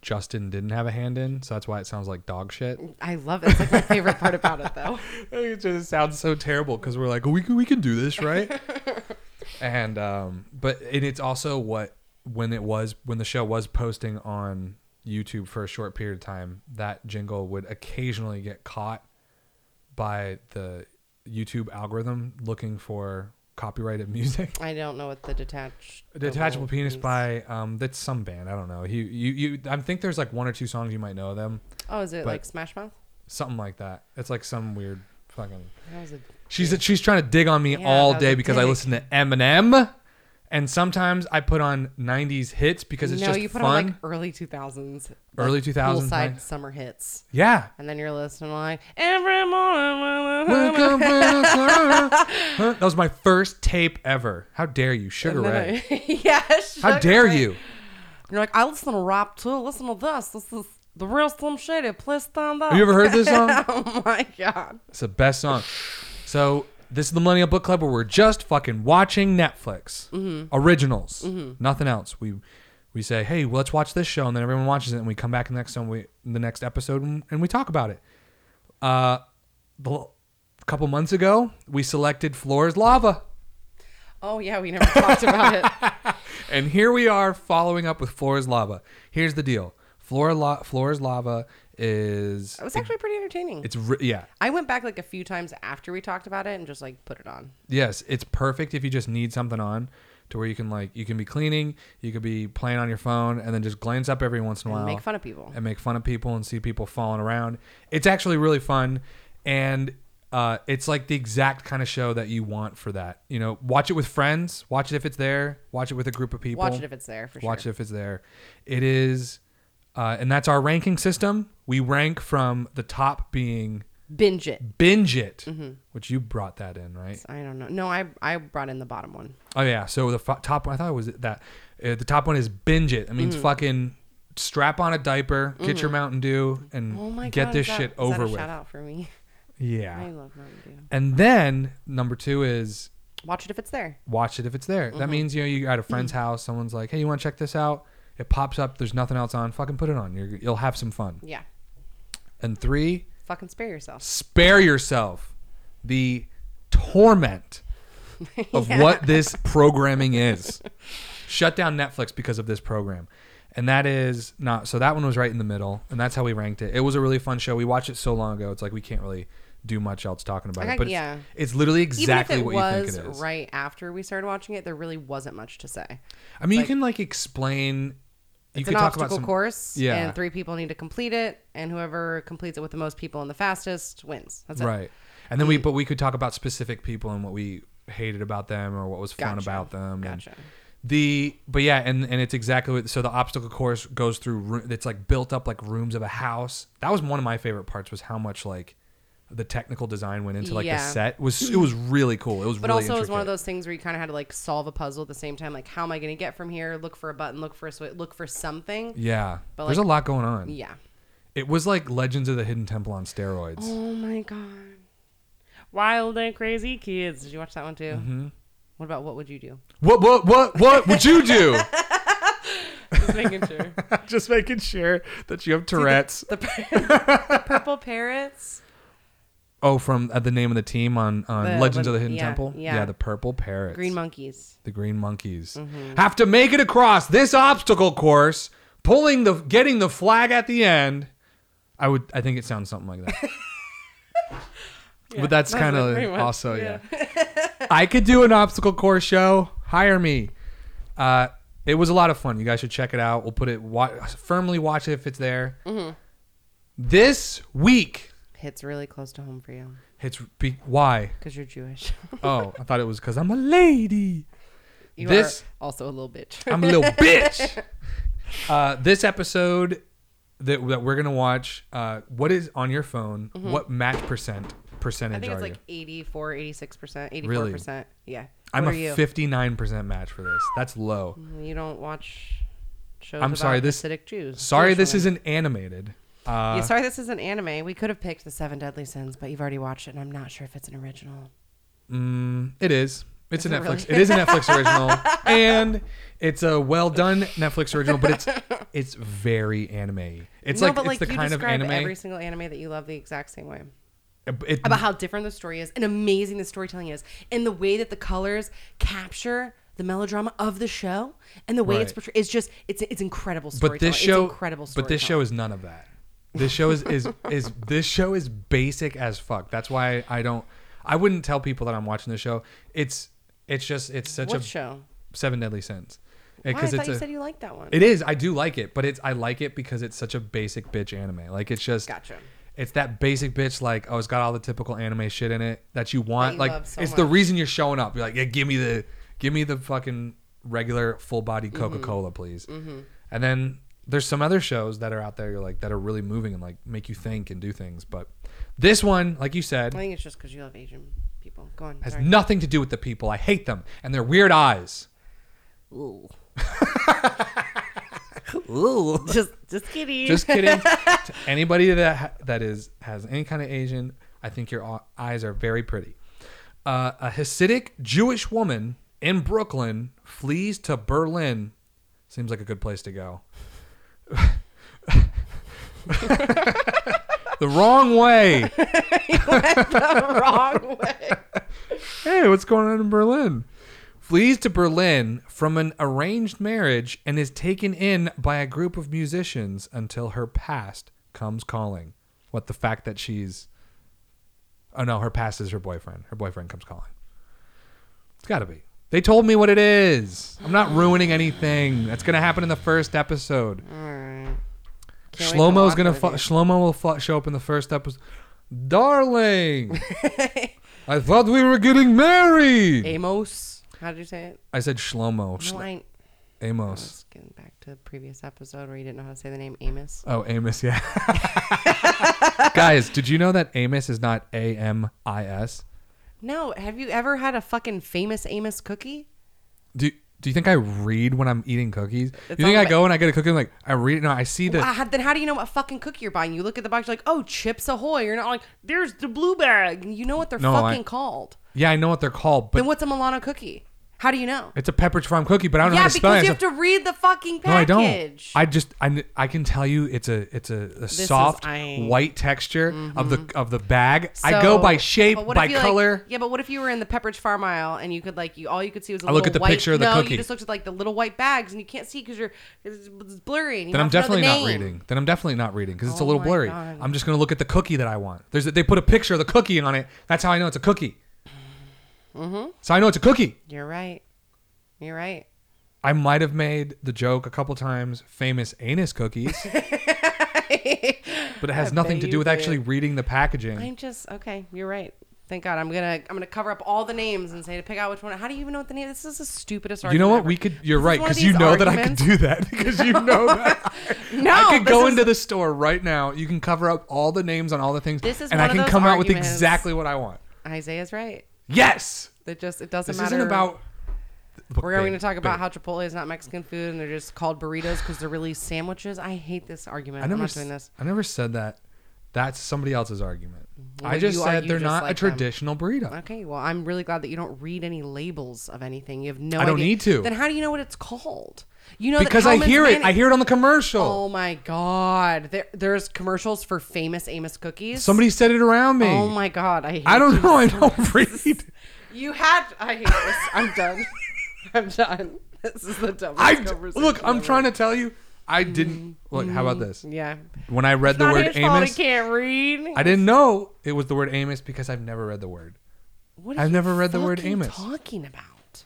Speaker 2: Justin didn't have a hand in, so that's why it sounds like dog shit.
Speaker 3: I love it. It's like my favorite part about it though.
Speaker 2: It just sounds so terrible because we're like, we can, we can do this, right? and um, but and it's also what when it was when the show was posting on YouTube for a short period of time, that jingle would occasionally get caught by the YouTube algorithm looking for copyrighted music.
Speaker 3: I don't know what the detached.
Speaker 2: Detachable Penis
Speaker 3: means.
Speaker 2: by um that's some band I don't know you you you I think there's like one or two songs you might know them
Speaker 3: Oh, is it
Speaker 2: but-
Speaker 3: like Smash Mouth?
Speaker 2: something like that it's like some weird fucking
Speaker 3: That was a
Speaker 2: she's she's trying to dig on me
Speaker 3: Yeah,
Speaker 2: all
Speaker 3: that was
Speaker 2: day
Speaker 3: a
Speaker 2: because I
Speaker 3: dig.
Speaker 2: listen to Eminem and sometimes I put on 90s hits because it's
Speaker 3: no,
Speaker 2: just
Speaker 3: you put
Speaker 2: fun
Speaker 3: on like early 2000s. like,
Speaker 2: Early 2000s,
Speaker 3: Poolside
Speaker 2: nice.
Speaker 3: summer hits.
Speaker 2: yeah
Speaker 3: And then you're listening like, every morning. when I-
Speaker 2: that was my first tape ever how dare you Sugar
Speaker 3: And then
Speaker 2: Ray
Speaker 3: I- yeah.
Speaker 2: how
Speaker 3: Sugar
Speaker 2: dare
Speaker 3: Ray.
Speaker 2: you
Speaker 3: You're like, I listen to rap too. Listen to this. This is The real Slim Shady, please stand up.
Speaker 6: Have you ever heard this song?
Speaker 3: oh my god.
Speaker 6: It's the best song. So this is the Millennial Book Club where we're just fucking watching Netflix originals, nothing else. We we say, hey, well, let's watch this show, and then everyone watches it, and we come back the next time we the next episode, and, and we talk about it. Uh, the, a couple months ago, we selected Floor is Lava,
Speaker 3: Oh yeah, we never talked about it.
Speaker 6: and here we are following up with Floor is Lava. Here's the deal: Floor, la- Floor is Lava is
Speaker 3: It was actually pretty entertaining.
Speaker 6: it's re- yeah
Speaker 3: I went back like a few times after we talked about it and just like put it on.
Speaker 6: Yes, it's perfect if you just need something on to where you can like you can be cleaning, you could be playing on your phone, and then just glance up every once in a while
Speaker 3: make fun of people.
Speaker 6: and make fun of people and see people falling around. It's actually really fun, and uh, it's like the exact kind of show that you want for that. You know, watch it with friends, watch it if it's there, watch it with a group of people,
Speaker 3: Watch it if it's there for
Speaker 6: watch
Speaker 3: sure.
Speaker 6: it if it's there. It is, uh, and that's our ranking system. We rank from the top being
Speaker 3: Binge it.
Speaker 6: binge it,
Speaker 3: Mm-hmm.
Speaker 6: which you brought that in, right?
Speaker 3: I don't know. No, I I brought in the bottom one.
Speaker 6: Oh yeah. So the f- top one, I thought it was that. Uh, the top one is binge it. That means
Speaker 3: Mm.
Speaker 6: fucking strap on a diaper, get your Mountain Dew, and
Speaker 3: Oh my
Speaker 6: get
Speaker 3: god. is
Speaker 6: this
Speaker 3: that-
Speaker 6: shit
Speaker 3: is that
Speaker 6: over
Speaker 3: a
Speaker 6: with.
Speaker 3: Shout out for me.
Speaker 6: Yeah.
Speaker 3: I love Mountain Dew.
Speaker 6: And then number two is
Speaker 3: Watch it if it's there.
Speaker 6: watch it if it's there.
Speaker 3: Mm-hmm.
Speaker 6: That means you know you're at a friend's
Speaker 3: Mm.
Speaker 6: house. Someone's like, hey, you want to check this out? It pops up. There's nothing else on. Fucking put it on. You're, you'll have some fun.
Speaker 3: Yeah.
Speaker 6: And three,
Speaker 3: Fucking spare yourself.
Speaker 6: spare yourself the torment of what this programming is. Shut down Netflix because of this program. And that is not so that one was right in the middle and that's how we ranked it. It was a really fun show. We watched it so long ago. It's like we can't really do much else talking about
Speaker 3: I
Speaker 6: it.
Speaker 3: got-
Speaker 6: But
Speaker 3: yeah.
Speaker 6: it's, it's literally exactly
Speaker 3: Even if it
Speaker 6: what you
Speaker 3: was
Speaker 6: think it is.
Speaker 3: right after we started watching it, there really wasn't much to say.
Speaker 6: I mean, you can like explain you
Speaker 3: It's
Speaker 6: could
Speaker 3: an
Speaker 6: talk about
Speaker 3: obstacle
Speaker 6: some
Speaker 3: course,
Speaker 6: Yeah.
Speaker 3: and three people need to complete it, and whoever completes it with the most people and the fastest wins. That's it.
Speaker 6: Right. And then we but we could talk about specific people and what we hated about them or what was fun
Speaker 3: Gotcha.
Speaker 6: about them. and-
Speaker 3: Gotcha.
Speaker 6: the but yeah and and it's exactly what so the obstacle course goes through roo- it's like built up like rooms of a house that was one of my favorite parts was how much like the technical design went into like the
Speaker 3: Yeah.
Speaker 6: set It was it was really cool it was
Speaker 3: But
Speaker 6: really
Speaker 3: also, it was one of
Speaker 6: intricate.
Speaker 3: those things where you kind of had to like solve a puzzle at the same time. Like, how am I going to get from here? Look for a button. Look for a switch. Look for something.
Speaker 6: yeah
Speaker 3: but,
Speaker 6: there's
Speaker 3: like-
Speaker 6: a lot going on
Speaker 3: Yeah.
Speaker 6: it was like legends of the hidden temple on steroids
Speaker 3: Oh my god. Wild and crazy kids. Did you watch that one too? Mm-hmm. What about what would you do?
Speaker 6: what what what what would you do
Speaker 3: Just making sure.
Speaker 6: just making sure that you have tourette's
Speaker 3: The, par- the purple parrots.
Speaker 6: oh from uh, the name of the team on on
Speaker 3: The-
Speaker 6: legends
Speaker 3: the-
Speaker 6: of the hidden
Speaker 3: yeah,
Speaker 6: temple
Speaker 3: yeah.
Speaker 6: the purple parrots
Speaker 3: Green Mm-hmm. monkeys.
Speaker 6: the green monkeys have to make it across this obstacle course pulling the getting the flag at the end i would i think it sounds something like that but that's,
Speaker 3: that's
Speaker 6: kind
Speaker 3: it, pretty
Speaker 6: of
Speaker 3: much,
Speaker 6: also yeah, i could do an obstacle course show hire me uh it was a lot of fun you guys should check it out we'll put it wa- firmly watch it if it's there
Speaker 3: Mm-hmm.
Speaker 6: this week
Speaker 3: Hits really close to home for you
Speaker 6: it's be- why
Speaker 3: because you're Jewish.
Speaker 6: oh i thought it was because i'm a lady
Speaker 3: you
Speaker 6: This-
Speaker 3: are also a little bitch.
Speaker 6: I'm a little bitch. Uh, this episode that, that we're gonna watch, uh, what is on your phone? What match percent
Speaker 3: Mm-hmm. I
Speaker 6: percentage
Speaker 3: think
Speaker 6: are
Speaker 3: it's like
Speaker 6: you?
Speaker 3: 84, 86%, 84%.
Speaker 6: Really?
Speaker 3: Yeah.
Speaker 6: I'm
Speaker 3: What
Speaker 6: a
Speaker 3: are you? Mm-hmm.
Speaker 6: 59% match for this. That's low.
Speaker 3: You don't watch shows
Speaker 6: I'm
Speaker 3: about
Speaker 6: sorry, this-
Speaker 3: Hasidic Jews.
Speaker 6: Sorry,
Speaker 3: Jewish
Speaker 6: this
Speaker 3: women.
Speaker 6: isn't animated. Uh,
Speaker 3: yeah, sorry, this isn't anime. We could have picked the Seven Deadly Sins, but you've already watched it, and I'm not sure if it's an original.
Speaker 6: mm, it is. It's a
Speaker 3: it really?
Speaker 6: Netflix. It is a Netflix original, and it's a well done Netflix original. But it's it's very anime. It's
Speaker 3: no,
Speaker 6: like
Speaker 3: but
Speaker 6: it's
Speaker 3: like
Speaker 6: the
Speaker 3: you
Speaker 6: kind of
Speaker 3: describe
Speaker 6: anime.
Speaker 3: every single anime that you love the exact same way
Speaker 6: it-
Speaker 3: about how different the story is and amazing the storytelling is, and the way that the colors capture the melodrama of the show and the way it's
Speaker 6: Right.
Speaker 3: portrayed. It's just it's it's incredible storytelling.
Speaker 6: but this show
Speaker 3: it's incredible.
Speaker 6: but this
Speaker 3: storytelling.
Speaker 6: show is none of that this show is is is this show is basic as fuck that's why i don't i wouldn't tell people that i'm watching the show it's it's just it's such
Speaker 3: what
Speaker 6: a
Speaker 3: show?
Speaker 6: seven deadly sins
Speaker 3: Why? I
Speaker 6: because
Speaker 3: thought
Speaker 6: it's
Speaker 3: you
Speaker 6: a
Speaker 3: said you liked that one.
Speaker 6: it is i do like it but it's i like it because it's such a basic bitch anime like it's just
Speaker 3: Gotcha.
Speaker 6: it's that basic bitch like oh it's got all the typical anime shit in it that you want
Speaker 3: you
Speaker 6: like
Speaker 3: love so
Speaker 6: it's the
Speaker 3: much.
Speaker 6: reason you're showing up you're like yeah give me the give me the fucking regular full body
Speaker 3: Mm-hmm.
Speaker 6: coca-cola please and then there's some other shows that are out there you're like that are really moving and like make you think and do things but this one like you said
Speaker 3: I think it's just because you love Asian people. Go on.
Speaker 6: has
Speaker 3: Oh, sorry.
Speaker 6: nothing to do with the people i hate them and their weird eyes
Speaker 3: Ooh. Ooh. Just Just kidding.
Speaker 6: Just kidding. to anybody that ha- that is has any kind of Asian, I think your au- eyes are very pretty. Uh, a Hasidic Jewish woman in Brooklyn flees to Berlin. Seems like a good place to go. the wrong way.
Speaker 3: the wrong way.
Speaker 6: hey, what's going on in Berlin? Flees to Berlin from an arranged marriage and is taken in by a group of musicians until her past comes calling. What the fact that she's. Oh no, her past is her boyfriend. Her boyfriend comes calling. It's gotta be. They told me what it is. I'm not ruining anything. That's gonna happen in the first episode.
Speaker 3: Can't wait to
Speaker 6: Shlomo's
Speaker 3: watch
Speaker 6: gonna
Speaker 3: with
Speaker 6: fu-
Speaker 3: you.
Speaker 6: Shlomo will fu- show up in the first episode. Darling, I thought we were getting married.
Speaker 3: Amos. How did you say it?
Speaker 6: I said Shlomo.
Speaker 3: No,
Speaker 6: Shl-
Speaker 3: I ain't-
Speaker 6: Amos.
Speaker 3: Just getting back to the previous episode where you didn't know how to say the name Amos.
Speaker 6: Oh, Amos, yeah. Guys, did you know that Amos is not A M I S?
Speaker 3: No, have you ever had a fucking famous Amos cookie?
Speaker 6: Do do you think I read when I'm eating cookies?
Speaker 3: It's
Speaker 6: you think
Speaker 3: all
Speaker 6: I
Speaker 3: about-
Speaker 6: go and I get a cookie and like I read it? No, I see the
Speaker 3: Ah, how- then how do you know what fucking cookie you're buying? You look at the box, you're like, oh, Chips Ahoy. You're not like, there's the blue bag. You know what they're
Speaker 6: No, I-
Speaker 3: fucking called.
Speaker 6: Yeah, I know what they're called, but
Speaker 3: Then what's a Milano cookie? How do you know?
Speaker 6: it's a Pepperidge Farm cookie, but I don't know
Speaker 3: Yeah,
Speaker 6: how to spell
Speaker 3: because
Speaker 6: it.
Speaker 3: you
Speaker 6: so-
Speaker 3: have to read the fucking
Speaker 6: no, I don't.
Speaker 3: package.
Speaker 6: I just I, kn- I can tell you it's a it's a, a
Speaker 3: is-
Speaker 6: soft
Speaker 3: I- Mm-hmm.
Speaker 6: white texture of the of the bag. I go by
Speaker 3: So-
Speaker 6: shape,
Speaker 3: but what if
Speaker 6: by
Speaker 3: you, like-
Speaker 6: color.
Speaker 3: yeah, but what if you were in the Pepperidge Farm aisle and you could like you all you could see was a
Speaker 6: I look
Speaker 3: little
Speaker 6: at the
Speaker 3: white,
Speaker 6: picture of the
Speaker 3: no,
Speaker 6: cookie.
Speaker 3: you just looked at like the little white bags and you can't see because you're it's, it's blurry. And you
Speaker 6: Then I'm
Speaker 3: have to know the
Speaker 6: definitely not
Speaker 3: name.
Speaker 6: reading. Then I'm definitely not reading because it's a
Speaker 3: Oh
Speaker 6: little
Speaker 3: my
Speaker 6: blurry.
Speaker 3: God.
Speaker 6: I'm just gonna look at the cookie that I want. There's a, they put a picture of the cookie on it. That's how I know it's a cookie.
Speaker 3: Mm-hmm.
Speaker 6: So I know it's a cookie.
Speaker 3: You're right. You're right.
Speaker 6: I might have made the joke a couple times. Famous anus cookies, but it has nothing to
Speaker 3: bet
Speaker 6: do
Speaker 3: you
Speaker 6: with
Speaker 3: did.
Speaker 6: actually reading the packaging.
Speaker 3: I'm just okay. You're right. Thank God. I'm gonna I'm gonna cover up all the names and say to pick out which one. How do you even know what the name? This is the stupidest.
Speaker 6: you
Speaker 3: argument
Speaker 6: know what?
Speaker 3: ever.
Speaker 6: We could. You're
Speaker 3: This is
Speaker 6: right
Speaker 3: one of
Speaker 6: because you
Speaker 3: these
Speaker 6: know that I could
Speaker 3: arguments-
Speaker 6: do that because you know that.
Speaker 3: No,
Speaker 6: I could
Speaker 3: this
Speaker 6: go
Speaker 3: is-
Speaker 6: into the store right now. You can cover up all the names on all the things,
Speaker 3: This is
Speaker 6: and I
Speaker 3: one of
Speaker 6: can
Speaker 3: those
Speaker 6: come out with
Speaker 3: arguments-
Speaker 6: exactly what I want.
Speaker 3: Isaiah's right.
Speaker 6: Yes.
Speaker 3: That just it doesn't
Speaker 6: This
Speaker 3: matter.
Speaker 6: isn't about.
Speaker 3: We're going to talk about how Chipotle is not Mexican food and they're just called burritos because they're really sandwiches. I hate this argument.
Speaker 6: I never
Speaker 3: I'm not
Speaker 6: s-
Speaker 3: doing this.
Speaker 6: I never said that. That's somebody else's argument. I
Speaker 3: you
Speaker 6: just
Speaker 3: are-
Speaker 6: said
Speaker 3: you
Speaker 6: they're
Speaker 3: just
Speaker 6: not
Speaker 3: like
Speaker 6: a
Speaker 3: them.
Speaker 6: traditional burrito.
Speaker 3: Okay, well, I'm really glad that you don't read any labels of anything. You have no.
Speaker 6: I don't
Speaker 3: idea.
Speaker 6: need to.
Speaker 3: Then how do you know what it's called? You know that
Speaker 6: Because I
Speaker 3: Hellman's
Speaker 6: hear it.
Speaker 3: Mayonnaise-
Speaker 6: I hear it on the commercial.
Speaker 3: Oh my god! There, there's commercials for famous Amos cookies.
Speaker 6: Somebody said it around me.
Speaker 3: Oh my god! I hate
Speaker 6: I
Speaker 3: you.
Speaker 6: don't know. I don't read.
Speaker 3: You had. I hate this. I'm done. I'm done. This is the dumbest
Speaker 6: I
Speaker 3: conversation. Mm-hmm.
Speaker 6: look. I'm trying to tell you. I didn't. Look. How about this?
Speaker 3: Yeah.
Speaker 6: When I read the
Speaker 3: Not
Speaker 6: word
Speaker 3: his fault he
Speaker 6: Amos,
Speaker 3: can't read.
Speaker 6: I didn't know it was the word Amos because I've never read the word.
Speaker 3: What are
Speaker 6: I've
Speaker 3: you
Speaker 6: never read the word
Speaker 3: fucking
Speaker 6: Amos.
Speaker 3: Talking about.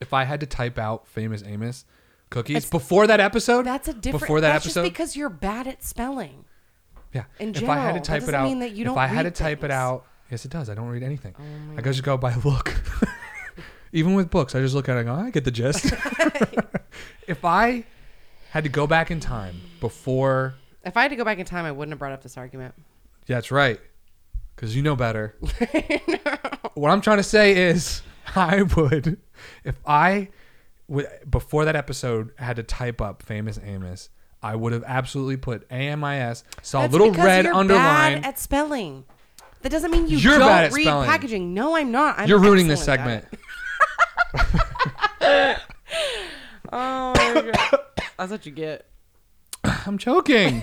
Speaker 6: If I had to type out famous Amos cookies before that episode,
Speaker 3: That's a different.
Speaker 6: Before that
Speaker 3: that's
Speaker 6: episode,
Speaker 3: just because you're bad at spelling.
Speaker 6: Yeah.
Speaker 3: in
Speaker 6: if I had to
Speaker 3: general. That
Speaker 6: type it
Speaker 3: doesn't
Speaker 6: out,
Speaker 3: mean that you
Speaker 6: if
Speaker 3: don't
Speaker 6: I had to
Speaker 3: read
Speaker 6: type it
Speaker 3: things. Oh,
Speaker 6: out, yes, it does. I don't read anything. I just go by look. Even with books, I just look at it and go, I get the gist. if I had to go back in time before,
Speaker 3: If I had to go back in time, I wouldn't have brought up this argument.
Speaker 6: yeah, that's right, because you know better. What I'm trying to say is, I would, if I, would, before that episode, had to type up famous Amos. I would have absolutely put A M I S, saw a
Speaker 3: That's
Speaker 6: little
Speaker 3: because
Speaker 6: red
Speaker 3: you're
Speaker 6: underline.
Speaker 3: Bad at spelling. That doesn't mean you
Speaker 6: You're
Speaker 3: don't
Speaker 6: bad at
Speaker 3: read
Speaker 6: spelling.
Speaker 3: packaging. No, I'm not. I'm
Speaker 6: You're ruining this
Speaker 3: excellent at
Speaker 6: segment.
Speaker 3: it. Oh, my God. that's what you get.
Speaker 6: I'm joking.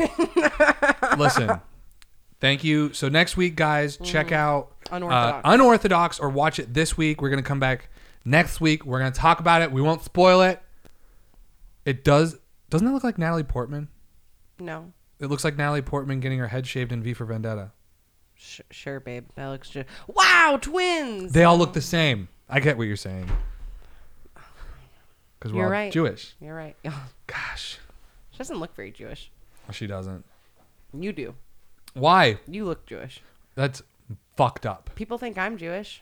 Speaker 6: Listen, thank you. So next week, guys, check out uh,
Speaker 3: Mm. Unorthodox.
Speaker 6: unorthodox, or watch it this week. We're gonna come back next week. We're gonna talk about it. We won't spoil it. It does. Doesn't that look like Natalie Portman?
Speaker 3: No,
Speaker 6: It looks like Natalie Portman getting her head shaved in V for Vendetta.
Speaker 3: Sh- sure, babe. That looks just. Wow, twins.
Speaker 6: They all look the same. I get what you're saying. Because we're
Speaker 3: You're
Speaker 6: all
Speaker 3: right.
Speaker 6: Jewish.
Speaker 3: You're right.
Speaker 6: Gosh,
Speaker 3: she doesn't look very Jewish.
Speaker 6: Well, she doesn't.
Speaker 3: You do.
Speaker 6: Why?
Speaker 3: You look Jewish.
Speaker 6: That's fucked up.
Speaker 3: People think I'm Jewish.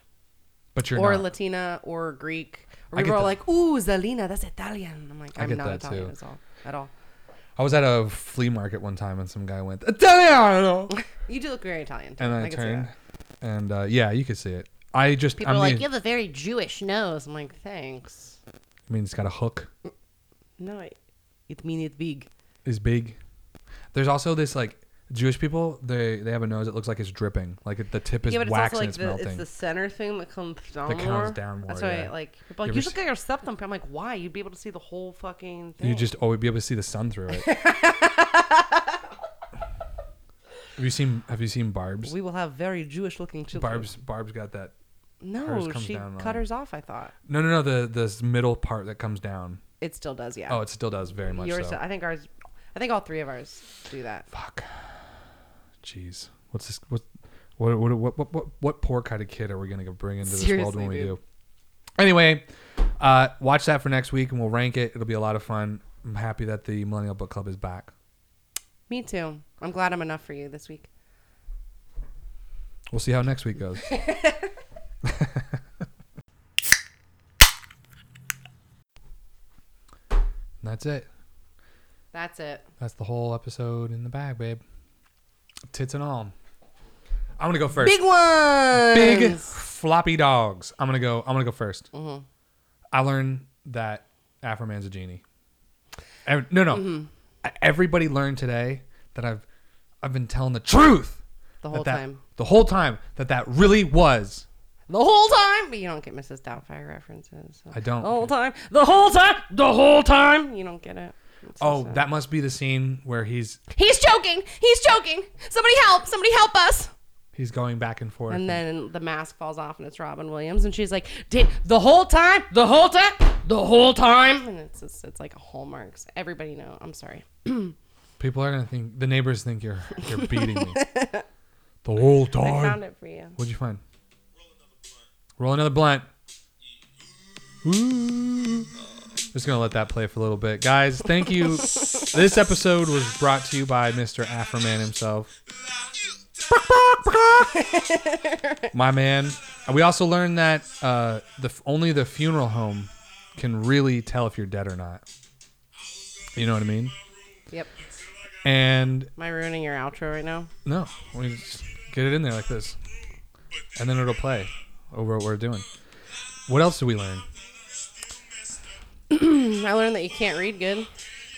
Speaker 6: But you're
Speaker 3: or
Speaker 6: not.
Speaker 3: Latina or Greek. Or
Speaker 6: I
Speaker 3: people
Speaker 6: get
Speaker 3: are
Speaker 6: that.
Speaker 3: like, ooh, Zelina, that's Italian. I'm like,
Speaker 6: I
Speaker 3: I'm
Speaker 6: get
Speaker 3: not
Speaker 6: that
Speaker 3: Italian
Speaker 6: too.
Speaker 3: at all. At all.
Speaker 6: I was at a flea market one time and some guy went Italiano,
Speaker 3: You do look very Italian.
Speaker 6: and I,
Speaker 3: can see
Speaker 6: turned,
Speaker 3: that.
Speaker 6: and uh, yeah, you could see it. I just,
Speaker 3: People
Speaker 6: I
Speaker 3: are like,
Speaker 6: mean,
Speaker 3: you have a very Jewish nose. I'm like, thanks.
Speaker 6: I mean, it's got a hook,
Speaker 3: No, it, it mean it big.
Speaker 6: is big. There's also this like Jewish people. They they have a nose that looks like it's dripping. Like it- the tip is
Speaker 3: yeah, but it's
Speaker 6: wax
Speaker 3: also like
Speaker 6: and it's
Speaker 3: the
Speaker 6: melting.
Speaker 3: it's the center thing that comes down
Speaker 6: That comes
Speaker 3: more.
Speaker 6: down more,
Speaker 3: That's why
Speaker 6: yeah.
Speaker 3: like people are like
Speaker 6: You ever
Speaker 3: you look
Speaker 6: see-
Speaker 3: like your septum. I'm like, why? You'd be able to see the whole fucking thing.
Speaker 6: You just always be able to see the sun through it. have you seen Have you seen Barb's?
Speaker 3: we will have very Jewish looking children.
Speaker 6: Barb's Barb's got that. hers
Speaker 3: no,
Speaker 6: comes
Speaker 3: she
Speaker 6: down
Speaker 3: cut
Speaker 6: like-
Speaker 3: hers off. I thought
Speaker 6: No, no, no. The this middle part that comes down.
Speaker 3: it still does. Yeah.
Speaker 6: Oh, it still does very much.
Speaker 3: Yours,
Speaker 6: so.
Speaker 3: I think ours. I think all three of ours do that.
Speaker 6: Fuck. Jeez. What's this? What? What? What? What? What? What, what poor kind of kid are we gonna bring into this world when
Speaker 3: Seriously,
Speaker 6: we
Speaker 3: dude.
Speaker 6: do? Anyway, uh, watch that for next week, and we'll rank it. It'll be a lot of fun. I'm happy that the Millennial Book Club is back.
Speaker 3: Me too. I'm glad I'm enough for you this week.
Speaker 6: We'll see how next week goes. And That's it.
Speaker 3: That's it.
Speaker 6: That's the whole episode in the bag, babe. Tits and all. I'm gonna go first.
Speaker 3: Big ones.
Speaker 6: Big floppy dogs. I'm gonna go. I'm gonna go 1st
Speaker 3: Mm-hmm.
Speaker 6: I learned that Afro Man's a genie. Ev- no, no.
Speaker 3: Mm-hmm.
Speaker 6: Everybody learned today that I've I've been telling the truth
Speaker 3: The
Speaker 6: that
Speaker 3: whole
Speaker 6: that-
Speaker 3: time.
Speaker 6: The whole time that that really was.
Speaker 3: The whole time, but you don't get Mrs. Doubtfire references. so.
Speaker 6: I don't.
Speaker 3: The whole time. The whole time. The whole time. You don't get it. It's so
Speaker 6: Oh,
Speaker 3: sad.
Speaker 6: that must be the scene where he's
Speaker 7: He's choking. He's choking. Somebody help. Somebody help us.
Speaker 6: he's going back and forth.
Speaker 3: And then the mask falls off, and it's Robin Williams, and she's like, "Did the whole time? The whole time? The whole time?" And it's just, it's like a hallmarks. Everybody know. I'm sorry.
Speaker 6: People are gonna think the neighbors think you're you're beating me the whole
Speaker 3: I
Speaker 6: time.
Speaker 3: found it for you.
Speaker 6: What'd you find? Roll another blunt. Ooh. Just gonna let that play for a little bit, guys. Thank you. this episode was brought to you by Mr. Afroman himself, my man. We also learned that uh, the only the funeral home can really tell if you're dead or not. You know what I mean?
Speaker 3: Yep.
Speaker 6: And
Speaker 3: Am I ruining your outro right now?
Speaker 6: No, we just get it in there like this, and then it'll play over what we're doing. What else did we learn?
Speaker 3: Mm, I learned that you can't read good.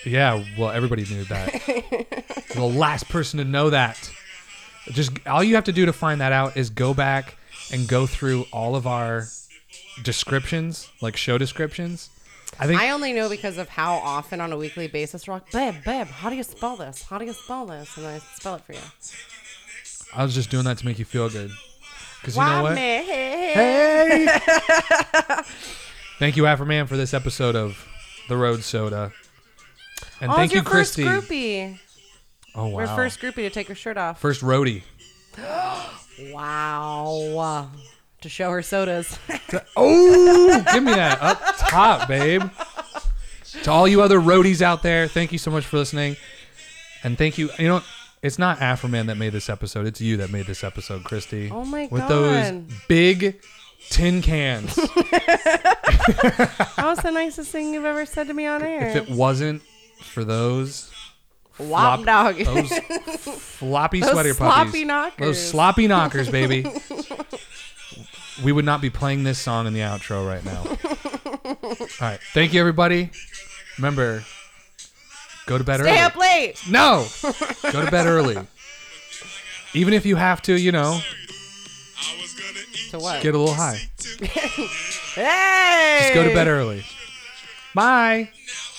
Speaker 6: Yeah, well, everybody knew that. the last person to know that. Just all you have to do to find that out is go back and go through all of our descriptions, like show descriptions. I think
Speaker 3: I only know because of how often on a weekly basis we're like, babe, babe, how do you spell this? How do you spell this? And I spell it for you.
Speaker 6: I was just doing that to make you feel good. Because you know
Speaker 3: Why,
Speaker 6: what?
Speaker 3: man?
Speaker 6: Hey! thank you, Afro Man, for this episode of The Road Soda. And
Speaker 3: Oh,
Speaker 6: thank
Speaker 3: it's
Speaker 6: you,
Speaker 3: your
Speaker 6: Christy.
Speaker 3: First groupie.
Speaker 6: Oh, wow.
Speaker 3: Our first groupie to take her shirt off.
Speaker 6: First roadie.
Speaker 3: Wow. To show her sodas.
Speaker 6: Oh, give me that up top, babe. To all you other roadies out there, thank you so much for listening. And thank you. You know, it's not Afro Man that made this episode. It's you that made this episode, Christy.
Speaker 3: Oh my
Speaker 6: With those
Speaker 3: God.
Speaker 6: big tin cans.
Speaker 3: that was the nicest thing you've ever said to me on
Speaker 6: if
Speaker 3: air.
Speaker 6: it wasn't for those
Speaker 3: Wop dog.
Speaker 6: Those floppy
Speaker 3: Those
Speaker 6: sweater
Speaker 3: sloppy
Speaker 6: puppies.
Speaker 3: knockers.
Speaker 6: Those sloppy knockers, baby. we would not be playing this song in the outro right now. All right. Thank you, everybody. Remember, go to bed early.
Speaker 3: Stay up late.
Speaker 6: No, go to bed early. Even if you have to, you know,
Speaker 3: To what?
Speaker 6: get a little high.
Speaker 3: hey!
Speaker 6: Just go to bed early. Bye.
Speaker 8: I